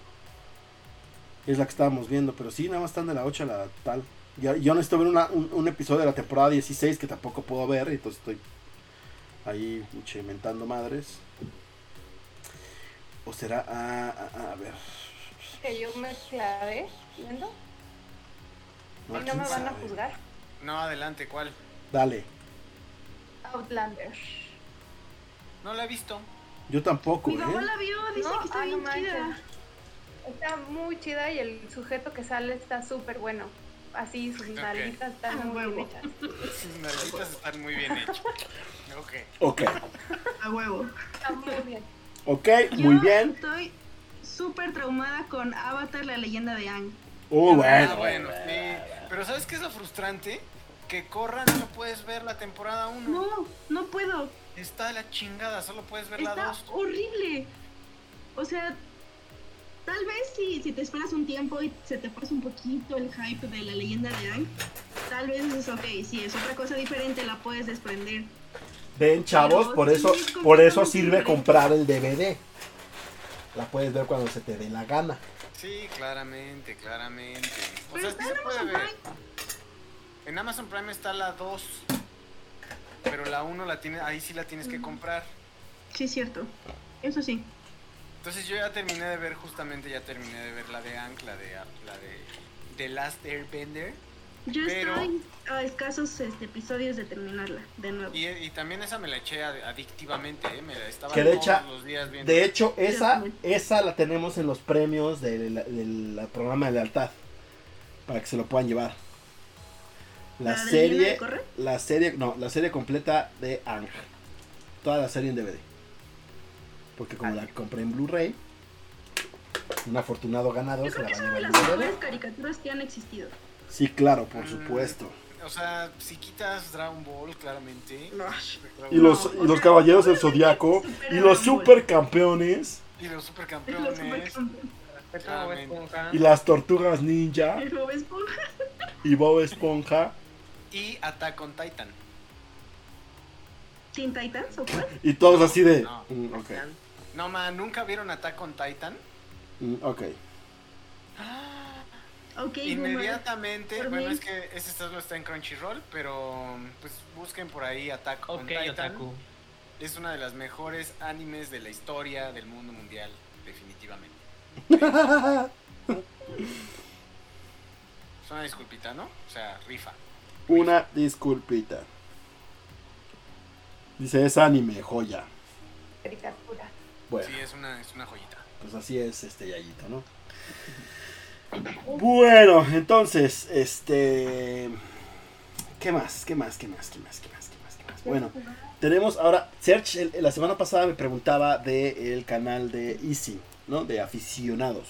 Speaker 2: Es la que estábamos viendo, pero sí, nada más están de la 8 a la tal. Ya- yo necesito ver una- un, un episodio de la temporada 16 que tampoco puedo ver, entonces estoy ahí pucha, inventando madres. O será. ah, ah, ah, a ver.
Speaker 6: que yo me clavé viendo.
Speaker 2: No,
Speaker 6: y no
Speaker 2: quién
Speaker 6: me van a
Speaker 2: sabe.
Speaker 6: juzgar.
Speaker 3: No, adelante, ¿cuál?
Speaker 2: Dale.
Speaker 6: Outlander.
Speaker 3: No la he visto.
Speaker 2: Yo tampoco,
Speaker 4: Mi papá
Speaker 2: ¿eh?
Speaker 4: la vio, dice
Speaker 6: No,
Speaker 4: que está
Speaker 6: ah, no
Speaker 4: bien chida.
Speaker 6: manches. Está muy chida y el sujeto que sale está súper bueno. Así sus nalguitas
Speaker 4: Ah,
Speaker 6: están muy
Speaker 4: huevo.
Speaker 6: bien hechas.
Speaker 3: Sus nalguitas están muy bien hechas.
Speaker 2: Ok,
Speaker 3: Ok. Ah,
Speaker 4: A huevo.
Speaker 6: Está muy bien.
Speaker 2: ok,
Speaker 4: Yo
Speaker 2: muy bien.
Speaker 4: Estoy súper traumada con Avatar, la leyenda de Ang.
Speaker 2: Oh, bueno.
Speaker 3: Ah, bueno, sí. Pero ¿sabes qué es lo frustrante? Que corran, no puedes ver la temporada 1.
Speaker 4: No, no puedo.
Speaker 3: Está de la chingada, solo puedes ver la
Speaker 4: Está
Speaker 3: 2.
Speaker 4: horrible. O sea, tal vez si, si te esperas un tiempo y se te pasa un poquito el hype de la leyenda de Ang, tal vez dices, ok, si es otra cosa diferente la puedes desprender.
Speaker 2: Ven, chavos,
Speaker 4: Pero
Speaker 2: por
Speaker 4: sí,
Speaker 2: eso,
Speaker 4: es
Speaker 2: por eso
Speaker 4: completamente
Speaker 2: sirve
Speaker 4: diferente.
Speaker 2: comprar el DVD. La puedes ver cuando se te dé la gana.
Speaker 3: Sí, claramente, claramente. O
Speaker 4: Pero
Speaker 3: sea, sí
Speaker 4: está
Speaker 3: se
Speaker 4: en
Speaker 3: puede
Speaker 4: Amazon
Speaker 3: ver. En Amazon Prime está la 2. Pero la 1 la tiene, ahí sí la tienes que comprar.
Speaker 4: Sí, cierto. Eso sí.
Speaker 3: Entonces yo ya terminé de ver, justamente ya terminé de ver la de Ank, la de la de The Last Airbender.
Speaker 4: Yo
Speaker 3: Pero-
Speaker 4: estoy a escasos este, episodios de terminarla de nuevo.
Speaker 3: Y, y también esa me la eché ad- adictivamente, ¿eh? me la estaba
Speaker 2: Que de
Speaker 3: todos
Speaker 2: hecha-
Speaker 3: los días viendo.
Speaker 2: De hecho, esa,
Speaker 4: también.
Speaker 2: esa la tenemos en los premios del, del programa de lealtad. Para que se lo puedan llevar. La,
Speaker 4: ¿La de Leyenda
Speaker 2: serie.
Speaker 4: de Korra?
Speaker 2: La serie. No, la serie completa de Ang. Toda la serie en DVD. Porque como la compré en Blu-ray. Un afortunado ganador
Speaker 4: Yo
Speaker 2: se la
Speaker 4: creo que es
Speaker 2: va a
Speaker 4: una
Speaker 2: llevar
Speaker 4: de las
Speaker 2: en
Speaker 4: mejores
Speaker 2: DVD.
Speaker 4: caricaturas que han existido.
Speaker 2: Sí, claro, por
Speaker 3: Mm.
Speaker 2: supuesto.
Speaker 3: O sea, si quitas Dragon Ball, claramente. Dragon
Speaker 2: Y los,
Speaker 4: No,
Speaker 2: y
Speaker 4: o
Speaker 2: los
Speaker 4: sea,
Speaker 2: caballeros del
Speaker 4: obviamente
Speaker 2: zodiaco
Speaker 4: supera
Speaker 2: y los
Speaker 4: Dragon Ball.
Speaker 2: supercampeones
Speaker 3: Y los
Speaker 4: Es lo
Speaker 3: supercampeones.
Speaker 4: supercampeón.
Speaker 5: no, Bob
Speaker 3: claramente.
Speaker 5: Esponja.
Speaker 2: y las tortugas ninja
Speaker 4: El Bob Esponja.
Speaker 2: y Bob Esponja
Speaker 3: Y Attack on Titan.
Speaker 4: Teen Titans o cuál?
Speaker 2: y todos así de
Speaker 3: No.
Speaker 2: mm, ok,
Speaker 3: No, man, ¿nunca vieron Attack on Titan?
Speaker 2: mm, ok.
Speaker 3: Ah,
Speaker 4: Ok, Boomer.
Speaker 3: Inmediatamente,
Speaker 4: Por
Speaker 3: bueno,
Speaker 4: mí.
Speaker 3: es que ese está, no está en Crunchyroll, pero pues busquen por ahí Attack on
Speaker 5: Ok,
Speaker 3: Titan.
Speaker 5: Otaku.
Speaker 3: Es una de las mejores animes de la historia del mundo mundial, definitivamente. Es una disculpita, ¿no? O sea, rifa.
Speaker 2: Una disculpita. Dice, es anime, joya.
Speaker 6: Caricatura.
Speaker 2: Bueno,
Speaker 3: Sí, es una, es una joyita.
Speaker 2: Pues así es este Yayito, ¿no? Bueno, entonces, este. ¿Qué más? ¿Qué más? ¿Qué más? ¿Qué más? ¿Qué más? ¿Qué más? ¿Qué más? Bueno, tenemos ahora. Search, el- la semana pasada me preguntaba del canal de Easy, ¿no? De aficionados.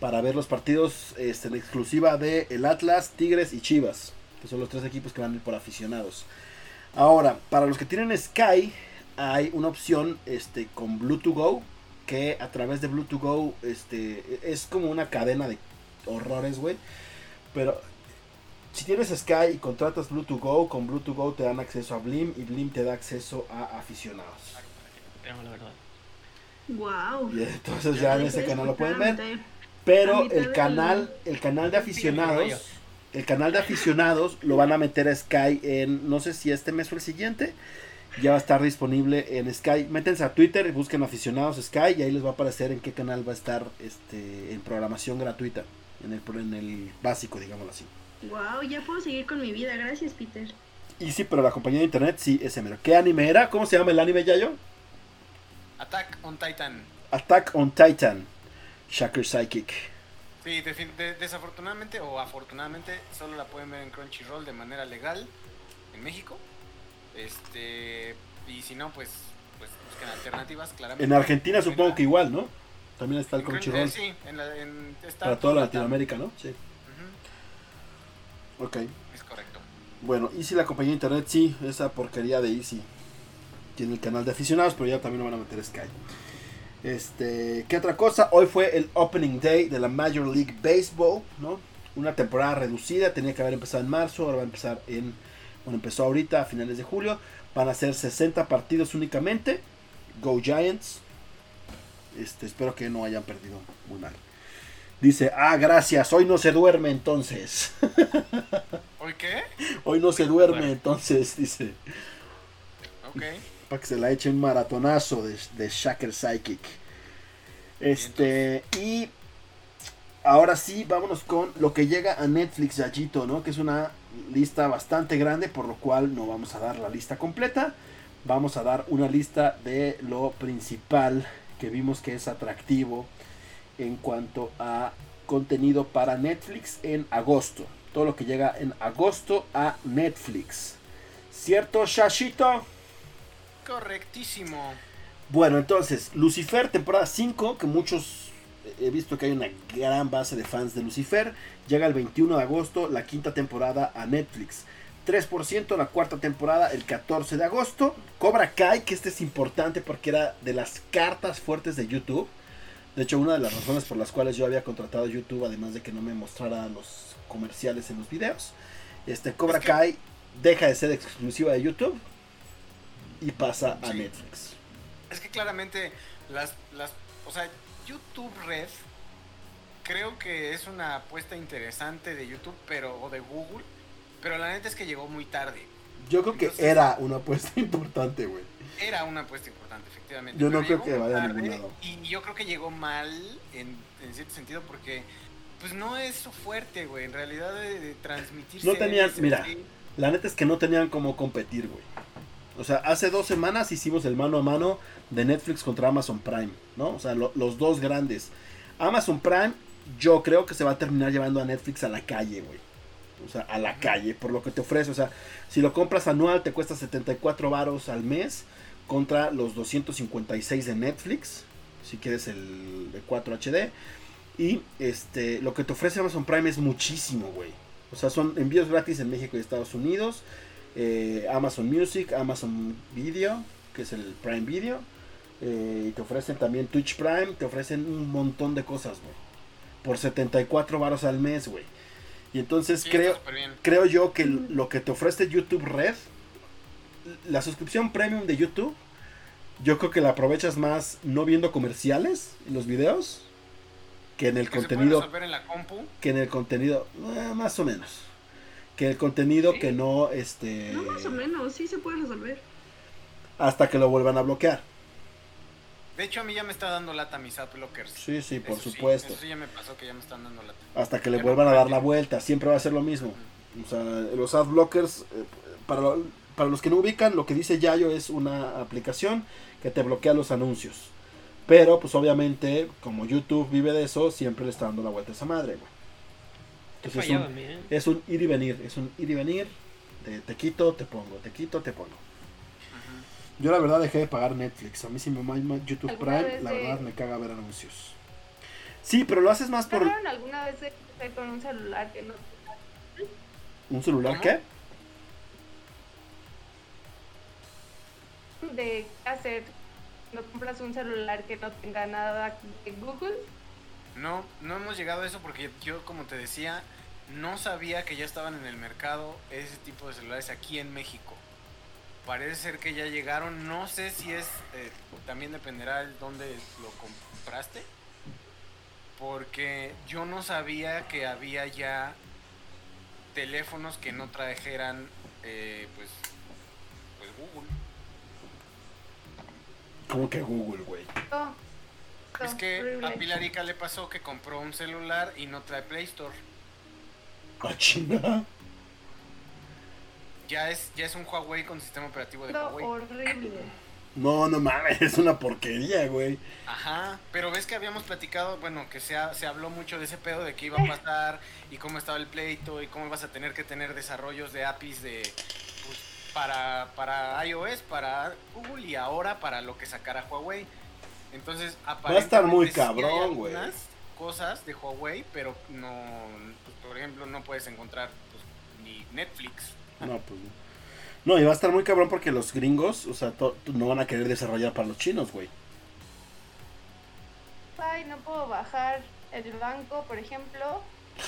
Speaker 2: Para ver los partidos este, en exclusiva de el Atlas, Tigres y Chivas. Que son los tres equipos que van a ir por aficionados. Ahora, para los que tienen Sky, hay una opción este, con Bluetooth Go que a través de Bluetooth Go este, es como una cadena de horrores, güey. Pero si tienes Sky y contratas Bluetooth Go, con Bluetooth Go te dan acceso a Blim y Blim te da acceso a aficionados.
Speaker 5: Pero la verdad.
Speaker 4: Wow.
Speaker 2: Y entonces ya en ese canal lo pueden ver. Pero el canal, el canal de aficionados, el canal de aficionados lo van a meter a Sky en, no sé si este mes o el siguiente. Ya va a estar disponible en Sky. Métense a Twitter y busquen aficionados Sky y ahí les va a aparecer en qué canal va a estar este, en programación gratuita. En el, pro- en el básico, digámoslo así.
Speaker 4: Wow, ya puedo seguir con mi vida. Gracias, Peter.
Speaker 2: Y sí, pero la compañía de internet sí, ese mero. ¿Qué anime era? ¿Cómo se llama el anime, Yayo?
Speaker 3: Attack on Titan.
Speaker 2: Attack on Titan. Shaker Psychic.
Speaker 3: Sí, defi- de- desafortunadamente o afortunadamente solo la pueden ver en Crunchyroll de manera legal en México. Este, y si no, pues, pues busquen alternativas, claramente.
Speaker 2: En Argentina supongo que igual, ¿no? También está el
Speaker 3: En Crunch- eh,
Speaker 2: Crunchyroll.
Speaker 3: Sí, en la- en- está
Speaker 2: Para toda
Speaker 3: todo
Speaker 2: Latinoamérica, ¿no? Sí.
Speaker 3: Ujú,
Speaker 2: Ok.
Speaker 3: Es correcto.
Speaker 2: Bueno, Easy, la compañía de internet, sí, esa porquería de Easy. Tiene el canal de aficionados, pero ya también lo van a meter Sky. Este, ¿qué otra cosa? Hoy fue el opening day de la Major League Baseball, ¿no? Una temporada reducida, tenía que haber empezado en marzo, ahora va a empezar en, bueno, empezó ahorita a finales de julio. Van a ser 60 partidos únicamente. Go Giants. Este, espero que no hayan perdido muy mal. Dice, ah, gracias, hoy no se duerme entonces.
Speaker 3: ¿Hoy qué?
Speaker 2: Hoy no se duerme, entonces, dice.
Speaker 3: Ok.
Speaker 2: Para que se la eche un maratonazo de, de Shaker Psychic. Este, y ahora sí, vámonos con lo que llega a Netflix Yayito, ¿no? Que es una lista bastante grande, por lo cual no vamos a dar la lista completa. Vamos a dar una lista de lo principal que vimos que es atractivo en cuanto a contenido para Netflix en agosto. Todo lo que llega en agosto a Netflix. ¿Cierto, Shashito?
Speaker 3: Correctísimo.
Speaker 2: Bueno, entonces, Lucifer, temporada 5, que muchos eh, he visto que hay una gran base de fans de Lucifer, llega el 21 de agosto, la quinta temporada a Netflix. 3% la cuarta temporada el 14 de agosto. Cobra Kai, que este es importante porque era de las cartas fuertes de YouTube. De hecho, una de las razones por las cuales yo había contratado YouTube, además de que no me mostrara los comerciales en los videos, este Cobra
Speaker 3: Es que-
Speaker 2: Kai deja de ser exclusiva de YouTube y pasa a
Speaker 3: Sí.
Speaker 2: Netflix.
Speaker 3: Es que claramente las, las, o sea, YouTube Red creo que es una apuesta interesante de YouTube, pero o de Google, pero la neta es que llegó muy tarde.
Speaker 2: Yo creo que
Speaker 3: Entonces-
Speaker 2: era una apuesta importante, güey.
Speaker 3: Era una apuesta importante, efectivamente.
Speaker 2: Yo no
Speaker 3: pero
Speaker 2: creo
Speaker 3: llegó
Speaker 2: que vaya a
Speaker 3: tarde
Speaker 2: ningún lado.
Speaker 3: Y yo creo que llegó mal en, en cierto sentido porque pues no es su fuerte, güey. En realidad de, de transmitir.
Speaker 2: No tenían-
Speaker 3: series,
Speaker 2: mira.
Speaker 3: sí.
Speaker 2: La neta es que no tenían cómo competir, güey. O sea, hace dos semanas hicimos el mano a mano de Netflix contra Amazon Prime, ¿no? O sea, lo- los dos grandes. Amazon Prime, yo creo que se va a terminar llevando a Netflix a la calle, güey. O sea, a la calle, por lo que te ofrece. O sea, si lo compras anual, te cuesta 74 varos al mes contra los 256 de Netflix. Si quieres el de 4 HD. Y este, lo que te ofrece Amazon Prime es muchísimo, güey. O sea, son envíos gratis en México y Estados Unidos. eh, Amazon Music, Amazon Video, que es el Prime Video. eh, y te ofrecen también Twitch Prime, te ofrecen un montón de cosas, güey. Por 74 varos al mes, güey. Y entonces
Speaker 3: Sí, está
Speaker 2: pues creo,
Speaker 3: súper bien.
Speaker 2: creo yo que lo que te ofrece YouTube Red, la suscripción premium de YouTube, yo creo que la aprovechas más no viendo comerciales en los videos que en el
Speaker 3: Que se puede
Speaker 2: contenido
Speaker 3: resolver en la compu.
Speaker 2: que en el contenido eh, más o menos que el contenido
Speaker 3: Sí.
Speaker 2: que no este
Speaker 4: No, más o menos, sí se puede resolver.
Speaker 2: hasta que lo vuelvan a bloquear.
Speaker 3: De hecho, a mí ya me está dando lata mis adblockers.
Speaker 2: Sí, sí, por
Speaker 3: Eso sí,
Speaker 2: supuesto.
Speaker 3: eso sí ya me pasó que ya me están dando lata.
Speaker 2: Hasta que le
Speaker 3: Pero
Speaker 2: vuelvan a dar
Speaker 3: cambia.
Speaker 2: la vuelta, siempre va a ser lo mismo. O sea, los ad blockers, eh, para, lo- para los que no ubican, lo que dice Yayo es una aplicación que te bloquea los anuncios. Pero pues obviamente, como YouTube vive de eso, siempre le está dando la vuelta a esa madre, güey.
Speaker 5: Te
Speaker 2: Entonces,
Speaker 5: fallaba,
Speaker 2: es, un,
Speaker 5: mira.
Speaker 2: es un ir y venir, es un ir y venir. de te quito, te pongo, te quito, te pongo. Yo la verdad dejé de pagar Netflix. A mí si me mama YouTube
Speaker 6: ¿Alguna
Speaker 2: Prime,
Speaker 6: vez
Speaker 2: la
Speaker 6: de-
Speaker 2: verdad me caga ver anuncios. Sí, pero lo haces más por
Speaker 6: ¿Trataron alguna vez de hacer con un celular que no
Speaker 2: un celular,
Speaker 3: ¿Cómo?
Speaker 2: ¿qué?
Speaker 6: de hacer no compras un celular que no tenga nada de Google?
Speaker 3: No, no hemos llegado a eso porque yo, como te decía, no sabía que ya estaban en el mercado ese tipo de celulares aquí en México. Parece ser que ya llegaron, no sé si es, eh, también dependerá de dónde lo compraste, porque yo no sabía que había ya teléfonos que no trajeran, eh, pues, pues Google.
Speaker 2: Como que Google, güey.
Speaker 6: No. No,
Speaker 3: Es que
Speaker 6: horrible.
Speaker 3: a Pilarica le pasó que compró un celular y no trae Play Store.
Speaker 2: Ah, chinga.
Speaker 3: Ya es, ya es un Huawei con sistema operativo de
Speaker 6: No,
Speaker 3: Huawei.
Speaker 6: horrible.
Speaker 2: No, no mames, es una porquería, güey.
Speaker 3: Ajá. Pero ves que habíamos platicado, bueno, que se, ha- se habló mucho de ese pedo de qué iba a pasar y cómo estaba el pleito y cómo ibas a tener que tener desarrollos de APIs de pues, para, para iOS, para Google y ahora para lo que sacara Huawei. Entonces,
Speaker 2: a estar muy
Speaker 3: aparentemente sí hay
Speaker 2: cabrón, güey.
Speaker 3: algunas cosas de Huawei, pero no, pues, por ejemplo, no puedes encontrar pues, ni Netflix.
Speaker 2: No, pues no. No, y va a estar muy cabrón porque los gringos, o sea, to- no van a querer desarrollar para los chinos, güey.
Speaker 6: Ay, no puedo bajar el banco, por ejemplo.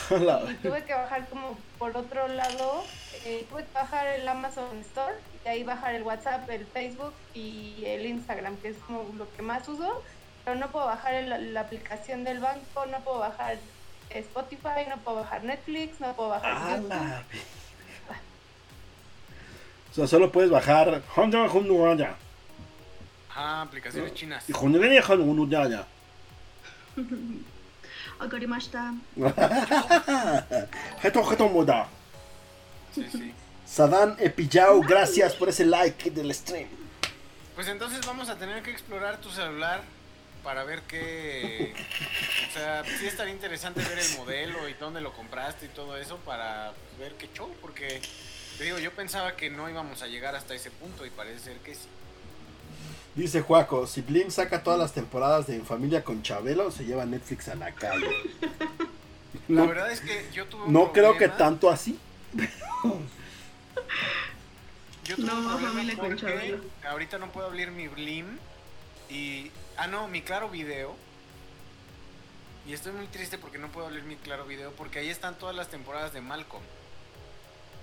Speaker 2: La-
Speaker 6: Y tuve que bajar como por otro lado. eh, tuve que bajar el Amazon Store. De ahí bajar el WhatsApp, el Facebook y el Instagram, que es como lo que más uso. Pero no puedo bajar el- la aplicación del banco, no puedo bajar Spotify, no puedo bajar Netflix, no puedo bajar
Speaker 2: A
Speaker 6: YouTube.
Speaker 2: la verga. O sea, solo puedes bajar Honda Honda Honda.
Speaker 3: Ajá, aplicaciones chinas.
Speaker 2: Y Honda Honda, Honda Honda.
Speaker 4: Okarimashita.
Speaker 2: Jeto, jeto, moda.
Speaker 3: Sí, sí.
Speaker 2: Sadán Epillao, gracias por ese like del stream.
Speaker 3: Pues entonces vamos a tener que explorar tu celular para ver qué. O sea, sí estaría interesante ver el modelo y dónde lo compraste y todo eso para pues, ver qué show, porque te digo, yo pensaba que no íbamos a llegar hasta ese punto y parece ser que sí.
Speaker 2: Dice Juaco, si Blim saca todas las temporadas de En Familia con Chabelo, se lleva Netflix a la calle.
Speaker 3: La
Speaker 2: No,
Speaker 3: verdad es que yo tuve un
Speaker 2: no creo que
Speaker 3: problema-
Speaker 2: tanto así.
Speaker 3: Yo tuve
Speaker 4: No,
Speaker 3: un problema
Speaker 4: familia con
Speaker 3: porque
Speaker 4: Chabelo.
Speaker 3: Ahorita no puedo abrir mi Blim y. Ah, no, mi Claro Video. Y estoy muy triste porque no puedo abrir mi Claro Video porque ahí están todas las temporadas de Malcolm.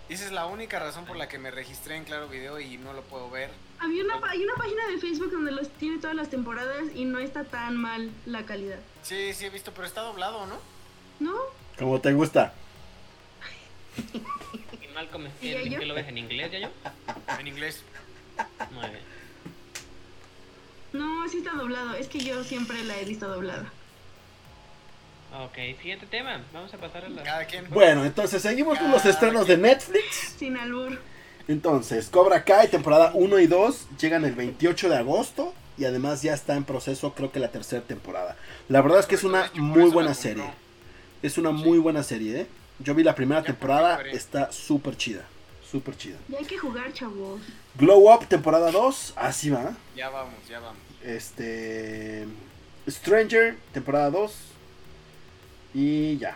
Speaker 3: Y esa es la única razón por la que me registré en Claro Video y no lo puedo ver.
Speaker 4: Había una, pa- hay una página de Facebook donde los tiene todas las temporadas y no está tan mal la calidad.
Speaker 3: Sí, sí he visto, pero está doblado, ¿no?
Speaker 4: ¿No?
Speaker 2: Como te gusta.
Speaker 5: Y Malcolm, ¿en-
Speaker 4: ¿Y
Speaker 5: ¿en
Speaker 4: yo?
Speaker 5: qué lo ves? ¿En inglés, ya yo?
Speaker 2: Ah.
Speaker 3: En inglés.
Speaker 5: Muy bien.
Speaker 4: No, sí está doblado. Es que yo siempre la he visto doblada.
Speaker 5: Ok, siguiente tema. Vamos a pasar a la...
Speaker 3: Cada quien.
Speaker 2: Bueno, entonces seguimos con
Speaker 3: Ah,
Speaker 2: los estrenos de Netflix.
Speaker 4: Sin albur.
Speaker 2: Entonces, Cobra Kai, temporada 1 y 2, llegan el 28 de agosto y además ya está en proceso creo que la tercera temporada. La verdad es que es una muy buena serie. Es una muy buena serie, ¿eh? Yo vi la primera
Speaker 3: Ya por
Speaker 2: temporada,
Speaker 3: fin veré.
Speaker 2: está súper chida. Súper chida.
Speaker 4: Ya hay que jugar, chavos.
Speaker 2: Glow Up, temporada 2, así va.
Speaker 3: Ya vamos, ya vamos.
Speaker 2: Este. Stranger, temporada 2. Y ya.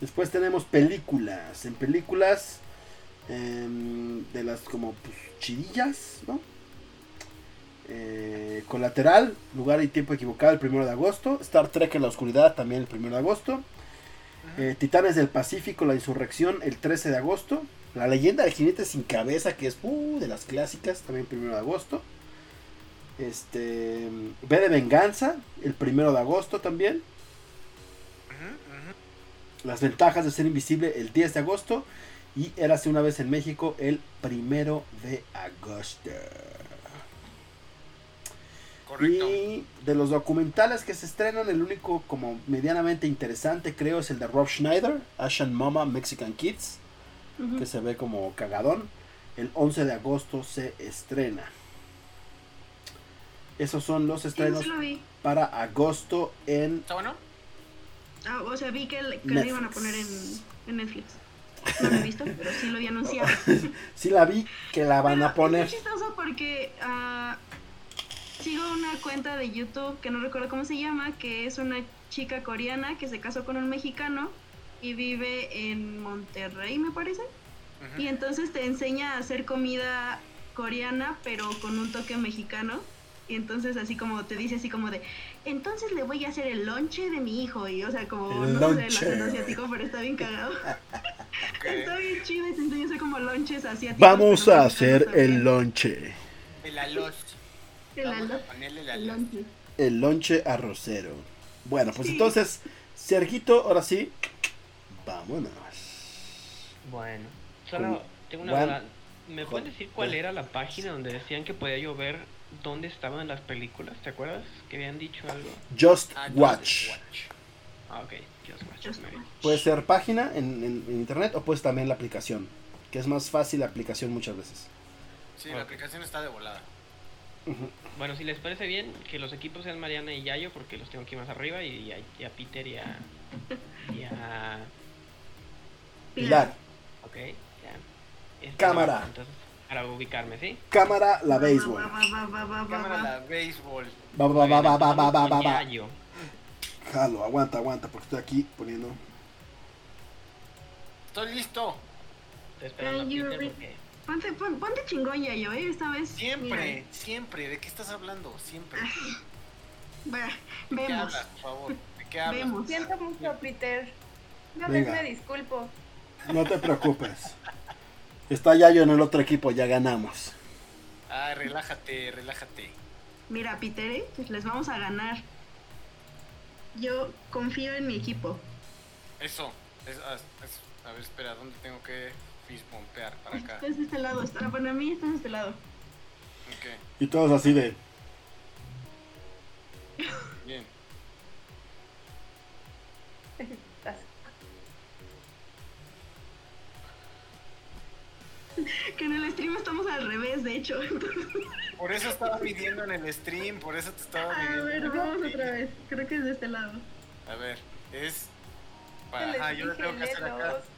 Speaker 2: Después tenemos películas. En películas. em, de las como pues, chidillas, ¿no? Eh, colateral, lugar y tiempo equivocado, el primero de agosto. Star Trek en la oscuridad, también el primero de agosto. Eh, Titanes del Pacífico, la insurrección, el 13 de agosto. La leyenda del jinete sin cabeza, que es uh, de las clásicas, también primero de agosto. Este. B de Venganza, el primero de agosto también.
Speaker 3: Ujú, ujú.
Speaker 2: Las ventajas de ser invisible, el 10 de agosto. Y Érase una vez en México, el primero de agosto.
Speaker 3: Correcto.
Speaker 2: Y de los documentales que se estrenan, el único como medianamente interesante, creo, es el de Rob Schneider, Ashen Mama, Mexican Kids.
Speaker 4: Ujú.
Speaker 2: que se ve como cagadón. El 11 de agosto se estrena. Esos son los
Speaker 4: Sí, yo
Speaker 2: estrenos
Speaker 4: sí lo vi.
Speaker 2: para agosto en
Speaker 3: ¿Está bueno?
Speaker 4: Ah, o sea, vi que, el- que lo iban a poner en, en Netflix. No lo he visto, pero sí lo había anunciado.
Speaker 2: Sí la vi que la van
Speaker 4: Pero
Speaker 2: a poner.
Speaker 4: Es muy chistoso porque ah, sigo una cuenta de YouTube que no recuerdo cómo se llama, que es una chica coreana que se casó con un mexicano y vive en Monterrey, me parece.
Speaker 3: Ujú.
Speaker 4: Y entonces te enseña a hacer comida coreana, pero con un toque mexicano. Y entonces así como te dice así como de, entonces le voy a hacer el lonche de mi hijo. Y o sea, como
Speaker 2: El
Speaker 4: no sé el
Speaker 2: lonche.
Speaker 4: acento asiático, pero está bien cagado.
Speaker 3: Ok.
Speaker 4: Está bien chido y te enseña a hacer como lonches asiáticos.
Speaker 2: Vamos
Speaker 4: pero
Speaker 2: a
Speaker 4: mexicanos
Speaker 2: hacer
Speaker 4: también.
Speaker 2: el lonche.
Speaker 3: El aloz.
Speaker 4: El
Speaker 3: Vamos
Speaker 4: alo-
Speaker 3: a ponerle el
Speaker 4: el
Speaker 3: aloz.
Speaker 4: lonche.
Speaker 2: El lonche arrocero. Bueno, pues
Speaker 4: Sí.
Speaker 2: entonces, Sergito, ahora sí, vámonos.
Speaker 5: Bueno, solo tengo una
Speaker 2: Juan-
Speaker 5: duda. ¿Me pueden
Speaker 2: Juan-
Speaker 5: decir cuál
Speaker 2: Juan.
Speaker 5: era la página donde decían que podía llover dónde estaban las películas? ¿Te acuerdas? Que habían dicho algo.
Speaker 2: Just
Speaker 3: Ah,
Speaker 2: Watch.
Speaker 3: Watch.
Speaker 5: Ah, ok. Just Watch.
Speaker 4: Just
Speaker 5: Mary.
Speaker 4: watch.
Speaker 2: Puede ser página en, en- en internet o puedes también la aplicación. Que es más fácil la aplicación muchas veces.
Speaker 3: Sí, la aplicación está de volada.
Speaker 2: Ujú.
Speaker 5: Bueno, si les parece bien, que los equipos sean Mariana y Yayo, porque los tengo aquí más arriba, y a, y a Peter y a... y a-
Speaker 2: Pilar,
Speaker 5: Ok, ya. Este,
Speaker 2: Cámara.
Speaker 5: no, entonces, para ubicarme, ¿sí?
Speaker 2: cámara, la béisbol.
Speaker 4: Va, va, va, va, va, va,
Speaker 3: Cámara
Speaker 4: va.
Speaker 3: la béisbol.
Speaker 2: Va, va, va, va, va, va, va, va, va.
Speaker 5: Yayo.
Speaker 2: Jalo, aguanta, aguanta, porque estoy aquí poniendo.
Speaker 3: Estoy listo.
Speaker 5: Estoy esperando a
Speaker 4: Can you
Speaker 5: Peter
Speaker 4: re-
Speaker 5: porque...
Speaker 4: Ponte, pon- ponte chingón ya yo, ¿eh? Esta vez.
Speaker 3: Siempre, siempre. ¿De qué estás hablando? Siempre.
Speaker 4: mira, va,
Speaker 3: ¿De qué
Speaker 4: Ah, vemos.
Speaker 3: hablas, por favor? ¿De qué hablas?
Speaker 4: Vemos.
Speaker 6: Siento mucho, Peter. Una vez
Speaker 2: Venga.
Speaker 6: me disculpo.
Speaker 2: No te preocupes. Está Yayo en el otro equipo, ya ganamos.
Speaker 3: Ah, relájate, relájate.
Speaker 4: Mira, Peter, ¿eh? Pues les vamos a ganar. Yo confío en mi equipo.
Speaker 3: Eso. es- ah, es- a ver, espera, ¿dónde tengo que fist bombear? Para acá.
Speaker 4: Estás de este lado, está, para mí estás de este lado.
Speaker 3: Ok,
Speaker 2: Y todos así de.
Speaker 3: bien.
Speaker 4: Que en el stream estamos al revés, de hecho.
Speaker 3: Por eso estaba midiendo en el stream, por eso te estaba
Speaker 4: Ah, A
Speaker 3: midiendo.
Speaker 4: ver,
Speaker 3: en el
Speaker 4: vamos
Speaker 3: stream.
Speaker 4: otra vez. Creo que es de este lado.
Speaker 3: A ver, es.
Speaker 6: Que
Speaker 3: Para,
Speaker 6: les
Speaker 3: ah, yo lo
Speaker 6: dije,
Speaker 3: tengo que hacer acá.
Speaker 6: léelos.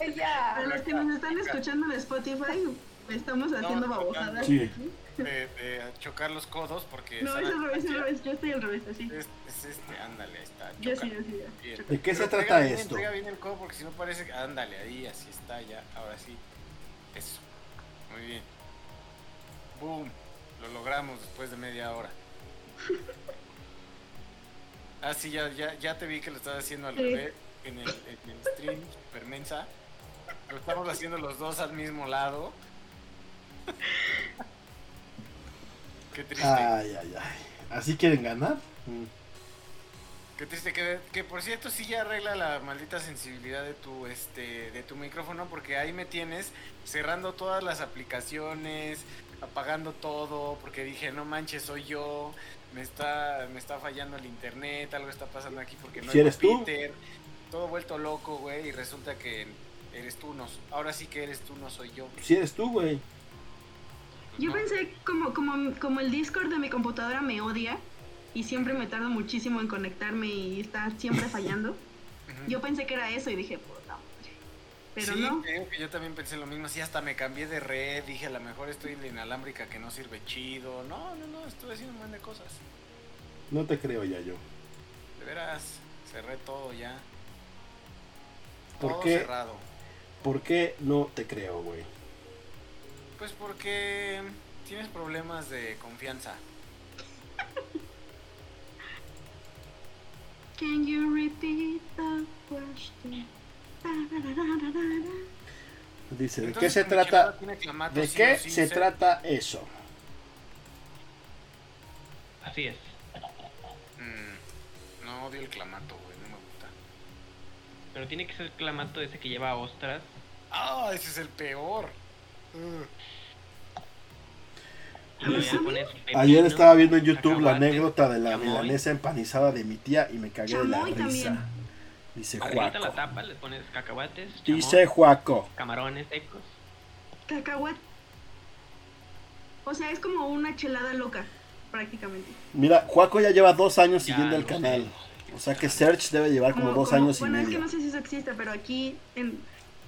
Speaker 6: Ella.
Speaker 4: Para los que nos están escuchando de Spotify, estamos haciendo
Speaker 3: no,
Speaker 4: babosadas.
Speaker 2: Sí.
Speaker 3: De, de chocar los codos porque.
Speaker 4: No,
Speaker 3: Sara-
Speaker 4: es al revés, es al revés. Yo estoy al revés, así.
Speaker 3: Es, es este, ándale, ahí está.
Speaker 4: Yo
Speaker 3: choca.
Speaker 4: sí, yo sí. yo.
Speaker 3: Bien.
Speaker 2: ¿De qué se
Speaker 3: Pero
Speaker 2: trata
Speaker 3: pega bien,
Speaker 2: esto?
Speaker 3: Pega bien el codo porque si no parece. que- Ándale, ahí, así está ya. Ahora sí. Eso. Muy bien. Boom. Lo logramos después de media hora. Ah, sí, ya, ya, ya te vi que lo estabas haciendo al
Speaker 4: Sí.
Speaker 3: revés en el, en el stream, supermensa. Lo estamos haciendo los dos al mismo lado. Qué triste.
Speaker 2: Ay, ay, ay. ¿Así quieren ganar? Mm.
Speaker 3: Qué triste que, que por cierto sí ya arregla la maldita sensibilidad de tu este de tu micrófono porque ahí me tienes cerrando todas las aplicaciones, apagando todo porque dije, no manches, soy yo, me está me está fallando el internet, algo está pasando aquí porque no
Speaker 2: ¿Sí
Speaker 3: oigo
Speaker 2: eres tú?
Speaker 3: Peter. Todo vuelto loco, güey, y resulta que eres tú, no. Ahora sí que eres tú, no soy yo.
Speaker 2: Si eres tú, güey.
Speaker 3: Pues
Speaker 4: Yo
Speaker 3: no.
Speaker 4: pensé, como, como, como el Discord de mi computadora me odia y siempre me tardo muchísimo en conectarme y está siempre fallando,
Speaker 3: Ujú.
Speaker 4: yo pensé que era eso y dije, puta madre. Pero
Speaker 3: sí,
Speaker 4: no.
Speaker 3: te digo que yo también pensé lo mismo. Sí, hasta me cambié de red. Dije, a lo mejor estoy en la inalámbrica que no sirve chido. No, no, no, estuve haciendo un montón de cosas.
Speaker 2: No te creo, Yayo.
Speaker 3: De veras, cerré todo ya.
Speaker 2: ¿Por
Speaker 3: todo
Speaker 2: qué?
Speaker 3: cerrado.
Speaker 2: ¿Por qué no te creo, güey?
Speaker 3: Pues porque tienes problemas de confianza.
Speaker 4: Can you repeat the question? Tararararara.
Speaker 2: Dice, ¿de qué
Speaker 3: Entonces,
Speaker 2: se
Speaker 3: como que
Speaker 2: trata?
Speaker 3: todo tiene clamato,
Speaker 2: ¿De
Speaker 3: sí
Speaker 2: qué
Speaker 3: o sí,
Speaker 2: se trata eso?
Speaker 5: Así es.
Speaker 3: Mm, no odio el clamato, güey, no me gusta.
Speaker 5: Pero tiene que ser el clamato ese que lleva ostras.
Speaker 3: ¡Ah! ese es el peor. Mm,
Speaker 5: Y le
Speaker 4: ¿Sí?
Speaker 5: pones
Speaker 2: Ayer
Speaker 5: pepino,
Speaker 2: estaba viendo en YouTube la
Speaker 5: cacahuate,
Speaker 2: anécdota de la
Speaker 5: chamoy.
Speaker 2: milanesa empanizada de mi tía y me cagué de la
Speaker 4: Chamoy
Speaker 2: risa.
Speaker 4: también.
Speaker 2: Dice
Speaker 5: Arribita la
Speaker 2: Juaco.
Speaker 5: tapa, le pones cacahuates, chamoy,
Speaker 2: Dice Juaco.
Speaker 5: camarones secos.
Speaker 4: Cacahuate. O sea, es como una chelada loca, prácticamente.
Speaker 2: Mira, Juaco ya lleva dos años
Speaker 5: Ya,
Speaker 2: siguiendo el
Speaker 5: no sé.
Speaker 2: canal. O sea que Search debe llevar como, dos años
Speaker 4: bueno,
Speaker 2: y
Speaker 4: es que
Speaker 2: medio.
Speaker 4: no sé si eso existe, pero aquí en,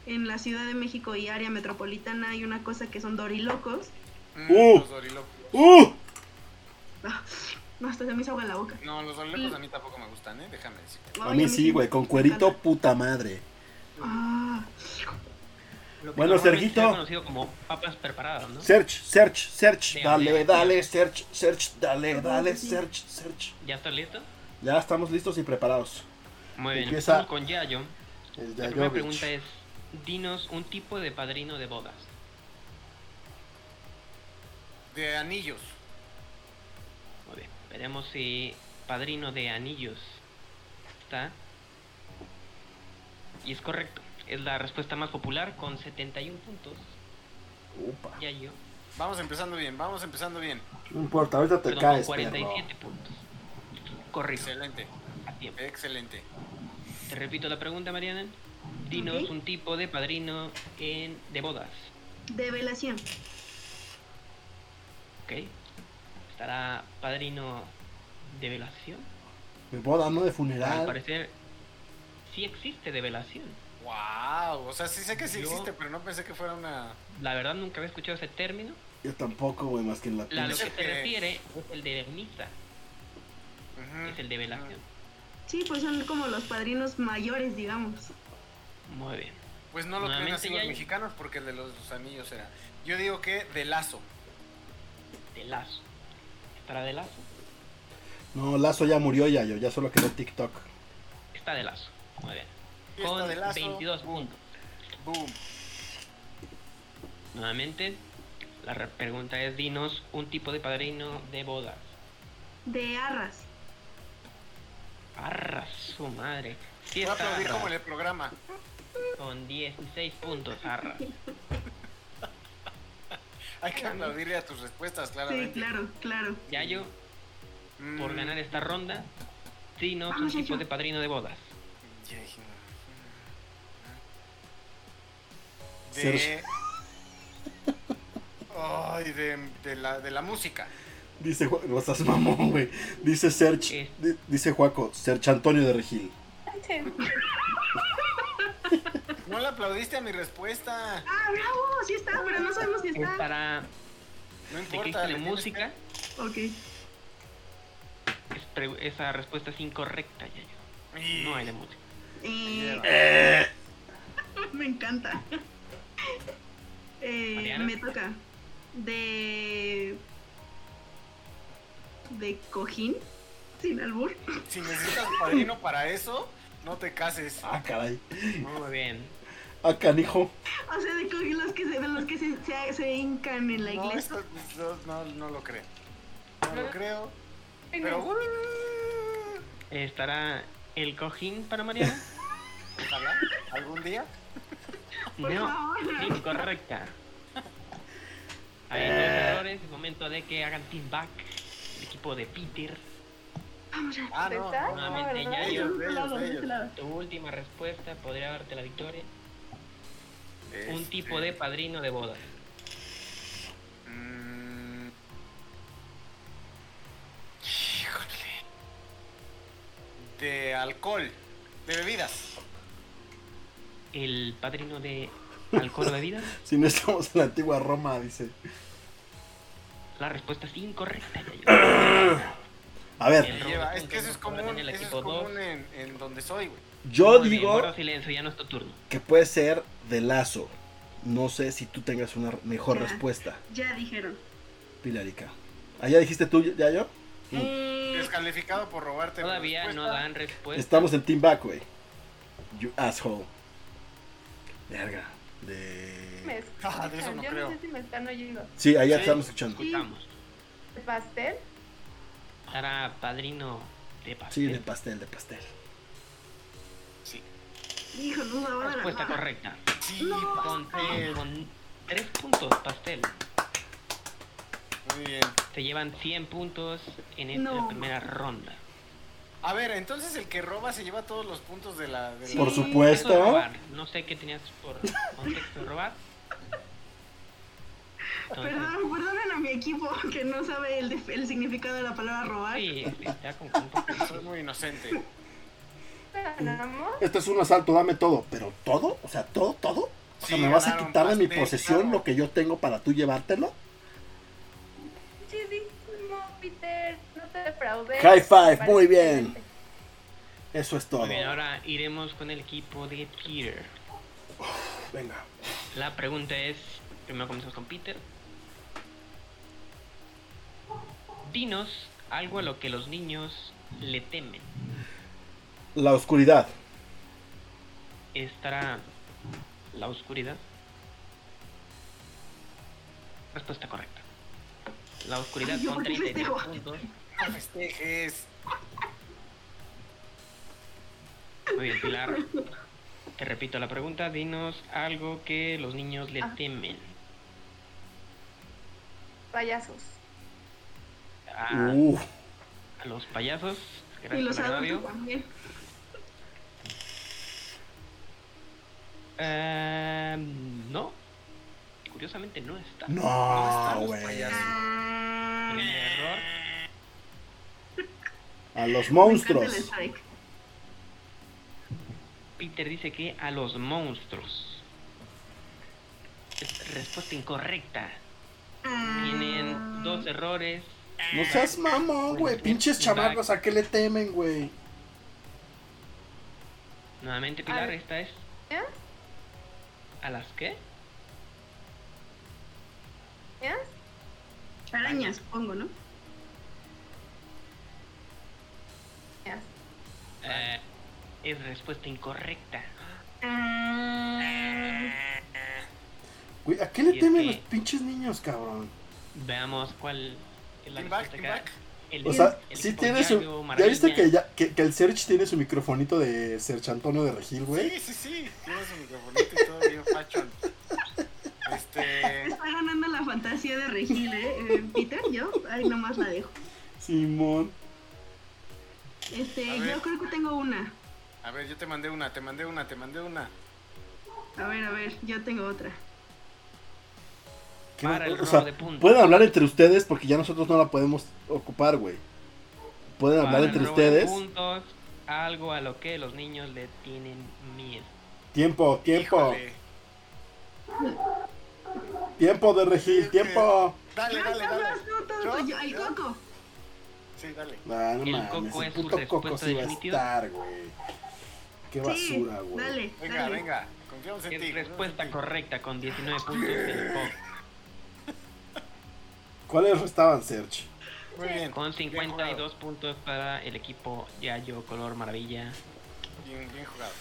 Speaker 4: en la Ciudad de México y área metropolitana hay una cosa que son dorilocos.
Speaker 3: Mm,
Speaker 2: Uh.
Speaker 3: Los dorilocos.
Speaker 2: ¡Uh!
Speaker 4: No, hasta se me hizo agua en la boca.
Speaker 3: No, los dorilocos a mí tampoco me gustan, ¿eh? Déjame decirte.
Speaker 2: A
Speaker 4: Ay,
Speaker 2: mí sí, güey, con cuerito puta madre.
Speaker 4: Ah,
Speaker 5: Lo que
Speaker 2: Bueno,
Speaker 5: normalmente
Speaker 2: Sergito.
Speaker 5: se ha conocido como papas preparadas, ¿no?
Speaker 2: Search, search, search.
Speaker 5: Sí,
Speaker 2: Dale,
Speaker 5: sí.
Speaker 2: dale, search, search, dale, dale,
Speaker 4: Sí.
Speaker 2: search, search.
Speaker 5: ¿Ya estás listo?
Speaker 2: Ya estamos listos y preparados.
Speaker 5: Muy bien.
Speaker 2: Empieza.
Speaker 5: Vamos con Yayo.
Speaker 2: El
Speaker 5: La primera
Speaker 2: Yayovich.
Speaker 5: pregunta es, dinos un tipo de padrino de bodas.
Speaker 3: De anillos.
Speaker 5: Muy bien. Veremos si padrino de anillos está. Y es correcto. Es la respuesta más popular con 71 puntos.
Speaker 2: Upa.
Speaker 5: Yayo.
Speaker 3: Vamos empezando bien, vamos empezando bien.
Speaker 2: No importa, ahorita te
Speaker 5: Perdón, con
Speaker 2: caes, perro.
Speaker 5: 47 puntos. Corrijo.
Speaker 3: Excelente,
Speaker 5: A tiempo.
Speaker 3: excelente.
Speaker 5: Te repito la pregunta, Mariana. Dinos
Speaker 4: Ok.
Speaker 5: un tipo de padrino en, de bodas.
Speaker 4: de velación.
Speaker 5: ¿Ok? ¿Estará padrino de velación?
Speaker 2: De boda, no de
Speaker 5: Al
Speaker 2: funeral.
Speaker 5: parecer, sí existe de velación.
Speaker 3: Wow, o sea, sí sé que sí
Speaker 5: Yo-
Speaker 3: existe, pero no pensé que fuera una.
Speaker 5: La verdad nunca había escuchado ese término.
Speaker 2: Yo tampoco, güey, más que en la
Speaker 5: La, a lo
Speaker 2: pinche.
Speaker 5: que se
Speaker 3: Eh.
Speaker 5: refiere es el de misa,
Speaker 3: Ujú.
Speaker 5: es el de velación.
Speaker 4: Sí, pues son como los padrinos mayores, digamos.
Speaker 5: Muy bien.
Speaker 3: Pues no lo creen
Speaker 5: Nuevamente
Speaker 3: así
Speaker 5: ya
Speaker 3: los
Speaker 5: hay-
Speaker 3: mexicanos porque el de los, los anillos era. Yo digo que de lazo.
Speaker 5: De lazo. ¿Estará de lazo?
Speaker 2: No, Lazo ya murió, Yayo. Ya solo quedó TikTok.
Speaker 5: Está de lazo. Muy bien.
Speaker 3: Fiesta
Speaker 5: Con
Speaker 3: de lazo. Mm.
Speaker 5: 22
Speaker 3: boom,
Speaker 5: puntos.
Speaker 3: Boom.
Speaker 5: Nuevamente, la re- pregunta es, dinos un tipo de padrino de bodas.
Speaker 4: De arras.
Speaker 5: Arra su madre. Sí
Speaker 3: Voy a
Speaker 5: está
Speaker 3: aplaudir
Speaker 5: arra,
Speaker 3: como en el programa.
Speaker 5: con 16 puntos, arra.
Speaker 3: Hay que aplaudirle a tus respuestas,
Speaker 4: Sí,
Speaker 3: claramente.
Speaker 4: claro, claro.
Speaker 5: Yayo,
Speaker 3: Mm,
Speaker 5: por ganar esta ronda, dinos un
Speaker 4: Vamos,
Speaker 5: tipo
Speaker 4: Yayo.
Speaker 5: de padrino de bodas.
Speaker 3: ya dije, mm, mm.
Speaker 2: Ser-
Speaker 3: De. Ay, de, de la, de la música.
Speaker 2: Dice Juaco, no estás mamón, güey. Dice Search,
Speaker 5: ¿Qué?
Speaker 2: di- dice Juaco, Search Antonio de Regil.
Speaker 3: No le aplaudiste a mi respuesta.
Speaker 4: Ah, bravo, sí está, pero no sabemos si está.
Speaker 5: Estará
Speaker 3: No
Speaker 5: de
Speaker 3: importa.
Speaker 5: Cristo de
Speaker 3: le tienes
Speaker 5: música.
Speaker 4: Ok. eh,
Speaker 5: Es pre- esa respuesta es incorrecta, Yayo.
Speaker 3: que- Y-
Speaker 5: No hay de música.
Speaker 4: Eh, Me encanta. Eh,
Speaker 5: Mariana.
Speaker 4: me toca. De. De cojín. Sin albur.
Speaker 3: Si necesitas padrino para eso, no te cases.
Speaker 2: Ah, caray.
Speaker 5: Muy bien.
Speaker 2: Ah, canijo.
Speaker 4: O sea, de cojín los que se, de los que se, se, se hincan en la
Speaker 3: No, este
Speaker 4: iglesia.
Speaker 3: esto- esto no, no lo creo. No lo creo. Pero.
Speaker 6: Pero,
Speaker 5: ¿Estará el cojín para Mariana?
Speaker 3: Ojalá. ¿Algún día?
Speaker 4: Por
Speaker 5: No,
Speaker 4: favor.
Speaker 5: incorrecta. Hay dos
Speaker 2: Eh.
Speaker 5: errores. Es momento de que hagan team back. El equipo de Peter.
Speaker 3: Ah, no.
Speaker 6: ¿Verdad?
Speaker 3: no, no.
Speaker 5: Nuevamente,
Speaker 6: ¿verdad?
Speaker 5: Yayo.
Speaker 3: ellos,
Speaker 4: De este lado, de
Speaker 3: ellos.
Speaker 4: este lado.
Speaker 5: Tu última respuesta podría darte la victoria. Un
Speaker 3: Este,
Speaker 5: tipo de padrino de boda.
Speaker 3: mm. Híjole. De alcohol. De bebidas.
Speaker 5: El padrino de alcohol o bebida.
Speaker 2: Si no estamos en la antigua Roma, dice.
Speaker 5: La respuesta es incorrecta, Yayo.
Speaker 2: A ver,
Speaker 5: El-
Speaker 3: Que
Speaker 5: No,
Speaker 3: lleva.
Speaker 5: no,
Speaker 3: Es que eso es
Speaker 5: no, no, no,
Speaker 3: común.
Speaker 5: no, el
Speaker 3: Eso es
Speaker 5: equipo
Speaker 3: común
Speaker 5: dos.
Speaker 3: en, en donde soy, güey.
Speaker 2: yo
Speaker 5: Muy bien,
Speaker 2: digo
Speaker 5: guarda silencio, ya no es tu turno.
Speaker 2: que puede ser de lazo. No sé si tú tengas una mejor
Speaker 4: Ya.
Speaker 2: respuesta,
Speaker 4: Ya dijeron.
Speaker 2: Pilarica. ¿Allá dijiste tú, Yayo? Mm.
Speaker 4: Eh,
Speaker 3: Descalificado por robarte. mi
Speaker 5: Todavía no
Speaker 3: respuesta.
Speaker 5: dan respuesta.
Speaker 2: Estamos en Team Back, güey. You asshole. Verga. De...
Speaker 3: Ah, de eso no
Speaker 6: yo
Speaker 3: creo.
Speaker 6: no sé si me están oyendo.
Speaker 2: Sí, allá
Speaker 5: Sí.
Speaker 2: estamos escuchando.
Speaker 5: Escuchamos.
Speaker 6: ¿De pastel?
Speaker 5: Estará padrino de
Speaker 2: Sí,
Speaker 5: pastel.
Speaker 2: de pastel, de pastel.
Speaker 3: Sí.
Speaker 4: hijo, no me va a dar
Speaker 5: Respuesta
Speaker 4: nada.
Speaker 5: correcta.
Speaker 3: Sí,
Speaker 5: Con,
Speaker 3: pastel.
Speaker 5: con tres puntos, pastel.
Speaker 3: Muy bien.
Speaker 5: Se llevan 100 puntos en esta
Speaker 4: No.
Speaker 5: primera ronda.
Speaker 3: A ver, entonces el que roba se lleva todos los puntos de la. De
Speaker 4: Sí.
Speaker 3: la-
Speaker 2: Por
Speaker 5: Eso de
Speaker 2: supuesto.
Speaker 5: robar, No sé qué tenías por contexto de robar. Entonces,
Speaker 4: Perdón, perdonen a mi equipo que no sabe el, def- el significado de la palabra robar.
Speaker 5: sí, sí, está con, con un poco de-
Speaker 3: Soy muy inocente.
Speaker 6: Ganamos.
Speaker 2: Esto Este es un asalto, dame todo. ¿Pero todo? O sea, ¿todo, todo? O sea,
Speaker 3: Sí,
Speaker 2: ¿me vas a
Speaker 3: ganaron
Speaker 2: quitar de mi
Speaker 3: pastel,
Speaker 2: posesión
Speaker 3: claro.
Speaker 2: lo que yo tengo para tú llevártelo?
Speaker 6: Chidísimo, Peter. No te defraudes.
Speaker 2: High five, muy
Speaker 6: Parece
Speaker 2: bien.
Speaker 6: que-
Speaker 2: Eso es todo.
Speaker 5: Muy bien, ahora iremos con el equipo de Peter.
Speaker 2: Venga.
Speaker 5: La pregunta es, primero comenzamos con Peter. Dinos algo a lo que los niños le temen.
Speaker 2: La oscuridad.
Speaker 5: ¿Estará la oscuridad? Respuesta correcta. La oscuridad
Speaker 4: Ay, yo
Speaker 5: son
Speaker 4: por qué
Speaker 5: 33
Speaker 4: festejo.
Speaker 5: puntos.
Speaker 3: No festejes.
Speaker 5: Muy bien, Pilar. Te repito la pregunta, dinos algo que los niños le
Speaker 6: Ah.
Speaker 5: temen.
Speaker 6: Payasos.
Speaker 5: A,
Speaker 2: Uf.
Speaker 5: a los payasos.
Speaker 4: Y
Speaker 5: Gracias
Speaker 4: los
Speaker 5: por el audio.
Speaker 4: adultos también.
Speaker 5: Ah, no. Curiosamente no está.
Speaker 2: No,
Speaker 3: los
Speaker 2: Ah, güey.
Speaker 3: payasos.
Speaker 5: Primer error.
Speaker 2: A los
Speaker 4: Me encanta el
Speaker 2: monstruos.
Speaker 4: strike.
Speaker 5: Peter dice que a los monstruos. Es Respuesta incorrecta.
Speaker 4: Ah.
Speaker 5: Tienen dos errores.
Speaker 2: No seas mamón, güey. Pinches chamacos, ¿a qué le temen, güey?
Speaker 5: Nuevamente, Pilar,
Speaker 6: ver.
Speaker 5: esta es.
Speaker 6: ¿Eh?
Speaker 5: ¿A las qué?
Speaker 6: ¿Eh?
Speaker 4: Arañas, supongo, ¿no?
Speaker 6: Ya.
Speaker 5: Eh, es respuesta incorrecta.
Speaker 2: Güey, ¿a qué le
Speaker 5: Y es
Speaker 2: temen
Speaker 5: que-
Speaker 2: los pinches niños, cabrón?
Speaker 5: Veamos cuál es la
Speaker 3: Team back,
Speaker 5: respuesta
Speaker 3: team
Speaker 5: acá.
Speaker 3: back.
Speaker 5: El-
Speaker 2: O sea,
Speaker 5: el
Speaker 2: sí
Speaker 5: equipo
Speaker 2: tiene
Speaker 5: Yago,
Speaker 2: su. ¿Ya
Speaker 5: Maravilla.
Speaker 2: viste que, ya, que, que el Search tiene su microfonito de Search Antonio de Regil, güey?
Speaker 3: Sí, sí, sí. Tiene su microfonito y todo bien fashion. Este.
Speaker 4: Está ganando la fantasía de Regil, ¿eh? Eh, Peter, yo ahí nomás la dejo.
Speaker 2: Simón.
Speaker 4: Este,
Speaker 3: A ver.
Speaker 4: yo creo que tengo una.
Speaker 3: A ver, yo te mandé una, te mandé una, te mandé una.
Speaker 4: A ver, a ver, yo tengo otra.
Speaker 2: ¿Qué
Speaker 5: Para
Speaker 2: no-
Speaker 5: el
Speaker 2: o
Speaker 5: robo
Speaker 2: sea,
Speaker 5: de puntos.
Speaker 2: pueden hablar entre ustedes porque ya nosotros no la podemos ocupar, güey. Pueden
Speaker 5: Para
Speaker 2: hablar
Speaker 5: el
Speaker 2: entre
Speaker 5: robo de
Speaker 2: ustedes.
Speaker 5: puntos, algo a lo que los niños le tienen miedo.
Speaker 2: Tiempo, tiempo,
Speaker 3: Híjole.
Speaker 2: tiempo de Regil,
Speaker 3: Creo
Speaker 2: tiempo.
Speaker 3: Dale,
Speaker 4: Ay,
Speaker 3: dale,
Speaker 4: no,
Speaker 3: dale.
Speaker 4: no, no, no,
Speaker 3: ¿Yo?
Speaker 4: yo- el
Speaker 3: ¿Yo?
Speaker 4: coco.
Speaker 3: Sí, dale.
Speaker 2: Ah, no
Speaker 5: El
Speaker 2: mames,
Speaker 5: coco
Speaker 2: el
Speaker 5: es su
Speaker 2: puto coco
Speaker 5: respuesta
Speaker 2: sí va a
Speaker 5: definitiva.
Speaker 2: estar, güey. Qué
Speaker 4: Sí,
Speaker 2: basura, güey.
Speaker 4: dale,
Speaker 3: Venga,
Speaker 4: dale.
Speaker 3: venga. Confiamos en ti.
Speaker 5: Es respuesta
Speaker 3: confiamos
Speaker 5: correcta con 19 puntos del Pop,
Speaker 2: ¿Cuáles restaban, Serge?
Speaker 3: en ti. Muy bien.
Speaker 5: Con
Speaker 3: Bien jugado.
Speaker 5: 52 puntos para el equipo Yayo Color Maravilla.
Speaker 3: Bien, bien jugado.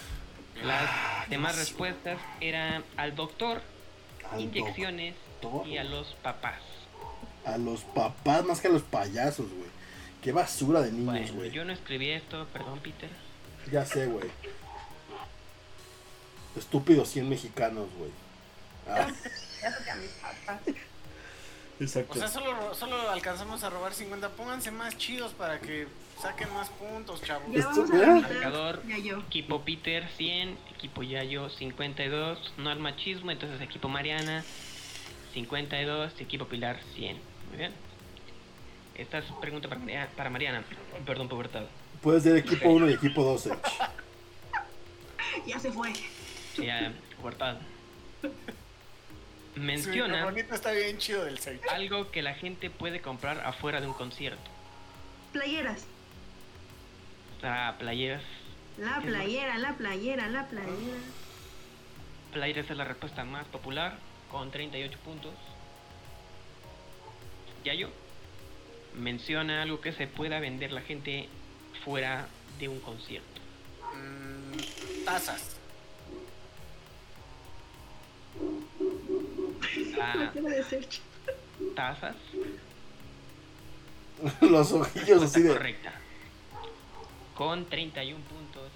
Speaker 3: Bien.
Speaker 2: Ah,
Speaker 5: Las demás respuestas eran al doctor,
Speaker 2: Al
Speaker 5: inyecciones
Speaker 2: doctor.
Speaker 5: y a los papás.
Speaker 2: A los papás más que a los payasos, güey. Qué basura de niños,
Speaker 5: Bueno,
Speaker 2: güey.
Speaker 5: yo no escribí esto, perdón Peter.
Speaker 2: Ya sé, güey. Estúpidos 100 mexicanos, güey. Ah,
Speaker 6: Ya toqué a mis papás.
Speaker 2: exacto.
Speaker 3: O sea, solo, ro- solo alcanzamos a robar 50. Pónganse más chidos para que saquen más puntos, chavos.
Speaker 4: Ya vamos a
Speaker 2: ¿eh?
Speaker 4: la
Speaker 5: Marcador.
Speaker 4: mitad. Ya yo.
Speaker 5: Equipo Peter 100, equipo Yayo 52, no al machismo, entonces equipo Mariana 52, equipo Pilar 100. Muy bien. Esta es pregunta para, Maria- para Mariana, perdón, pubertad.
Speaker 2: Puedes ser equipo 1 y equipo 2, Serge.
Speaker 4: Ya se fue.
Speaker 5: Ya, pubertad.
Speaker 3: Su
Speaker 5: Menciona
Speaker 3: microfonito está bien chido del search.
Speaker 5: algo que la gente puede comprar afuera de un concierto.
Speaker 4: Playeras.
Speaker 5: O sea, playeras.
Speaker 4: La
Speaker 5: ¿Qué es más?
Speaker 4: playera, la playera, la playera.
Speaker 5: Playeras es la respuesta más popular, con 38 puntos. Yayo, menciona algo que se pueda vender la gente fuera de un concierto.
Speaker 3: Mm, tazas.
Speaker 5: Ah,
Speaker 4: La cara de Sergio.
Speaker 5: tazas.
Speaker 2: los ojillos así
Speaker 5: Respuesta
Speaker 2: de.
Speaker 5: correcta. Con 31 puntos.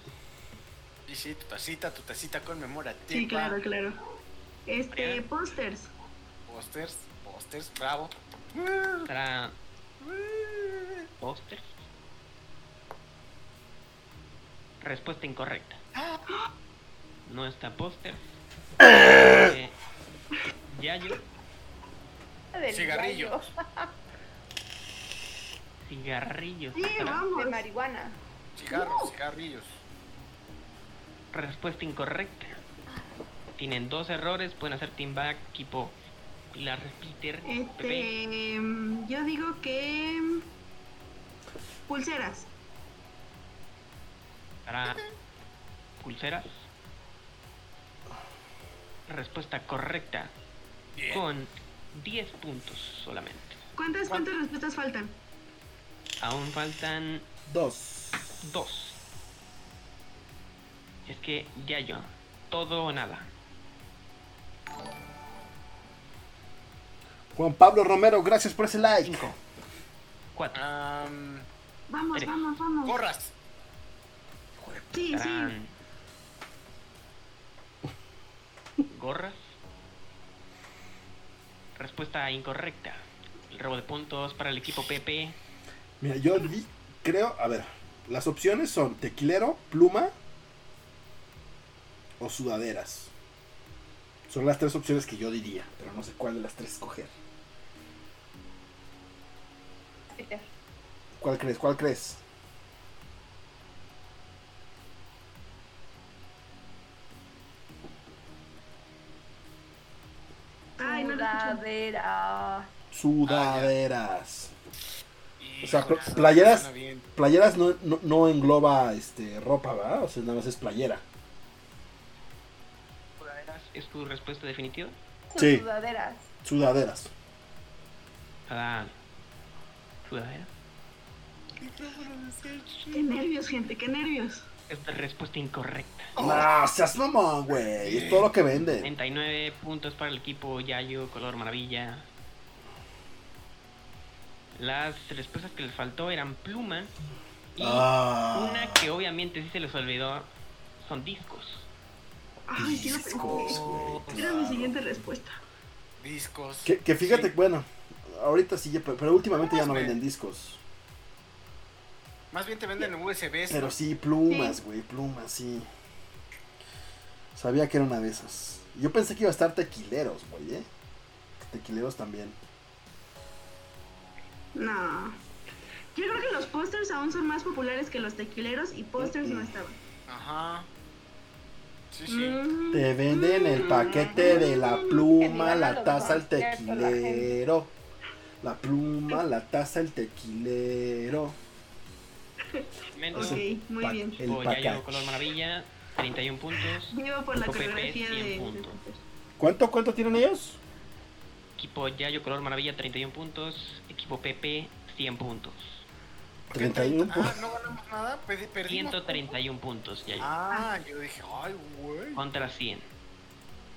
Speaker 3: Y sí, tu tacita, tu tacita conmemorativa.
Speaker 4: Sí, claro, claro. Este,
Speaker 5: Mariana.
Speaker 4: pósters.
Speaker 3: Posters, posters, bravo.
Speaker 5: Para pósters. Respuesta incorrecta. No está póster. Eh, Yayo
Speaker 6: del
Speaker 3: Cigarrillos.
Speaker 6: gallo,
Speaker 5: Cigarrillos.
Speaker 4: Sí,
Speaker 5: Otra
Speaker 4: vamos.
Speaker 6: de marihuana.
Speaker 3: Cigarros, cigarrillos.
Speaker 5: Respuesta incorrecta. Tienen dos errores, pueden hacer team back, equipo Pilar, Peter, Pepe.
Speaker 4: Este, em, yo digo que em, pulseras.
Speaker 5: Para pulseras. Respuesta correcta.
Speaker 3: Bien.
Speaker 5: Con 10 puntos solamente.
Speaker 4: ¿Cuántas cuántas respuestas faltan?
Speaker 5: Aún faltan
Speaker 2: Dos.
Speaker 5: dos. Es que ya yo. Todo o nada.
Speaker 2: Juan Pablo Romero, gracias por ese like.
Speaker 5: 5. 4.
Speaker 3: Am,
Speaker 4: Vamos,
Speaker 5: Tres.
Speaker 4: vamos, vamos.
Speaker 3: gorras.
Speaker 4: Sí,
Speaker 3: Ah.
Speaker 4: sí.
Speaker 5: Gorras. Respuesta incorrecta. El robo de puntos para el equipo PP.
Speaker 2: Mira, yo di- creo, a ver, las opciones son tequilero, pluma o sudaderas. Son las tres opciones que yo diría, pero no sé cuál de las tres escoger.
Speaker 6: Peter.
Speaker 2: ¿Cuál crees? ¿Cuál crees?
Speaker 4: Ay, no lo escucho.
Speaker 6: Sudadera.
Speaker 2: Sudaderas.
Speaker 3: Y
Speaker 2: O sea,
Speaker 3: gorras,
Speaker 2: pl- playeras.
Speaker 3: suena bien.
Speaker 2: Playeras no, no- no engloba este ropa, ¿verdad? O sea, nada más es playera.
Speaker 5: ¿Es tu respuesta definitiva?
Speaker 6: Son
Speaker 2: Sí.
Speaker 6: sudaderas.
Speaker 2: Sudaderas.
Speaker 5: Ah. Sudadera.
Speaker 4: Qué nervios, gente, qué nervios.
Speaker 5: Esta respuesta incorrecta.
Speaker 2: No, seas mamón, güey. Es todo lo que venden.
Speaker 5: 39 puntos para el equipo Yayo, color maravilla. Las respuestas que les faltó eran pluma y una
Speaker 2: Ah,
Speaker 5: que obviamente sí se les olvidó son discos.
Speaker 4: Ay, sí lo
Speaker 2: discos,
Speaker 4: pensé.
Speaker 2: güey,
Speaker 4: Era mi
Speaker 2: claro.
Speaker 4: siguiente respuesta.
Speaker 3: Discos.
Speaker 2: Que, que fíjate,
Speaker 3: Sí.
Speaker 2: bueno, ahorita sí, ya- pero, pero últimamente ya no
Speaker 3: Espérame.
Speaker 2: venden discos.
Speaker 3: Más bien te venden USBs.
Speaker 2: Pero
Speaker 3: ¿no?
Speaker 2: sí, plumas, güey, plumas, sí. Sabía que era una de esas. Yo pensé que iba a estar tequileros, güey, ¿eh? Tequileros también.
Speaker 4: No. Yo creo que los pósters aún son más populares que los tequileros y pósters no estaban.
Speaker 3: Ajá. Sí, sí.
Speaker 4: Mm.
Speaker 2: Te venden el paquete de la pluma, la taza, el tequilero. La pluma, la taza, el tequilero.
Speaker 5: Menos
Speaker 4: Ok, muy
Speaker 2: Pa-
Speaker 4: bien.
Speaker 2: El
Speaker 5: equipo
Speaker 2: package.
Speaker 5: Yayo, Oh, color maravilla, 31 puntos.
Speaker 4: Llevo por la
Speaker 5: Pepe,
Speaker 4: coreografía
Speaker 5: 100
Speaker 4: de.
Speaker 5: puntos.
Speaker 2: ¿Cuánto, cuánto tienen ellos?
Speaker 5: Equipo Yayo, color maravilla, 31 puntos. Equipo PP, 100 puntos.
Speaker 3: ¿Por qué
Speaker 2: 31.
Speaker 3: Ah, no ganamos nada. Pedi- Perdimos.
Speaker 5: 131 puntos, Yayo.
Speaker 3: Ah, yo dije, ay, güey.
Speaker 5: Contra 100.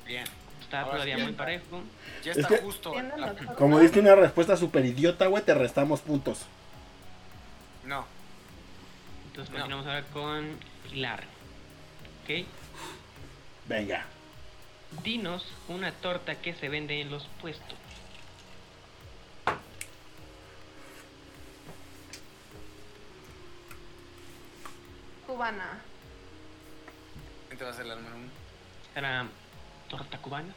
Speaker 3: Bien.
Speaker 5: Está
Speaker 3: Ahora
Speaker 5: todavía
Speaker 3: sí.
Speaker 5: muy parejo.
Speaker 3: Ya
Speaker 2: Es
Speaker 3: está
Speaker 2: que-
Speaker 3: justo.
Speaker 6: Tienen
Speaker 3: la-
Speaker 6: los
Speaker 2: Como
Speaker 6: otros.
Speaker 2: diste una respuesta súper idiota, güey, te restamos puntos.
Speaker 3: No.
Speaker 5: Entonces
Speaker 3: No.
Speaker 5: continuamos ahora con Pilar. ¿Ok?
Speaker 2: Venga.
Speaker 5: Dinos una torta que se vende en los puestos.
Speaker 6: Cubana.
Speaker 3: Este va a ser la número uno.
Speaker 5: ¿Será torta cubana?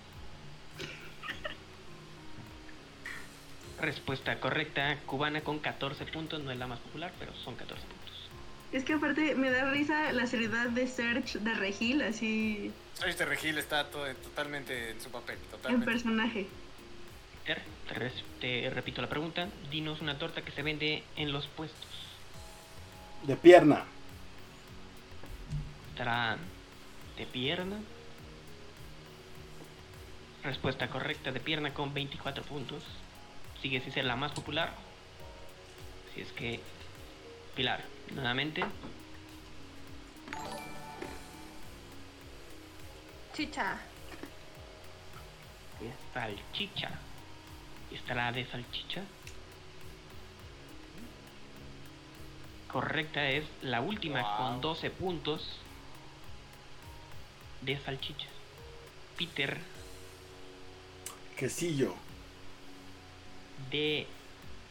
Speaker 5: Respuesta correcta, cubana con 14 puntos, no es la más popular, pero son 14 puntos.
Speaker 4: Es que aparte me da risa la seriedad de Search de Regil, así
Speaker 3: Este Regil está todo, totalmente en su papel.
Speaker 4: en
Speaker 3: Totalmente.
Speaker 4: personaje.
Speaker 5: Ter, Te, res- te repito la pregunta, dinos una torta que se vende en los puestos.
Speaker 2: De pierna.
Speaker 5: ¿Será de pierna? Respuesta correcta, de pierna con 24 puntos. Sigue sin ser la más popular. Si es que... Pilar, nuevamente,
Speaker 6: Chicha.
Speaker 5: de salchicha. ¿Estará de salchicha? Correcta es la última con 12 puntos de salchicha. Peter
Speaker 2: Quesillo.
Speaker 5: de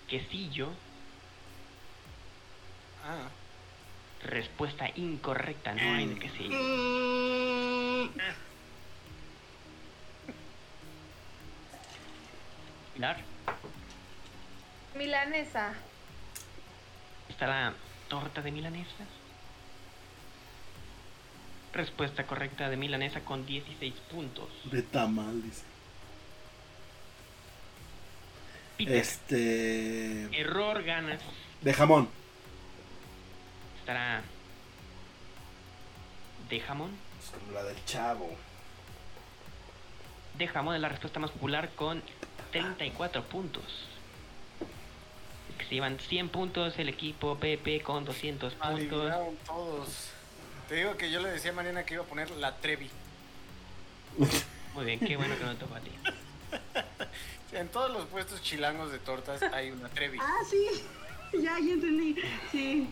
Speaker 5: quesillo.
Speaker 3: Ah.
Speaker 5: Respuesta incorrecta, no hay de quesillo.
Speaker 4: Mm,
Speaker 5: Pilar,
Speaker 6: Milanesa.
Speaker 5: ¿Está la torta de milanesa? Respuesta correcta de milanesa con 16 puntos.
Speaker 2: De tamal, dice.
Speaker 5: Peter,
Speaker 2: Este.
Speaker 5: error ganas.
Speaker 2: De jamón.
Speaker 5: Estará de jamón.
Speaker 2: Es como la del chavo.
Speaker 5: De jamón es la respuesta más popular con 34 puntos. Se llevan 100 puntos el equipo PP con 200 puntos.
Speaker 3: Adivinaron todos. Te digo que yo le decía a Mariana que iba a poner la Trevi.
Speaker 5: Muy bien, qué bueno que no tocó a ti.
Speaker 3: En todos los puestos chilangos de tortas hay una Trevi.
Speaker 4: Ah, sí. Ya, ya entendí. Sí.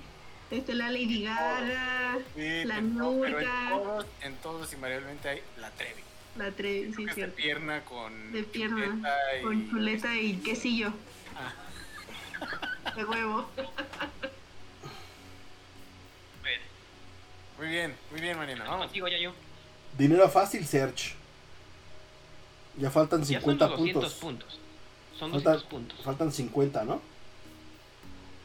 Speaker 4: Este, la Lady
Speaker 3: Oh.
Speaker 4: Gaga,
Speaker 3: Sí,
Speaker 4: la
Speaker 3: no, pero
Speaker 4: Nurka.
Speaker 3: en todos, en todos invariablemente hay la Trevi.
Speaker 4: la Trevi, sí,
Speaker 3: Creo que es de
Speaker 4: cierto.
Speaker 3: pierna con
Speaker 4: De pierna,
Speaker 3: chuleta y-
Speaker 4: con chuleta y quesillo.
Speaker 3: Ah.
Speaker 4: De huevo.
Speaker 3: Muy bien, muy bien, Mariana. Vamos.
Speaker 5: Contigo, Yayo.
Speaker 2: Dinero fácil, Search. Ya faltan
Speaker 5: Ya son
Speaker 2: 50
Speaker 5: los 200
Speaker 2: puntos.
Speaker 5: puntos. Son
Speaker 2: Falta-
Speaker 5: 200 puntos.
Speaker 2: Faltan 50, ¿no?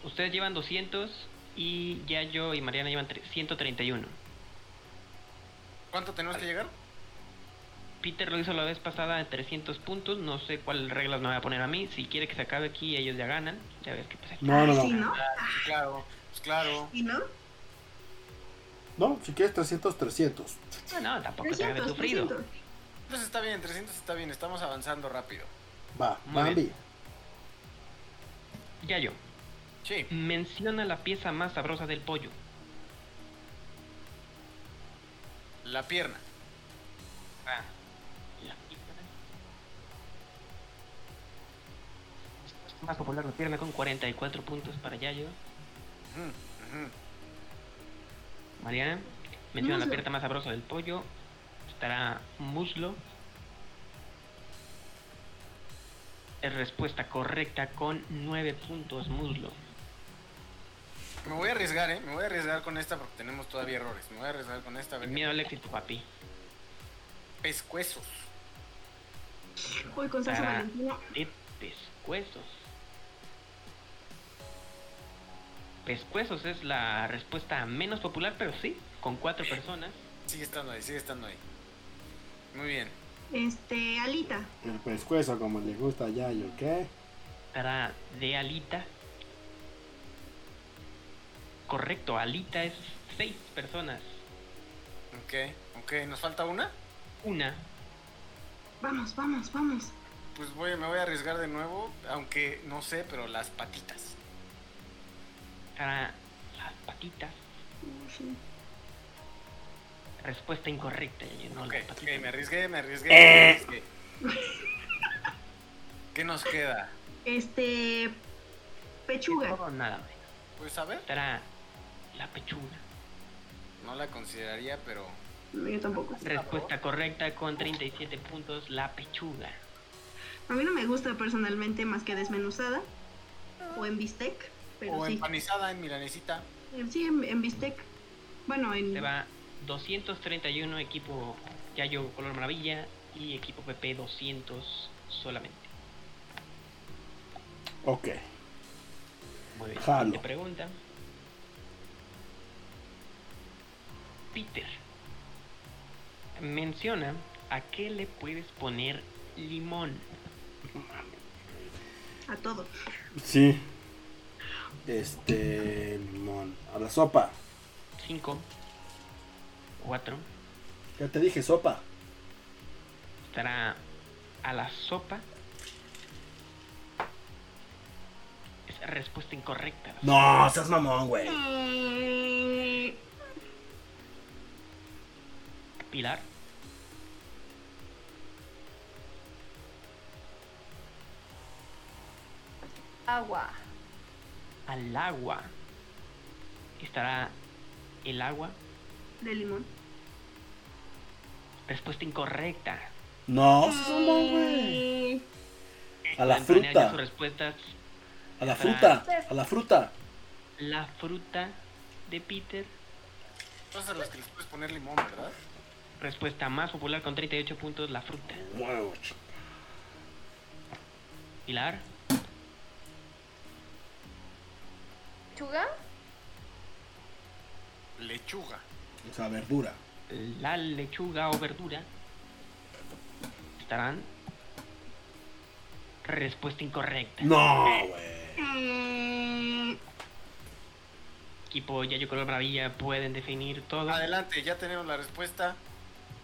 Speaker 5: Ustedes llevan 200 y Yayo y Mariana llevan tre- 131.
Speaker 3: ¿Cuánto tenemos que llegar?
Speaker 5: Peter lo hizo la vez pasada de 300 puntos. No sé cuáles reglas me voy a poner a mí. Si quiere que se acabe aquí, ellos ya ganan. Ya ves pues, qué pasa.
Speaker 2: No, no,
Speaker 4: Sí,
Speaker 2: no.
Speaker 4: ¿no?
Speaker 3: Sí, claro, pues claro.
Speaker 4: ¿Y no?
Speaker 2: No, si quieres 300, 300.
Speaker 5: No, no, tampoco te hagas
Speaker 4: 300,
Speaker 5: sufrido.
Speaker 4: 300.
Speaker 3: Entonces está bien, 300 está bien, estamos avanzando rápido.
Speaker 2: Va,
Speaker 5: Muy
Speaker 2: Bambi.
Speaker 5: bien. Yayo,
Speaker 3: Sí.
Speaker 5: menciona la pieza más sabrosa del pollo.
Speaker 3: La pierna.
Speaker 5: Ah. Más popular la pierna con 44 puntos para Yayo.
Speaker 3: Ujú, ujú.
Speaker 5: Mariana, menciona la
Speaker 4: Muslo.
Speaker 5: pierna más sabrosa del pollo. Estará muslo. Es respuesta correcta con 9 puntos muslo.
Speaker 3: Me voy a arriesgar, ¿eh? Me voy a arriesgar con esta porque tenemos todavía errores. Me voy a arriesgar con esta. a ver
Speaker 5: El
Speaker 3: qué-
Speaker 5: miedo al éxito, papi.
Speaker 3: Pescuezos.
Speaker 4: Uy, con salsa
Speaker 5: Para-
Speaker 4: valentina.
Speaker 5: De pescuezos. Pescuezos es la respuesta menos popular, pero sí, con cuatro personas.
Speaker 3: Sigue estando ahí, sigue estando ahí. Muy bien.
Speaker 4: Este, alita.
Speaker 2: El pescuezo, como le gusta a Yayo, ¿qué?
Speaker 5: Estará de alita. Correcto, alita es seis personas.
Speaker 3: Ok, ok. ¿Nos falta una?
Speaker 5: Una
Speaker 4: Vamos, vamos, vamos.
Speaker 3: Pues voy, me voy a arriesgar de nuevo, aunque no sé, pero las patitas.
Speaker 5: para las patitas.
Speaker 4: Sí.
Speaker 5: Respuesta incorrecta. Yayo, no,
Speaker 3: Ok,
Speaker 5: las
Speaker 3: ok,
Speaker 5: patitas.
Speaker 3: me arriesgué, me arriesgué. me
Speaker 4: Eh.
Speaker 3: arriesgué. ¿Qué nos queda?
Speaker 4: Este, pechuga.
Speaker 5: Todo nada menos.
Speaker 3: Pues a ver,
Speaker 5: Estará la pechuga.
Speaker 3: no la consideraría, pero
Speaker 4: No, yo tampoco.
Speaker 5: Respuesta correcta con 37 puntos, la pechuga.
Speaker 4: A mí no me gusta personalmente más que desmenuzada o en bistec, pero
Speaker 3: o
Speaker 4: sí.
Speaker 3: empanizada en milanesita.
Speaker 4: Eh, Sí, en, en bistec. Bueno, en
Speaker 5: Se va 231 equipo Yayo Color Maravilla y equipo PP 200 solamente.
Speaker 2: Ok.
Speaker 5: Muy bien.
Speaker 2: Jalo.
Speaker 5: Siguiente pregunta. Peter. Menciona a qué le puedes poner limón.
Speaker 4: a todo.
Speaker 2: Sí. Este. Limón. A la sopa.
Speaker 5: 5, 4.
Speaker 2: Ya te dije, sopa.
Speaker 5: Estará a la sopa. Es respuesta incorrecta.
Speaker 2: No, seas mamón, güey.
Speaker 5: Pilar.
Speaker 6: Agua.
Speaker 5: al agua estará el agua.
Speaker 4: De limón.
Speaker 5: Respuesta incorrecta.
Speaker 2: No, seas mamón, güey. A la
Speaker 5: Antonia, ya Sus
Speaker 2: fruta.
Speaker 5: respuestas.
Speaker 2: A
Speaker 5: Ah.
Speaker 2: la fruta. A la fruta.
Speaker 5: La fruta de Peter.
Speaker 3: Entonces a los que les puedes poner limón, ¿verdad?
Speaker 5: Respuesta más popular con 38 puntos, la fruta.
Speaker 2: Huevo, ch-
Speaker 5: Pilar,
Speaker 6: lechuga?
Speaker 3: Lechuga.
Speaker 2: O sea, verdura.
Speaker 5: La lechuga o verdura estarán. Respuesta incorrecta.
Speaker 2: No, güey.
Speaker 4: Mm,
Speaker 5: Equipo Yayo Color Maravilla pueden definir todo.
Speaker 3: Adelante, ya tenemos la respuesta.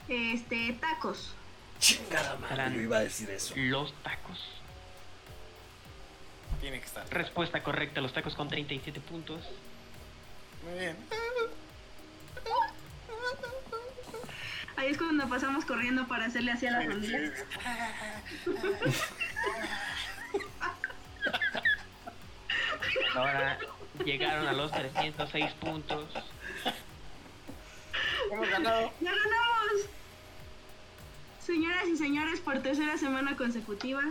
Speaker 4: este, tacos.
Speaker 2: Chingada madre,
Speaker 5: Gran.
Speaker 2: yo iba a decir eso.
Speaker 5: Los tacos.
Speaker 3: Tiene que estar.
Speaker 5: Respuesta correcta, los tacos con 37 puntos.
Speaker 3: Muy bien.
Speaker 4: Ahí es cuando pasamos corriendo para hacerle así a la familia.
Speaker 5: Ahora llegaron a los 306 puntos.
Speaker 3: Hemos ganado.
Speaker 4: ¡Ya ganamos! Señoras y señores, por tercera semana consecutiva.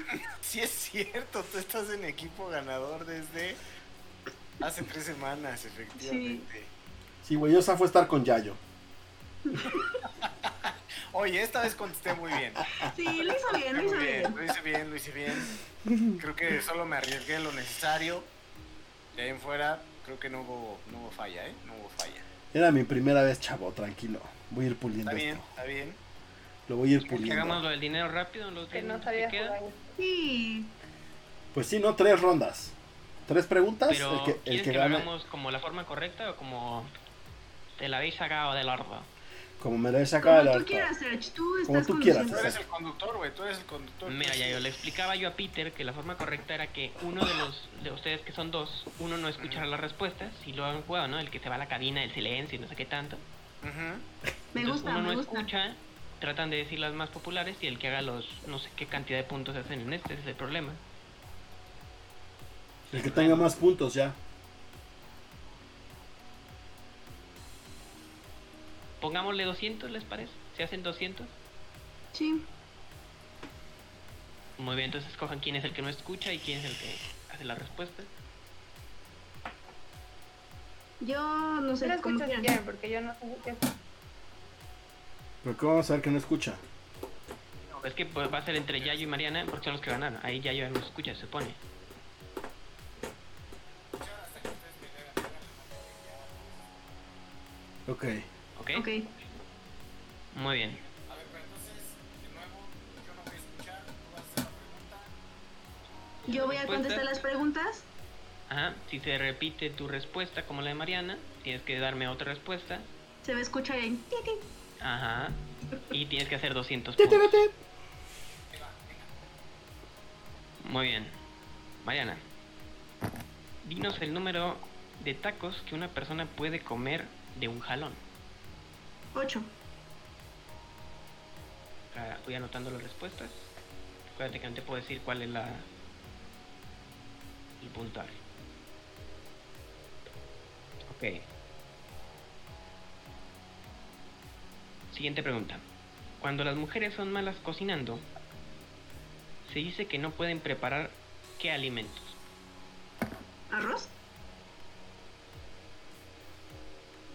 Speaker 3: Sí es cierto, tú estás en equipo ganador desde hace tres semanas, efectivamente.
Speaker 2: Sí, güey, yo fue estar con Yayo.
Speaker 3: Oye, esta vez contesté muy bien.
Speaker 4: Sí, lo hizo bien, lo
Speaker 3: Muy
Speaker 4: hizo
Speaker 3: bien,
Speaker 4: bien.
Speaker 3: lo hice bien, lo hice bien. Creo que solo me arriesgué lo necesario. De ahí en fuera, creo que no hubo, no hubo falla, ¿eh? No hubo falla.
Speaker 2: Era mi primera vez, chavo, tranquilo. Voy a ir puliendo
Speaker 3: Está bien,
Speaker 2: esto.
Speaker 3: está bien.
Speaker 2: Lo voy a ir
Speaker 5: Pues Que hagamos
Speaker 2: puliendo.
Speaker 5: lo del dinero rápido en los
Speaker 6: Que
Speaker 5: 10
Speaker 6: no
Speaker 5: minutos que
Speaker 6: sabía
Speaker 5: quedan.
Speaker 6: jugar.
Speaker 4: Sí.
Speaker 2: Pues sí, ¿no? Tres rondas. Tres preguntas. el
Speaker 5: Pero,
Speaker 2: que, el
Speaker 5: ¿quieres
Speaker 2: que
Speaker 5: que lo
Speaker 2: gane,
Speaker 5: hagamos como la forma correcta o como te la habéis sacado del ordo?
Speaker 2: como me lo he sacado de
Speaker 4: Como
Speaker 2: la
Speaker 4: tú quieras, Serge, tú
Speaker 2: Como
Speaker 4: estás
Speaker 2: tú quieras,
Speaker 3: Tú
Speaker 4: conduciendo.
Speaker 3: eres el conductor, güey, tú eres el conductor.
Speaker 5: Mira, ya yo le explicaba yo a Peter que la forma correcta era que uno de los de ustedes que son dos, uno no escuchara las respuestas, si lo han jugado, ¿no? El que se va a la cabina, el silencio y no sé qué tanto.
Speaker 3: Ujú.
Speaker 4: Me
Speaker 5: Entonces,
Speaker 4: gusta,
Speaker 5: uno
Speaker 4: me
Speaker 5: no
Speaker 4: gusta.
Speaker 5: escucha, tratan de decir las más populares y el que haga los no sé qué cantidad de puntos hacen en este, ese es el problema.
Speaker 2: El que tenga más puntos ya.
Speaker 5: Pongámosle 200, ¿les parece? ¿Se hacen 200?
Speaker 4: Sí.
Speaker 5: Muy bien, entonces escojan quién es el que no escucha y quién es el que hace las respuestas.
Speaker 4: Yo no
Speaker 6: Tú lo
Speaker 4: sé cómo
Speaker 6: escuchas
Speaker 4: quieran.
Speaker 6: bien, porque yo no sé qué
Speaker 2: Pero ¿cómo vamos a ver que no escucha?
Speaker 5: No, es que pues, va a ser entre Yayo y Mariana porque son los que ganaron. Ahí Yayo ya no escucha, se supone.
Speaker 2: Ok.
Speaker 5: ¿Ok?
Speaker 4: Ok.
Speaker 5: Muy bien.
Speaker 3: A ver, pero entonces, de nuevo, yo no voy a escuchar, tú vas a hacer la pregunta.
Speaker 4: Yo voy a
Speaker 5: Pues
Speaker 4: contestar las preguntas.
Speaker 5: Ajá, si se repite tu respuesta como la de Mariana, tienes que darme otra respuesta.
Speaker 4: Se va a escuchar en ti, ti.
Speaker 5: Ajá. Y tienes que hacer 200 puntos. Muy bien. Mariana, dinos el número de tacos que una persona puede comer de un jalón.
Speaker 4: Ocho.
Speaker 5: Acá Ah, voy anotando las respuestas. Acuérdate que no te puedo decir cuál es la el puntaje. Ok. Siguiente pregunta. Cuando las mujeres son malas cocinando, se dice que no pueden preparar qué alimentos.
Speaker 4: ¿Arroz?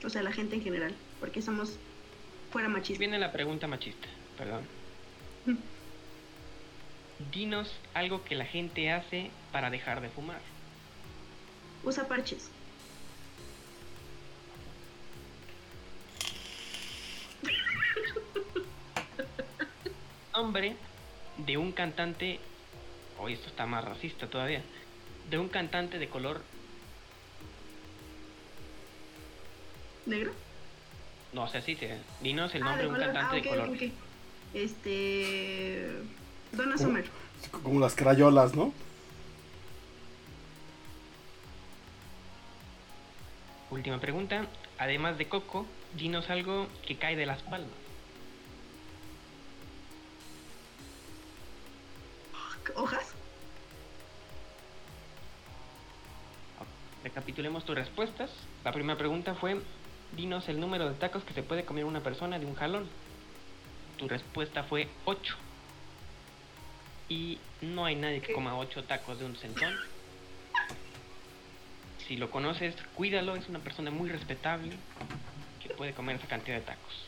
Speaker 4: O sea, la gente en general. Porque somos fuera machistas.
Speaker 5: Viene la pregunta machista, perdón. Dinos algo que la gente hace para dejar de fumar.
Speaker 4: Usa parches.
Speaker 5: nombre de un cantante. Hoy esto está más racista todavía. De un cantante de color.
Speaker 4: ¿Negro?
Speaker 5: No, o sea, sí, te, dinos el
Speaker 4: Ah,
Speaker 5: nombre
Speaker 4: de
Speaker 5: de un
Speaker 4: color. Ah,
Speaker 5: cantante
Speaker 4: ok,
Speaker 5: de color.
Speaker 4: ok, ok. Este. Donna
Speaker 2: ¿Cómo?
Speaker 4: Summer.
Speaker 2: Es co- Como las crayolas, ¿no?
Speaker 5: Última pregunta. Además de Coco, dinos algo que cae de las palmas.
Speaker 4: ¿Hojas?
Speaker 5: Recapitulemos tus respuestas. La primera pregunta fue: dinos el número de tacos que se puede comer una persona de un jalón. Tu respuesta fue 8. Y no hay nadie que
Speaker 6: ¿Qué?
Speaker 5: coma 8 tacos de un centón. Si lo conoces, cuídalo. Es una persona muy respetable que puede comer esa cantidad de tacos.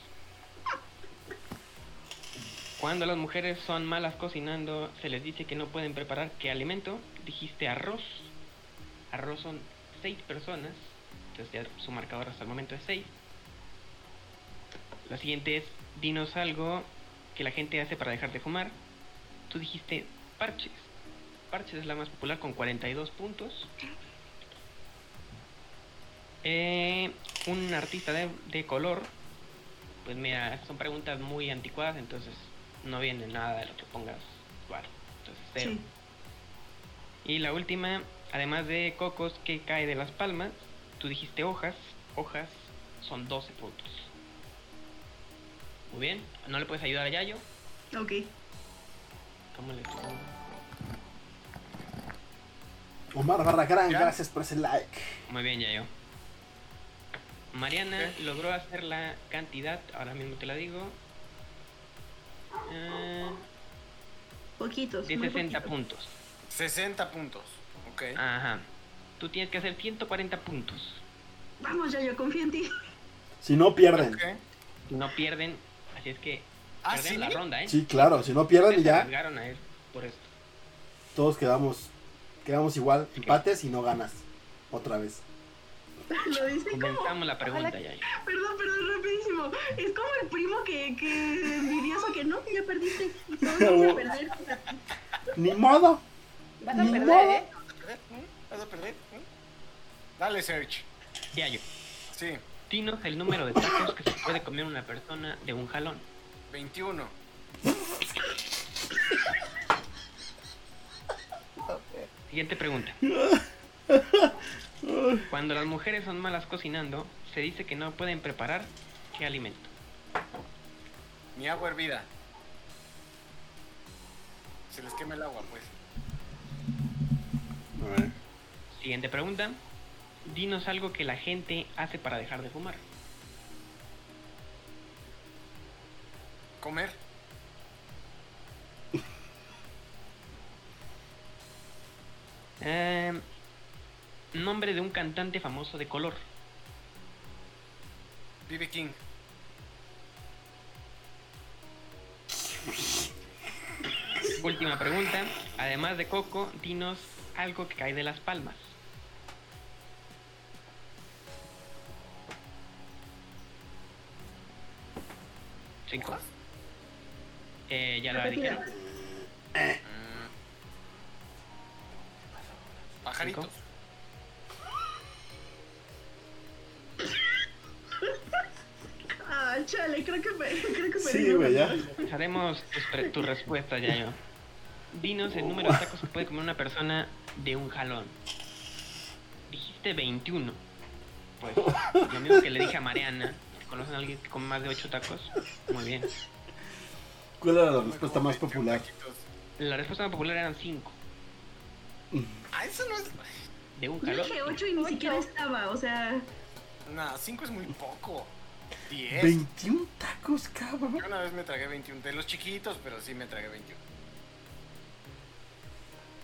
Speaker 5: Cuando las mujeres son malas cocinando, se les dice que no pueden preparar qué alimento. Dijiste arroz. Arroz son seis personas. Entonces ya su marcador hasta el momento es 6. La siguiente es, dinos algo que la gente hace para dejar de fumar. Tú dijiste parches. Parches es la más popular con 42 puntos. Eh, un artista de, de color. Pues mira, son preguntas muy anticuadas, entonces no viene nada de lo que pongas. Bueno, entonces cero.
Speaker 4: Sí.
Speaker 5: Y la última, además de cocos que cae de las palmas, tú dijiste hojas. Hojas son 12 puntos. Muy bien. ¿No le puedes ayudar a Yayo?
Speaker 4: Ok.
Speaker 5: ¿Cómo le pongo?
Speaker 2: Omar Barragán,
Speaker 3: ¿Ya?
Speaker 2: gracias por ese like.
Speaker 5: Muy bien, Yayo. Mariana logró hacer la cantidad, ahora mismo te la digo, eh,
Speaker 4: Poquitos.
Speaker 5: de
Speaker 4: muy
Speaker 5: 60
Speaker 4: poquitos.
Speaker 5: puntos.
Speaker 3: 60 puntos. Ok.
Speaker 5: Ajá. Tú tienes que hacer 140 puntos.
Speaker 4: Vamos, ya yo confío en ti.
Speaker 2: Si no pierden.
Speaker 3: Ok.
Speaker 5: No pierden, así es que
Speaker 3: ¿Ah,
Speaker 5: pierden
Speaker 3: sí?
Speaker 5: la ronda, ¿eh?
Speaker 2: Sí, claro, si no pierden
Speaker 5: Se
Speaker 2: ya
Speaker 5: arriesgaron a él por esto.
Speaker 2: todos quedamos quedamos igual, empates y no ganas otra vez.
Speaker 4: Lo dice como.
Speaker 5: Comenzamos la pregunta,
Speaker 6: Ojalá-
Speaker 5: Yayo.
Speaker 4: Perdón, perdón, rapidísimo. Es como el primo que, que envidioso que no, que ya perdiste. No, no, voy a perder.
Speaker 2: Ni modo.
Speaker 6: Vas a
Speaker 2: Ni
Speaker 6: perder,
Speaker 2: modo.
Speaker 6: ¿eh?
Speaker 3: ¿Vas a perder? ¿Mm? ¿Vas a perder? ¿Mm? Dale, Search.
Speaker 5: Yayo,
Speaker 3: Sí,
Speaker 5: dinos el número de tacos que se puede comer una persona de un jalón.
Speaker 3: 21.
Speaker 5: Siguiente pregunta. Cuando las mujeres son malas cocinando, se dice que no pueden preparar qué alimento.
Speaker 3: Mi agua hervida. Se les quema el agua, pues.
Speaker 5: Siguiente pregunta. Dinos algo que la gente hace para dejar de fumar.
Speaker 3: Comer.
Speaker 5: Em, nombre de un cantante famoso de color.
Speaker 3: BB King.
Speaker 5: Última pregunta. Además de coco, dinos algo que cae de las palmas. Cinco. Eh, ya lo
Speaker 4: Repetida.
Speaker 5: dijeron.
Speaker 3: Pajaritos.
Speaker 5: Cinco.
Speaker 4: Ah, chale, creo que, me- creo que me
Speaker 2: Sí,
Speaker 4: dio
Speaker 2: güey, ya.
Speaker 4: una-
Speaker 5: Haremos tus pre- tu respuesta, Yayo. Dinos el número de tacos que puede comer una persona de un jalón. Dijiste 21. Pues, lo mismo que le dije a Mariana. ¿Conocen a alguien que come más de 8 tacos? Muy bien.
Speaker 2: ¿Cuál era la respuesta más popular?
Speaker 5: La respuesta más popular eran 5.
Speaker 3: Ah, eso no es.
Speaker 5: De un
Speaker 4: Yo
Speaker 5: jalón.
Speaker 4: dije 8 y ni
Speaker 6: Ocho.
Speaker 4: siquiera estaba, o sea,
Speaker 3: No, 5 es muy poco. 10.
Speaker 2: 21 tacos, cabrón.
Speaker 3: Yo una vez me tragué 21. De los chiquitos, pero sí me tragué 21.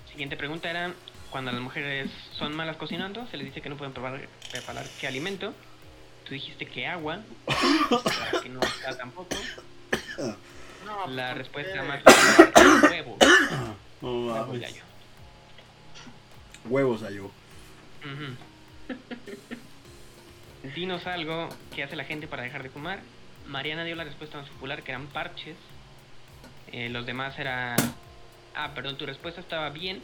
Speaker 5: Siguiente pregunta era: Cuando las mujeres son malas cocinando, se les dice que no pueden preparar, preparar qué alimento. Tú dijiste que agua, para que no sea tampoco.
Speaker 3: No,
Speaker 5: La
Speaker 3: pues,
Speaker 5: respuesta
Speaker 3: eh,
Speaker 5: más popular era huevo.
Speaker 2: No
Speaker 5: Huevo,
Speaker 2: mames.
Speaker 5: Yayo.
Speaker 2: Huevos Yayo.
Speaker 5: Ujú. Dinos algo que hace la gente para dejar de fumar. Mariana dio la respuesta más popular, que eran parches. Eh, los demás era... Ah, perdón, tu respuesta estaba bien,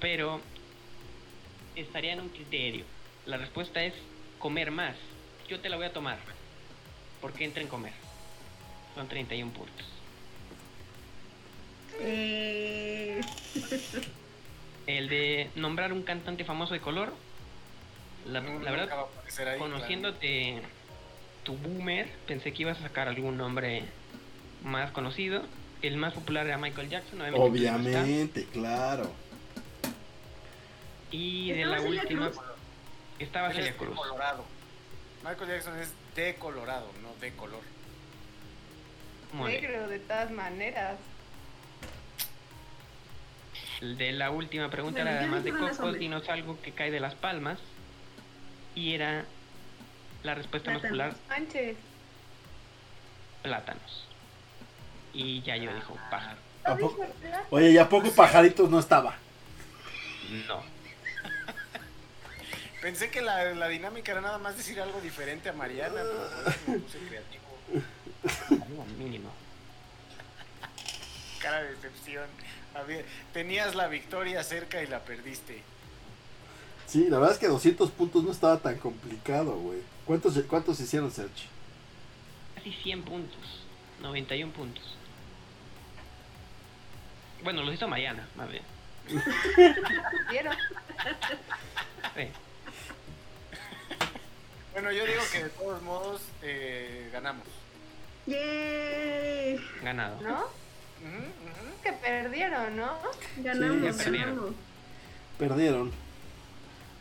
Speaker 5: pero estaría en un criterio. La respuesta es comer más. Yo te la voy a tomar. Porque entra en comer. Son 31 puntos.
Speaker 4: eh,
Speaker 5: El de nombrar un cantante famoso de color. La,
Speaker 3: no,
Speaker 5: la
Speaker 3: nunca
Speaker 5: verdad,
Speaker 3: va a aparecer ahí,
Speaker 5: Conociéndote tu boomer, pensé que ibas a sacar algún nombre más conocido. El más popular era Michael Jackson, obviamente. que no está.
Speaker 2: Obviamente, claro.
Speaker 5: Y de
Speaker 4: ¿Estaba
Speaker 5: la
Speaker 4: Celia
Speaker 5: última
Speaker 4: Cruz?
Speaker 5: estaba
Speaker 3: claro. Él
Speaker 5: Celia
Speaker 3: es de
Speaker 5: Cruz.
Speaker 3: Colorado. Michael Jackson es de Colorado, no de color.
Speaker 5: Muy bien.
Speaker 6: Negro, de todas maneras.
Speaker 5: De la última pregunta
Speaker 4: Bueno,
Speaker 5: era
Speaker 4: ya
Speaker 5: además
Speaker 4: no
Speaker 5: de
Speaker 4: fueron las
Speaker 5: Cocos,
Speaker 4: hombres.
Speaker 5: dinos algo que cae de las palmas. Y era la respuesta más popular,
Speaker 4: Plátanos.
Speaker 6: Manches.
Speaker 5: plátanos. Y ya
Speaker 4: Ah.
Speaker 5: yo dijo pájaro.
Speaker 2: ¿A
Speaker 6: ¿No dijo
Speaker 2: poco?
Speaker 6: plátano?
Speaker 2: Oye, ¿y a poco pajaritos no estaba?
Speaker 5: No.
Speaker 3: Pensé que la, la dinámica era nada más decir algo diferente a Mariana, pero pues, por eso me puse creativo.
Speaker 5: Algo mínimo.
Speaker 3: Cara de decepción. A ver, tenías la victoria cerca y la perdiste.
Speaker 2: Sí, la verdad es que 200 puntos no estaba tan complicado, güey. ¿Cuántos, ¿Cuántos hicieron, Serge?
Speaker 5: Casi 100 puntos. 91 puntos. Bueno, los hizo Mariana, más bien.
Speaker 6: ¿Vieron?
Speaker 5: Sí.
Speaker 3: Bueno, yo digo que de todos modos eh, ganamos.
Speaker 4: ¡Yay!
Speaker 5: Ganado.
Speaker 6: ¿No?
Speaker 3: Ujú, ujú.
Speaker 6: Que perdieron, ¿no?
Speaker 4: Ganamos,
Speaker 2: Sí,
Speaker 4: ganamos.
Speaker 2: Perdieron.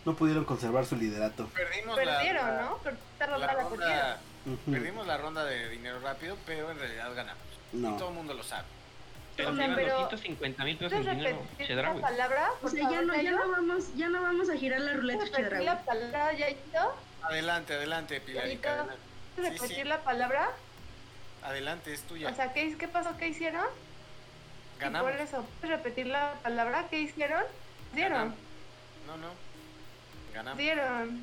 Speaker 2: No pudieron conservar su liderato.
Speaker 3: Perdimos la-
Speaker 6: Perdieron,
Speaker 3: la,
Speaker 6: ¿no? Pero esta
Speaker 3: la
Speaker 6: ronda la perdieron.
Speaker 3: ronda, Mm.
Speaker 2: Ujú.
Speaker 3: perdimos la ronda de dinero rápido, pero en realidad ganamos. Y todo
Speaker 2: No.
Speaker 3: el mundo lo sabe.
Speaker 5: Pero
Speaker 6: O
Speaker 5: se
Speaker 6: sea,
Speaker 5: iban
Speaker 6: pero-
Speaker 5: 250 mil pesos
Speaker 6: ¿Puedes
Speaker 5: en dinero
Speaker 6: repetir la
Speaker 5: Chedraui.
Speaker 6: palabra?
Speaker 4: O
Speaker 6: por
Speaker 4: sea, ya
Speaker 6: favor,
Speaker 4: no, ya
Speaker 6: Yayo?
Speaker 4: no vamos, ya no vamos a girar Pues la ruleta
Speaker 6: ¿Puedes repetir
Speaker 4: chedraui.
Speaker 6: la palabra, Yayito?
Speaker 3: Adelante, adelante, Pilarica.
Speaker 6: Pilarica.
Speaker 3: Adelante.
Speaker 6: ¿Puedes
Speaker 3: Sí, sí.
Speaker 6: repetir la palabra?
Speaker 3: Adelante, es tuya.
Speaker 6: O sea, ¿qué, qué pasó? ¿Qué hicieron? Y
Speaker 3: ganamos.
Speaker 6: Por eso, ¿puedes repetir la palabra? ¿Qué hicieron? Dieron,
Speaker 3: Ganamos. No, no. Ganamos.
Speaker 6: dieron.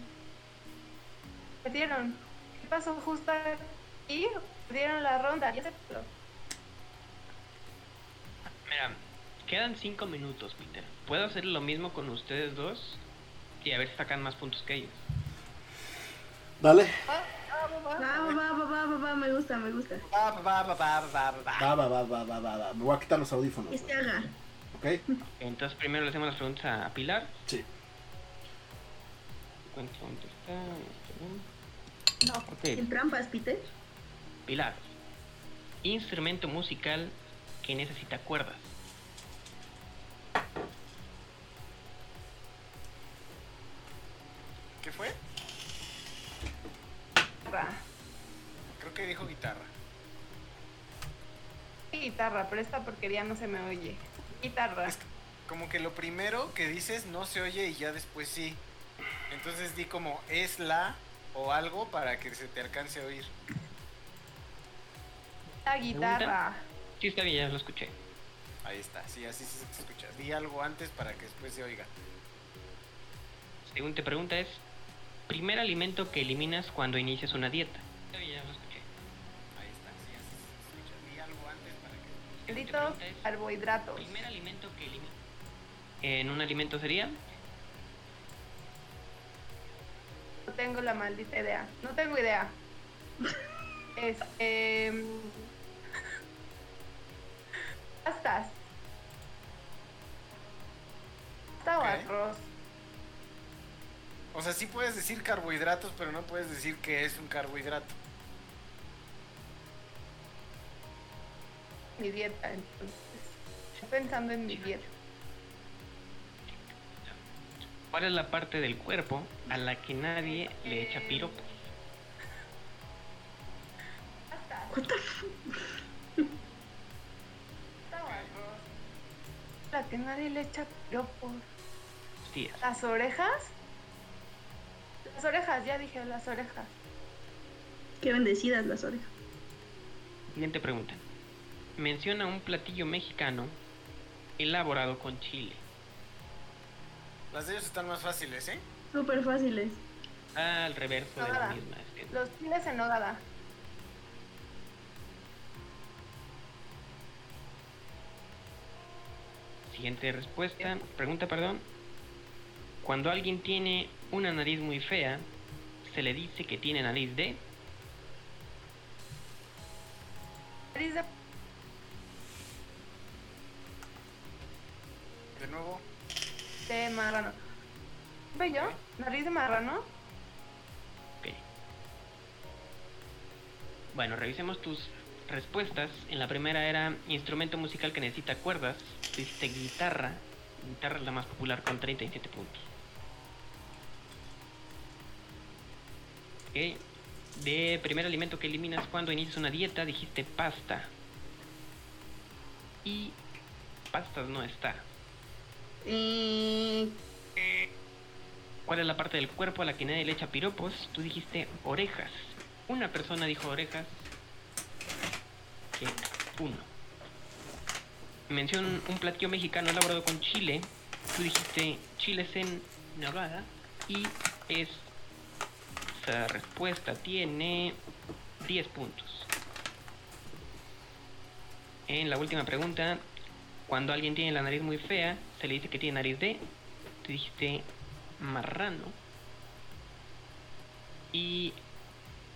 Speaker 6: Perdieron. ¿Qué pasó justo aquí? Perdieron la ronda. Ya se perdió.
Speaker 5: Mira, quedan 5 minutos, Peter. ¿Puedo hacer lo mismo con ustedes dos? Y a ver si sacan más puntos que ellos.
Speaker 2: Dale.
Speaker 6: Ah, ah, ah, ah.
Speaker 4: Va, va, va, va, va, va, va, me gusta, me gusta.
Speaker 3: Va, va, va, va, va, va, va.
Speaker 2: Va, va, va, va, va, va, va. Me voy a quitar los audífonos.
Speaker 4: Que se Este haga.
Speaker 2: güey, ¿Ok?
Speaker 5: Entonces primero le hacemos las preguntas a- a Pilar.
Speaker 2: Sí.
Speaker 5: ¿Cuánto cuánto está?
Speaker 6: No.
Speaker 5: Ok,
Speaker 4: Sin trampas, Peter.
Speaker 5: Pilar. Instrumento musical que necesita cuerdas.
Speaker 3: ¿Qué fue?
Speaker 6: Guitarra.
Speaker 3: Creo que dijo guitarra.
Speaker 6: Guitarra, pero esta porquería no se me oye. Guitarra.
Speaker 3: Como que lo primero que dices no se oye y ya después sí. Entonces di como es la o algo para que se te alcance a oír.
Speaker 6: La guitarra.
Speaker 5: Sí, está bien, ya lo escuché.
Speaker 3: Ahí está, sí, así se te escucha. Di algo antes para que después se oiga.
Speaker 5: Segunda pregunta es, primer alimento que eliminas cuando inicias una dieta. Está bien, ya lo escuché.
Speaker 3: Ahí está, sí, así se escucha. Di algo antes para que.
Speaker 5: Siguiente
Speaker 6: Gritos,
Speaker 5: pregunta es,
Speaker 6: carbohidratos.
Speaker 5: primer alimento que eliminas. En un alimento sería,
Speaker 6: No tengo la maldita idea. No tengo idea. Este. mm, Pastas. Pasta o
Speaker 3: Ok.
Speaker 6: arroz.
Speaker 3: O sea, sí puedes decir carbohidratos, pero no puedes decir que es un carbohidrato.
Speaker 6: Mi dieta, entonces. Estoy pensando en mi dieta.
Speaker 5: ¿cuál es la parte del cuerpo a la que nadie le echa piropo?
Speaker 6: Pastas. Pasta o arroz. La que nadie le echa piropos.
Speaker 5: Tías.
Speaker 6: ¿Las orejas? Las orejas, ya dije, las orejas.
Speaker 4: Qué bendecidas las orejas.
Speaker 5: Siguiente pregunta. Menciona un platillo mexicano elaborado con chile.
Speaker 3: Las de ellos están más fáciles, ¿eh?
Speaker 4: Súper fáciles.
Speaker 5: Al reverso de la
Speaker 6: Ahora,
Speaker 5: misma. es decir,
Speaker 6: Los chiles en nogada.
Speaker 5: Siguiente respuesta. Pregunta, perdón. Cuando alguien tiene una nariz muy fea, se le dice que tiene nariz de.
Speaker 6: Nariz de
Speaker 3: De nuevo,
Speaker 6: De marrano. ¿Ve yo? ¿Nariz de marrano?
Speaker 5: Ok. Bueno, revisemos tus respuestas. En la primera era instrumento musical que necesita cuerdas. Tú dijiste guitarra. Guitarra es la más popular con 37 puntos. Ok. De primer alimento que eliminas cuando inicias una dieta, dijiste pasta. Y pastas no está.
Speaker 4: Eh,
Speaker 5: ¿Cuál es la parte del cuerpo a la que nadie le echa piropos? Tú dijiste orejas. Una persona dijo orejas. Que uno. Menciona un- un platillo mexicano elaborado con chile. Tú dijiste chiles en nogada. Y Esa respuesta tiene 10 puntos. En la última pregunta, cuando alguien tiene la nariz muy fea, se le dice que tiene nariz de. Te dijiste marrano. Y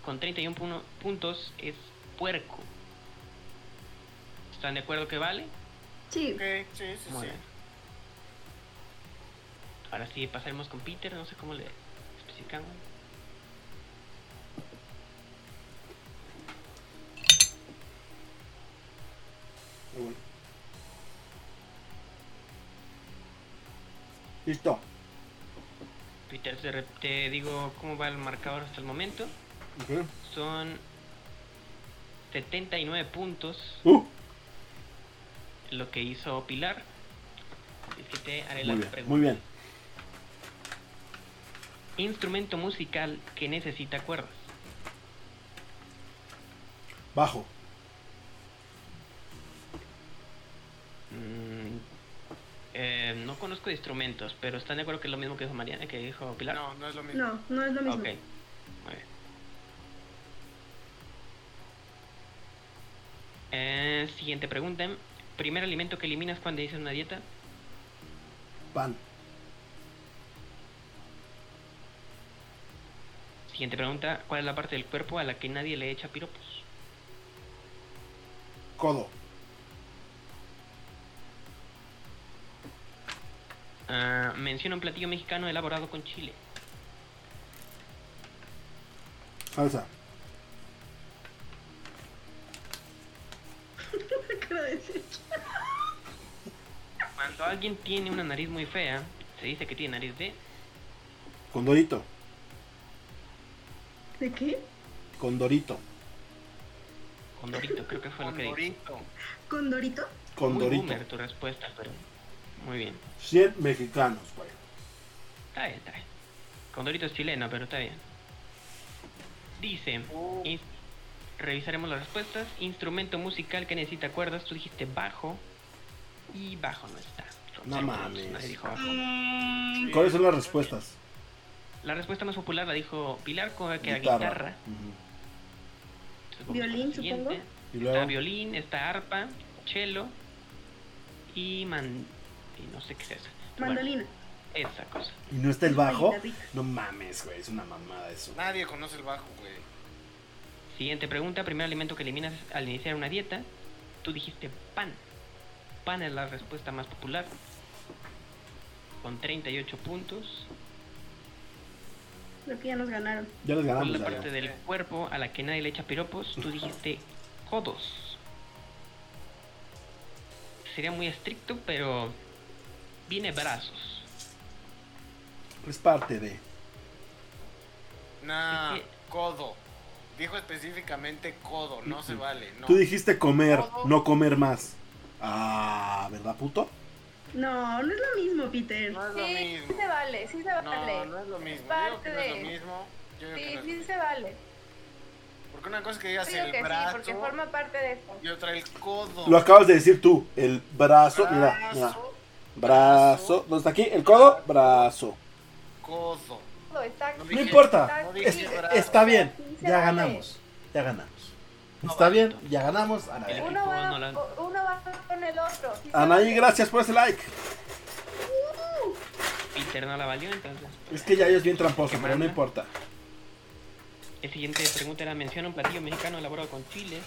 Speaker 5: con 31 puno- puntos es puerco. ¿Están de acuerdo que vale?
Speaker 4: Sí.
Speaker 3: Ok, sí, sí,
Speaker 5: Muy
Speaker 3: sí.
Speaker 5: bien. Ahora sí, pasaremos con Peter, no sé cómo le especificamos.
Speaker 2: Muy bueno. Listo.
Speaker 5: Peter, te, re- te digo cómo va el marcador hasta el momento.
Speaker 2: Ujú.
Speaker 5: Son 79 puntos
Speaker 2: Uh,
Speaker 5: lo que hizo Pilar. Así que te haré
Speaker 2: muy
Speaker 5: la
Speaker 2: bien,
Speaker 5: pregunta.
Speaker 2: muy bien.
Speaker 5: Instrumento musical que necesita cuerdas.
Speaker 2: Bajo.
Speaker 5: Mm, eh, no conozco de instrumentos, pero ¿están de acuerdo que es lo mismo que dijo Mariana, que dijo Pilar?
Speaker 3: No, no es lo mismo.
Speaker 4: No, no es lo mismo.
Speaker 5: Ok. Muy bien. Eh, siguiente pregunta. Primer alimento que eliminas cuando dices una dieta.
Speaker 2: Pan.
Speaker 5: Siguiente pregunta. ¿Cuál es la parte del cuerpo a la que nadie le echa piropos?
Speaker 2: Codo.
Speaker 5: Ah, menciona un platillo mexicano elaborado con chile.
Speaker 2: Salsa.
Speaker 4: Acabo de decir.
Speaker 5: Cuando alguien tiene una nariz muy fea, se dice que tiene nariz de
Speaker 2: Condorito.
Speaker 4: ¿De qué?
Speaker 2: Condorito.
Speaker 5: condorito, creo que fue lo que dijo.
Speaker 3: Condorito.
Speaker 4: ¿Con Dorito?
Speaker 5: Muy
Speaker 2: Condorito.
Speaker 5: boomer tu respuesta, pero muy bien.
Speaker 2: 100 mexicanos, güey.
Speaker 5: Está bien, está bien. Condorito es chileno, pero está bien. Dice,
Speaker 3: Oh,
Speaker 5: ins- revisaremos las respuestas. Instrumento musical que necesita cuerdas, tú dijiste bajo y bajo no está. Son
Speaker 2: No
Speaker 5: cero
Speaker 2: mames.
Speaker 5: puntos, nadie dijo bajo.
Speaker 3: sí.
Speaker 2: ¿Cuáles son las respuestas?
Speaker 5: La respuesta más popular la dijo Pilar, co- que era guitarra.
Speaker 2: Ujú.
Speaker 5: Entonces, vamos
Speaker 4: Violín,
Speaker 5: con la siguiente.
Speaker 4: supongo.
Speaker 2: Y
Speaker 5: Está
Speaker 2: luego.
Speaker 5: violín, está arpa, cello y man... y no sé qué es eso. Pero bueno,
Speaker 4: Mandolina.
Speaker 5: esa cosa.
Speaker 2: ¿Y no está el bajo?
Speaker 4: Guitarrita.
Speaker 2: No mames, güey. Es una mamada eso.
Speaker 3: Nadie conoce el bajo, güey.
Speaker 5: Siguiente pregunta, primer alimento que eliminas al iniciar una dieta. Tú dijiste pan. Pan es la respuesta más popular. Con 38 puntos.
Speaker 4: Creo que ya nos ganaron.
Speaker 2: Ya les
Speaker 5: Con
Speaker 2: ganamos.
Speaker 5: la
Speaker 2: ya,
Speaker 5: parte
Speaker 2: Ah, pues, ya.
Speaker 5: del cuerpo a la que nadie le echa piropos, tú dijiste codos. Sería muy estricto, pero viene brazos.
Speaker 2: Es parte de.
Speaker 3: Nah,
Speaker 5: Es que-
Speaker 3: codo. Dijo específicamente codo, no se vale. No.
Speaker 2: Tú dijiste comer,
Speaker 3: Codo.
Speaker 2: no comer más. Ah, ¿verdad, puto?
Speaker 4: No, no es lo mismo, Peter.
Speaker 3: No es lo
Speaker 6: Sí, sí
Speaker 3: mismo.
Speaker 6: se vale, sí se
Speaker 3: No,
Speaker 6: vale.
Speaker 3: no es lo mismo. Yo digo que
Speaker 6: parte
Speaker 3: no es lo
Speaker 6: de-
Speaker 3: mismo. Yo digo que
Speaker 6: sí,
Speaker 3: no es lo
Speaker 6: sí
Speaker 3: mismo.
Speaker 6: se vale.
Speaker 3: Porque una cosa es que digas
Speaker 6: Yo digo
Speaker 3: el
Speaker 6: que sí,
Speaker 3: brazo
Speaker 6: porque forma parte de eso.
Speaker 3: y otra el codo.
Speaker 2: Lo acabas de decir tú. El brazo, mira, mira.
Speaker 3: Brazo,
Speaker 2: Brazo. ¿Dónde está aquí? El codo, brazo.
Speaker 3: codo.
Speaker 6: Todo está
Speaker 3: No
Speaker 2: No
Speaker 3: dije-
Speaker 2: importa.
Speaker 3: no
Speaker 2: es- eh,
Speaker 3: dije
Speaker 6: Está-
Speaker 3: brazo.
Speaker 2: está bien.
Speaker 6: Sí se
Speaker 2: Ya
Speaker 6: vale.
Speaker 2: ganamos. Ya ganamos. Está bien, ya ganamos. A, la verga.
Speaker 6: Uno va,
Speaker 5: No la-
Speaker 6: uno va con el otro. sí se
Speaker 2: Anaí,
Speaker 6: vale.
Speaker 2: gracias por ese like.
Speaker 5: Peter no la valió, entonces.
Speaker 2: Es que ya es bien tramposo, pero no importa.
Speaker 5: El siguiente pregunta era, menciona un platillo mexicano elaborado con chile.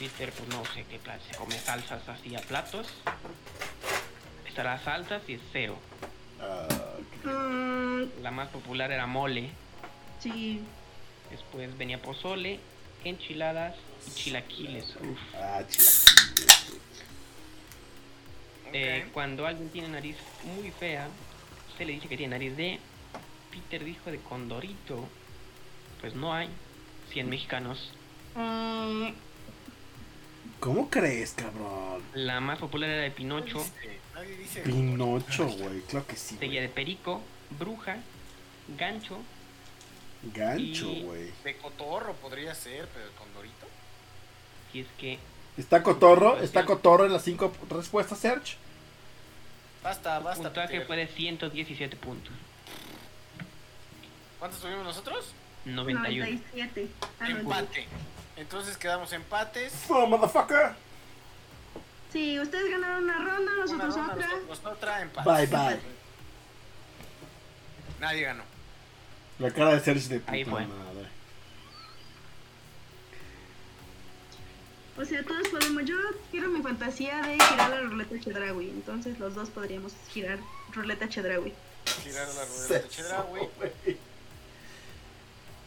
Speaker 5: Peter, pues no sé qué plato, se come salsas así a platos. Estará salsas y es cero.
Speaker 2: Ah,
Speaker 4: Mm,
Speaker 5: La más popular era mole,
Speaker 4: sí.
Speaker 5: después venía pozole, enchiladas y chilaquiles. Uf.
Speaker 2: ah, chila.
Speaker 3: Ok.
Speaker 5: Eh, cuando alguien tiene nariz muy fea, se le dice que tiene nariz de... Peter dijo de condorito. Pues no hay. 100 mexicanos. Mm,
Speaker 2: ¿Cómo crees, cabrón?
Speaker 5: La más popular era de Pinocho.
Speaker 3: Nadie dice
Speaker 2: Pinocho, güey. Claro que sí.
Speaker 5: Seguía
Speaker 2: güey.
Speaker 5: de Perico, Bruja, Gancho,
Speaker 2: Gancho,
Speaker 5: Y-
Speaker 2: güey.
Speaker 3: de cotorro podría ser, pero con dorito.
Speaker 5: si es que
Speaker 2: Está cotorro, está cotorro en las cinco respuestas, Serge.
Speaker 3: Basta,
Speaker 5: el
Speaker 3: basta.
Speaker 5: puntaje
Speaker 3: Peter.
Speaker 5: fue de 117 puntos.
Speaker 3: ¿Cuántos tuvimos nosotros?
Speaker 5: 91.
Speaker 4: 97. Ah, no,
Speaker 3: Empate. Entonces quedamos empates.
Speaker 2: Oh, motherfucker.
Speaker 4: Sí, ustedes ganaron una ronda,
Speaker 3: Una
Speaker 4: nosotros
Speaker 3: ronda,
Speaker 4: otra.
Speaker 3: nosotros otra, empate.
Speaker 2: Bye bye.
Speaker 3: Nadie ganó.
Speaker 2: La cara de Serge de puta
Speaker 5: Ahí fue.
Speaker 2: madre.
Speaker 4: O sea, todos podemos. Yo quiero mi fantasía de girar la ruleta Chedraui. Entonces los dos podríamos girar ruleta Chedraui.
Speaker 3: Girar la rueda
Speaker 2: Sexo,
Speaker 3: de Chedraui.
Speaker 2: güey.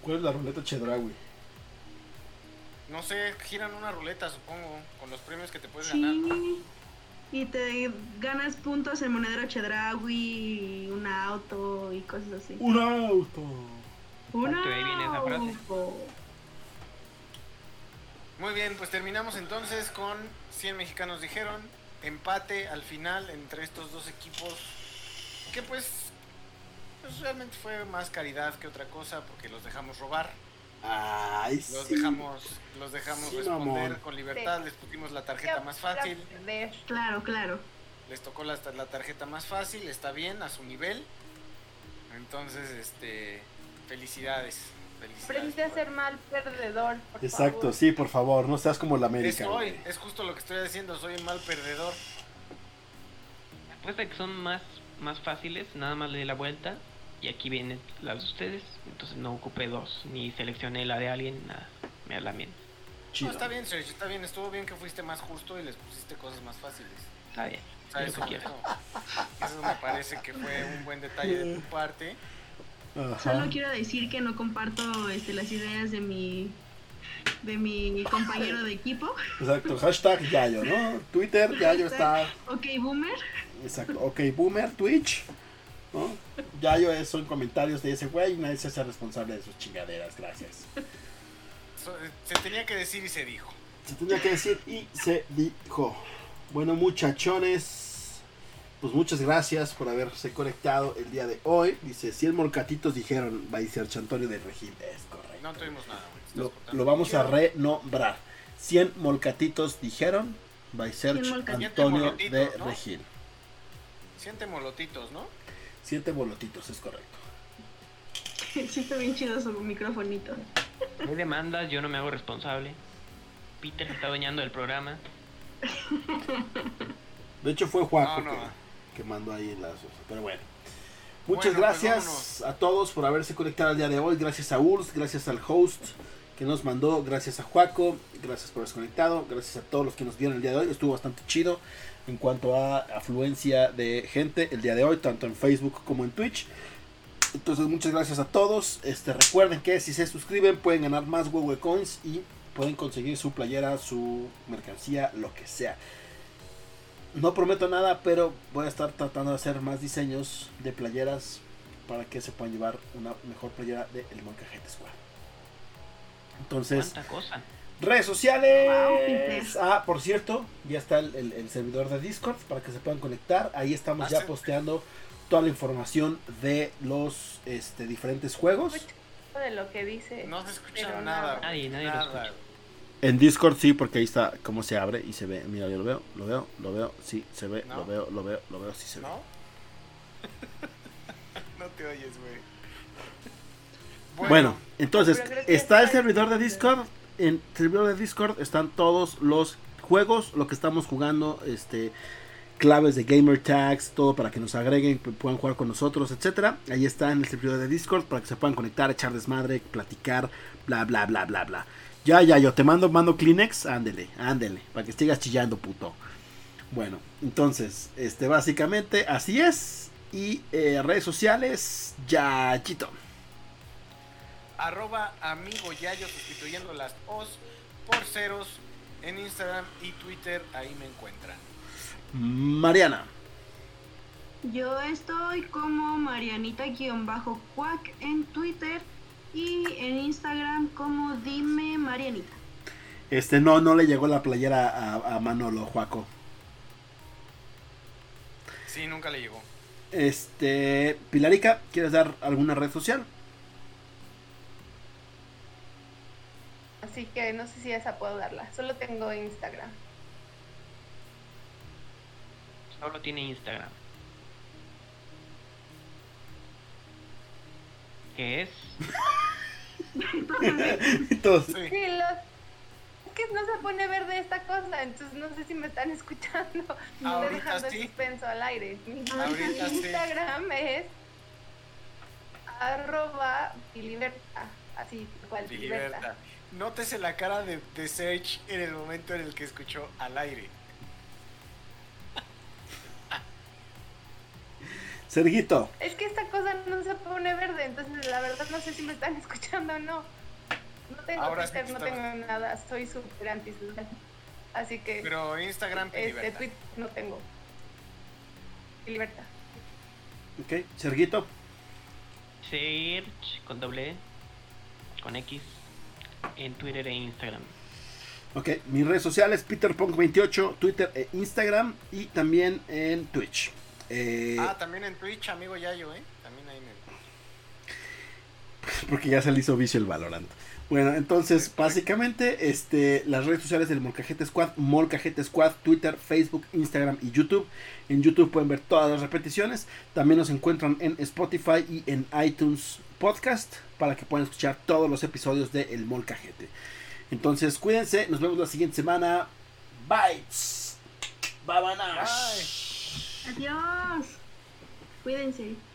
Speaker 2: ¿Cuál es la ruleta Chedraui?
Speaker 3: No sé, giran una ruleta, supongo, con los premios que te puedes ganar.
Speaker 4: Sí. Y te ganas puntos en monedero Chedraui, un auto y cosas así.
Speaker 2: Un auto.
Speaker 4: Un
Speaker 5: Exacto, ahí viene esa frase.
Speaker 4: auto.
Speaker 3: Muy bien, pues terminamos entonces con 100 mexicanos dijeron, empate al final entre estos dos equipos, que pues, pues realmente fue más caridad que otra cosa, porque los dejamos robar,
Speaker 2: Ay, sí.
Speaker 3: los dejamos, los dejamos
Speaker 2: Sí,
Speaker 3: responder
Speaker 2: mamón.
Speaker 3: con libertad,
Speaker 6: Sí.
Speaker 3: les pusimos la tarjeta más fácil,
Speaker 6: Ver.
Speaker 4: Claro, claro.
Speaker 3: les tocó la, la tarjeta más fácil, está bien a su nivel, entonces este, felicidades, felicidades.
Speaker 6: Aprende a ser mal perdedor. por
Speaker 2: Exacto,
Speaker 6: favor.
Speaker 2: sí, por favor, no seas como la
Speaker 3: Es
Speaker 2: América.
Speaker 3: hoy,
Speaker 2: güey.
Speaker 3: es justo lo que estoy haciendo, soy un mal perdedor.
Speaker 5: Apuesta que son más, más fáciles, nada más le di la vuelta. Y aquí vienen las de ustedes. Entonces no ocupé dos, ni seleccioné la de alguien, nada. Me la mía.
Speaker 2: Chido.
Speaker 3: No, está bien, Sergio, está bien. Estuvo bien que fuiste más justo y les pusiste cosas más fáciles.
Speaker 5: Está bien.
Speaker 3: O sea,
Speaker 5: es
Speaker 3: eso,
Speaker 5: lo que quiero.
Speaker 3: eso- eso me parece que fue un buen detalle de tu parte.
Speaker 4: Solo
Speaker 2: Ajá.
Speaker 4: quiero decir que no comparto este, las ideas de mi de mi compañero de equipo.
Speaker 2: Exacto, hashtag Yayo, ¿no? Twitter, Yayo está.
Speaker 4: Ok, Boomer.
Speaker 2: Exacto, ok, Boomer, Twitch. ¿no? Yayo es- son comentarios de ese güey y nadie se hace responsable de sus chingaderas, gracias.
Speaker 3: So- eh, se tenía que decir y se dijo.
Speaker 2: Se tenía que decir y se dijo. Bueno, muchachones, pues muchas gracias por haberse conectado el día de hoy. Dice, 100 morcatitos dijeron, va a decir Antonio de Regil. Es correcto.
Speaker 3: No tuvimos nada, güey. Estás
Speaker 2: Lo,
Speaker 3: cortando.
Speaker 2: lo vamos a renombrar. 100 molcatitos dijeron by Search
Speaker 4: 100 molcatitos.
Speaker 2: Antonio de
Speaker 3: Molcatitos, ¿no?
Speaker 2: Regil.
Speaker 3: Siente molotitos, ¿no?
Speaker 2: 7 bolotitos, es correcto.
Speaker 4: Sí, está bien chido su microfonito.
Speaker 5: Hay demandas, yo no me hago responsable. Peter se está doñando del programa.
Speaker 2: De hecho fue Juanjo
Speaker 3: No, no.
Speaker 2: que, que mandó ahí las Pero bueno. Muchas
Speaker 3: Bueno, pues
Speaker 2: gracias
Speaker 3: vámonos.
Speaker 2: a todos por haberse conectado al día de hoy. Gracias a Urs, gracias al host que nos mandó, gracias a Juaco, gracias por haberse conectado, gracias a todos los que nos vieron el día de hoy. Estuvo bastante chido en cuanto a afluencia de gente el día de hoy, tanto en Facebook como en Twitch. Entonces muchas gracias a todos. Este, recuerden que si se suscriben pueden ganar más Huawei Coins y pueden conseguir su playera, su mercancía, lo que sea. No prometo nada, pero voy a estar tratando de hacer más diseños de playeras para que se puedan llevar una mejor playera de El Moncajete Squad. Entonces,
Speaker 5: ¿Cuánta cosa?
Speaker 2: redes
Speaker 4: Wow, Peter.
Speaker 2: sociales. Ah, por cierto, ya está el, el- el servidor de Discord para que se puedan conectar. Ahí
Speaker 4: Ah,
Speaker 2: estamos ya
Speaker 3: Hace-
Speaker 2: posteando toda la información de los este, diferentes juegos.
Speaker 6: Mucho de lo que dice.
Speaker 3: No se escucha
Speaker 6: Pero
Speaker 3: nada,
Speaker 6: nada.
Speaker 3: güey.
Speaker 5: Nadie, nadie lo
Speaker 3: Nada,
Speaker 5: escucha.
Speaker 2: En Discord sí, porque ahí está cómo se abre y se ve. Mira, yo lo veo, lo veo, lo veo, sí, se ve,
Speaker 3: ¿No?
Speaker 2: lo veo, lo veo, lo veo, sí se ve.
Speaker 3: ¿No? no te oyes, güey.
Speaker 2: Bueno, entonces
Speaker 6: Pero creo que
Speaker 2: está el
Speaker 6: está ahí.
Speaker 2: servidor de Discord. En el servidor de Discord están todos los juegos, lo que estamos jugando, este claves de gamer tags, todo para que nos agreguen, que puedan jugar con nosotros, etcétera. Ahí está en el servidor de Discord para que se puedan conectar, echar desmadre, platicar, bla bla bla bla bla. Ya, ya, yo te mando, mando Kleenex, ándele, ándele, para que sigas chillando, puto. Bueno, entonces, este básicamente así es. Y eh, redes sociales, ya chito.
Speaker 3: arroba amigo Yayo sustituyendo las O's por ceros en Instagram y Twitter, ahí me encuentran.
Speaker 2: Mariana.
Speaker 4: Yo estoy como Marianita-Cuac en Twitter y en Instagram como Dime Marianita.
Speaker 2: Este, no, no le llegó la playera a, a Manolo, Juaco.
Speaker 3: Sí, nunca le llegó.
Speaker 2: Este, Pilarica, ¿quieres dar alguna red social?
Speaker 6: Así que no sé si esa puedo darla. Solo tengo Instagram.
Speaker 5: Solo tiene Instagram. que es
Speaker 2: Entonces,
Speaker 3: Sí.
Speaker 6: Que los- que no se pone verde esta cosa, entonces no sé si me están escuchando. Me
Speaker 3: Ah, Ahorita
Speaker 6: estoy dejando
Speaker 3: sí. Ah,
Speaker 6: el suspenso al aire. Mi
Speaker 3: Ahorita sí.
Speaker 6: Instagram es arroba Filiberta, así igual
Speaker 3: Filiberta. Nótese la cara de, de Serge en el momento en el que escuchó al aire.
Speaker 2: Serguito,
Speaker 6: Es que esta cosa no se pone verde, entonces la verdad no sé si me están escuchando o no. No tengo
Speaker 3: Ahora sí
Speaker 6: Twitter,
Speaker 3: te
Speaker 6: no
Speaker 3: estaba-
Speaker 6: tengo nada, soy súper antisocial. Así que
Speaker 3: Pero Instagram
Speaker 6: este
Speaker 3: Filiberta.
Speaker 6: Twitter no tengo. Filiberta.
Speaker 2: ok, Serguito,
Speaker 5: Search con doble E, con X en Twitter e Instagram.
Speaker 2: ok, mis redes sociales, PeterPunk28, Twitter e Instagram y también en Twitch. Eh,
Speaker 3: Ah, también en Twitch, amigo Yayo, ¿eh? También ahí me...
Speaker 2: porque ya se le hizo vicio el Valorant. Bueno, entonces, básicamente, este, las redes sociales del Molcajete Squad, Molcajete Squad, Twitter, Facebook, Instagram y YouTube. En YouTube pueden ver todas las repeticiones. También nos encuentran en Spotify y en iTunes Podcast para que puedan escuchar todos los episodios de El Molcajete. Entonces, cuídense, nos vemos la siguiente semana. Bites. Bye,
Speaker 3: Bye.
Speaker 4: Adiós. Cuídense.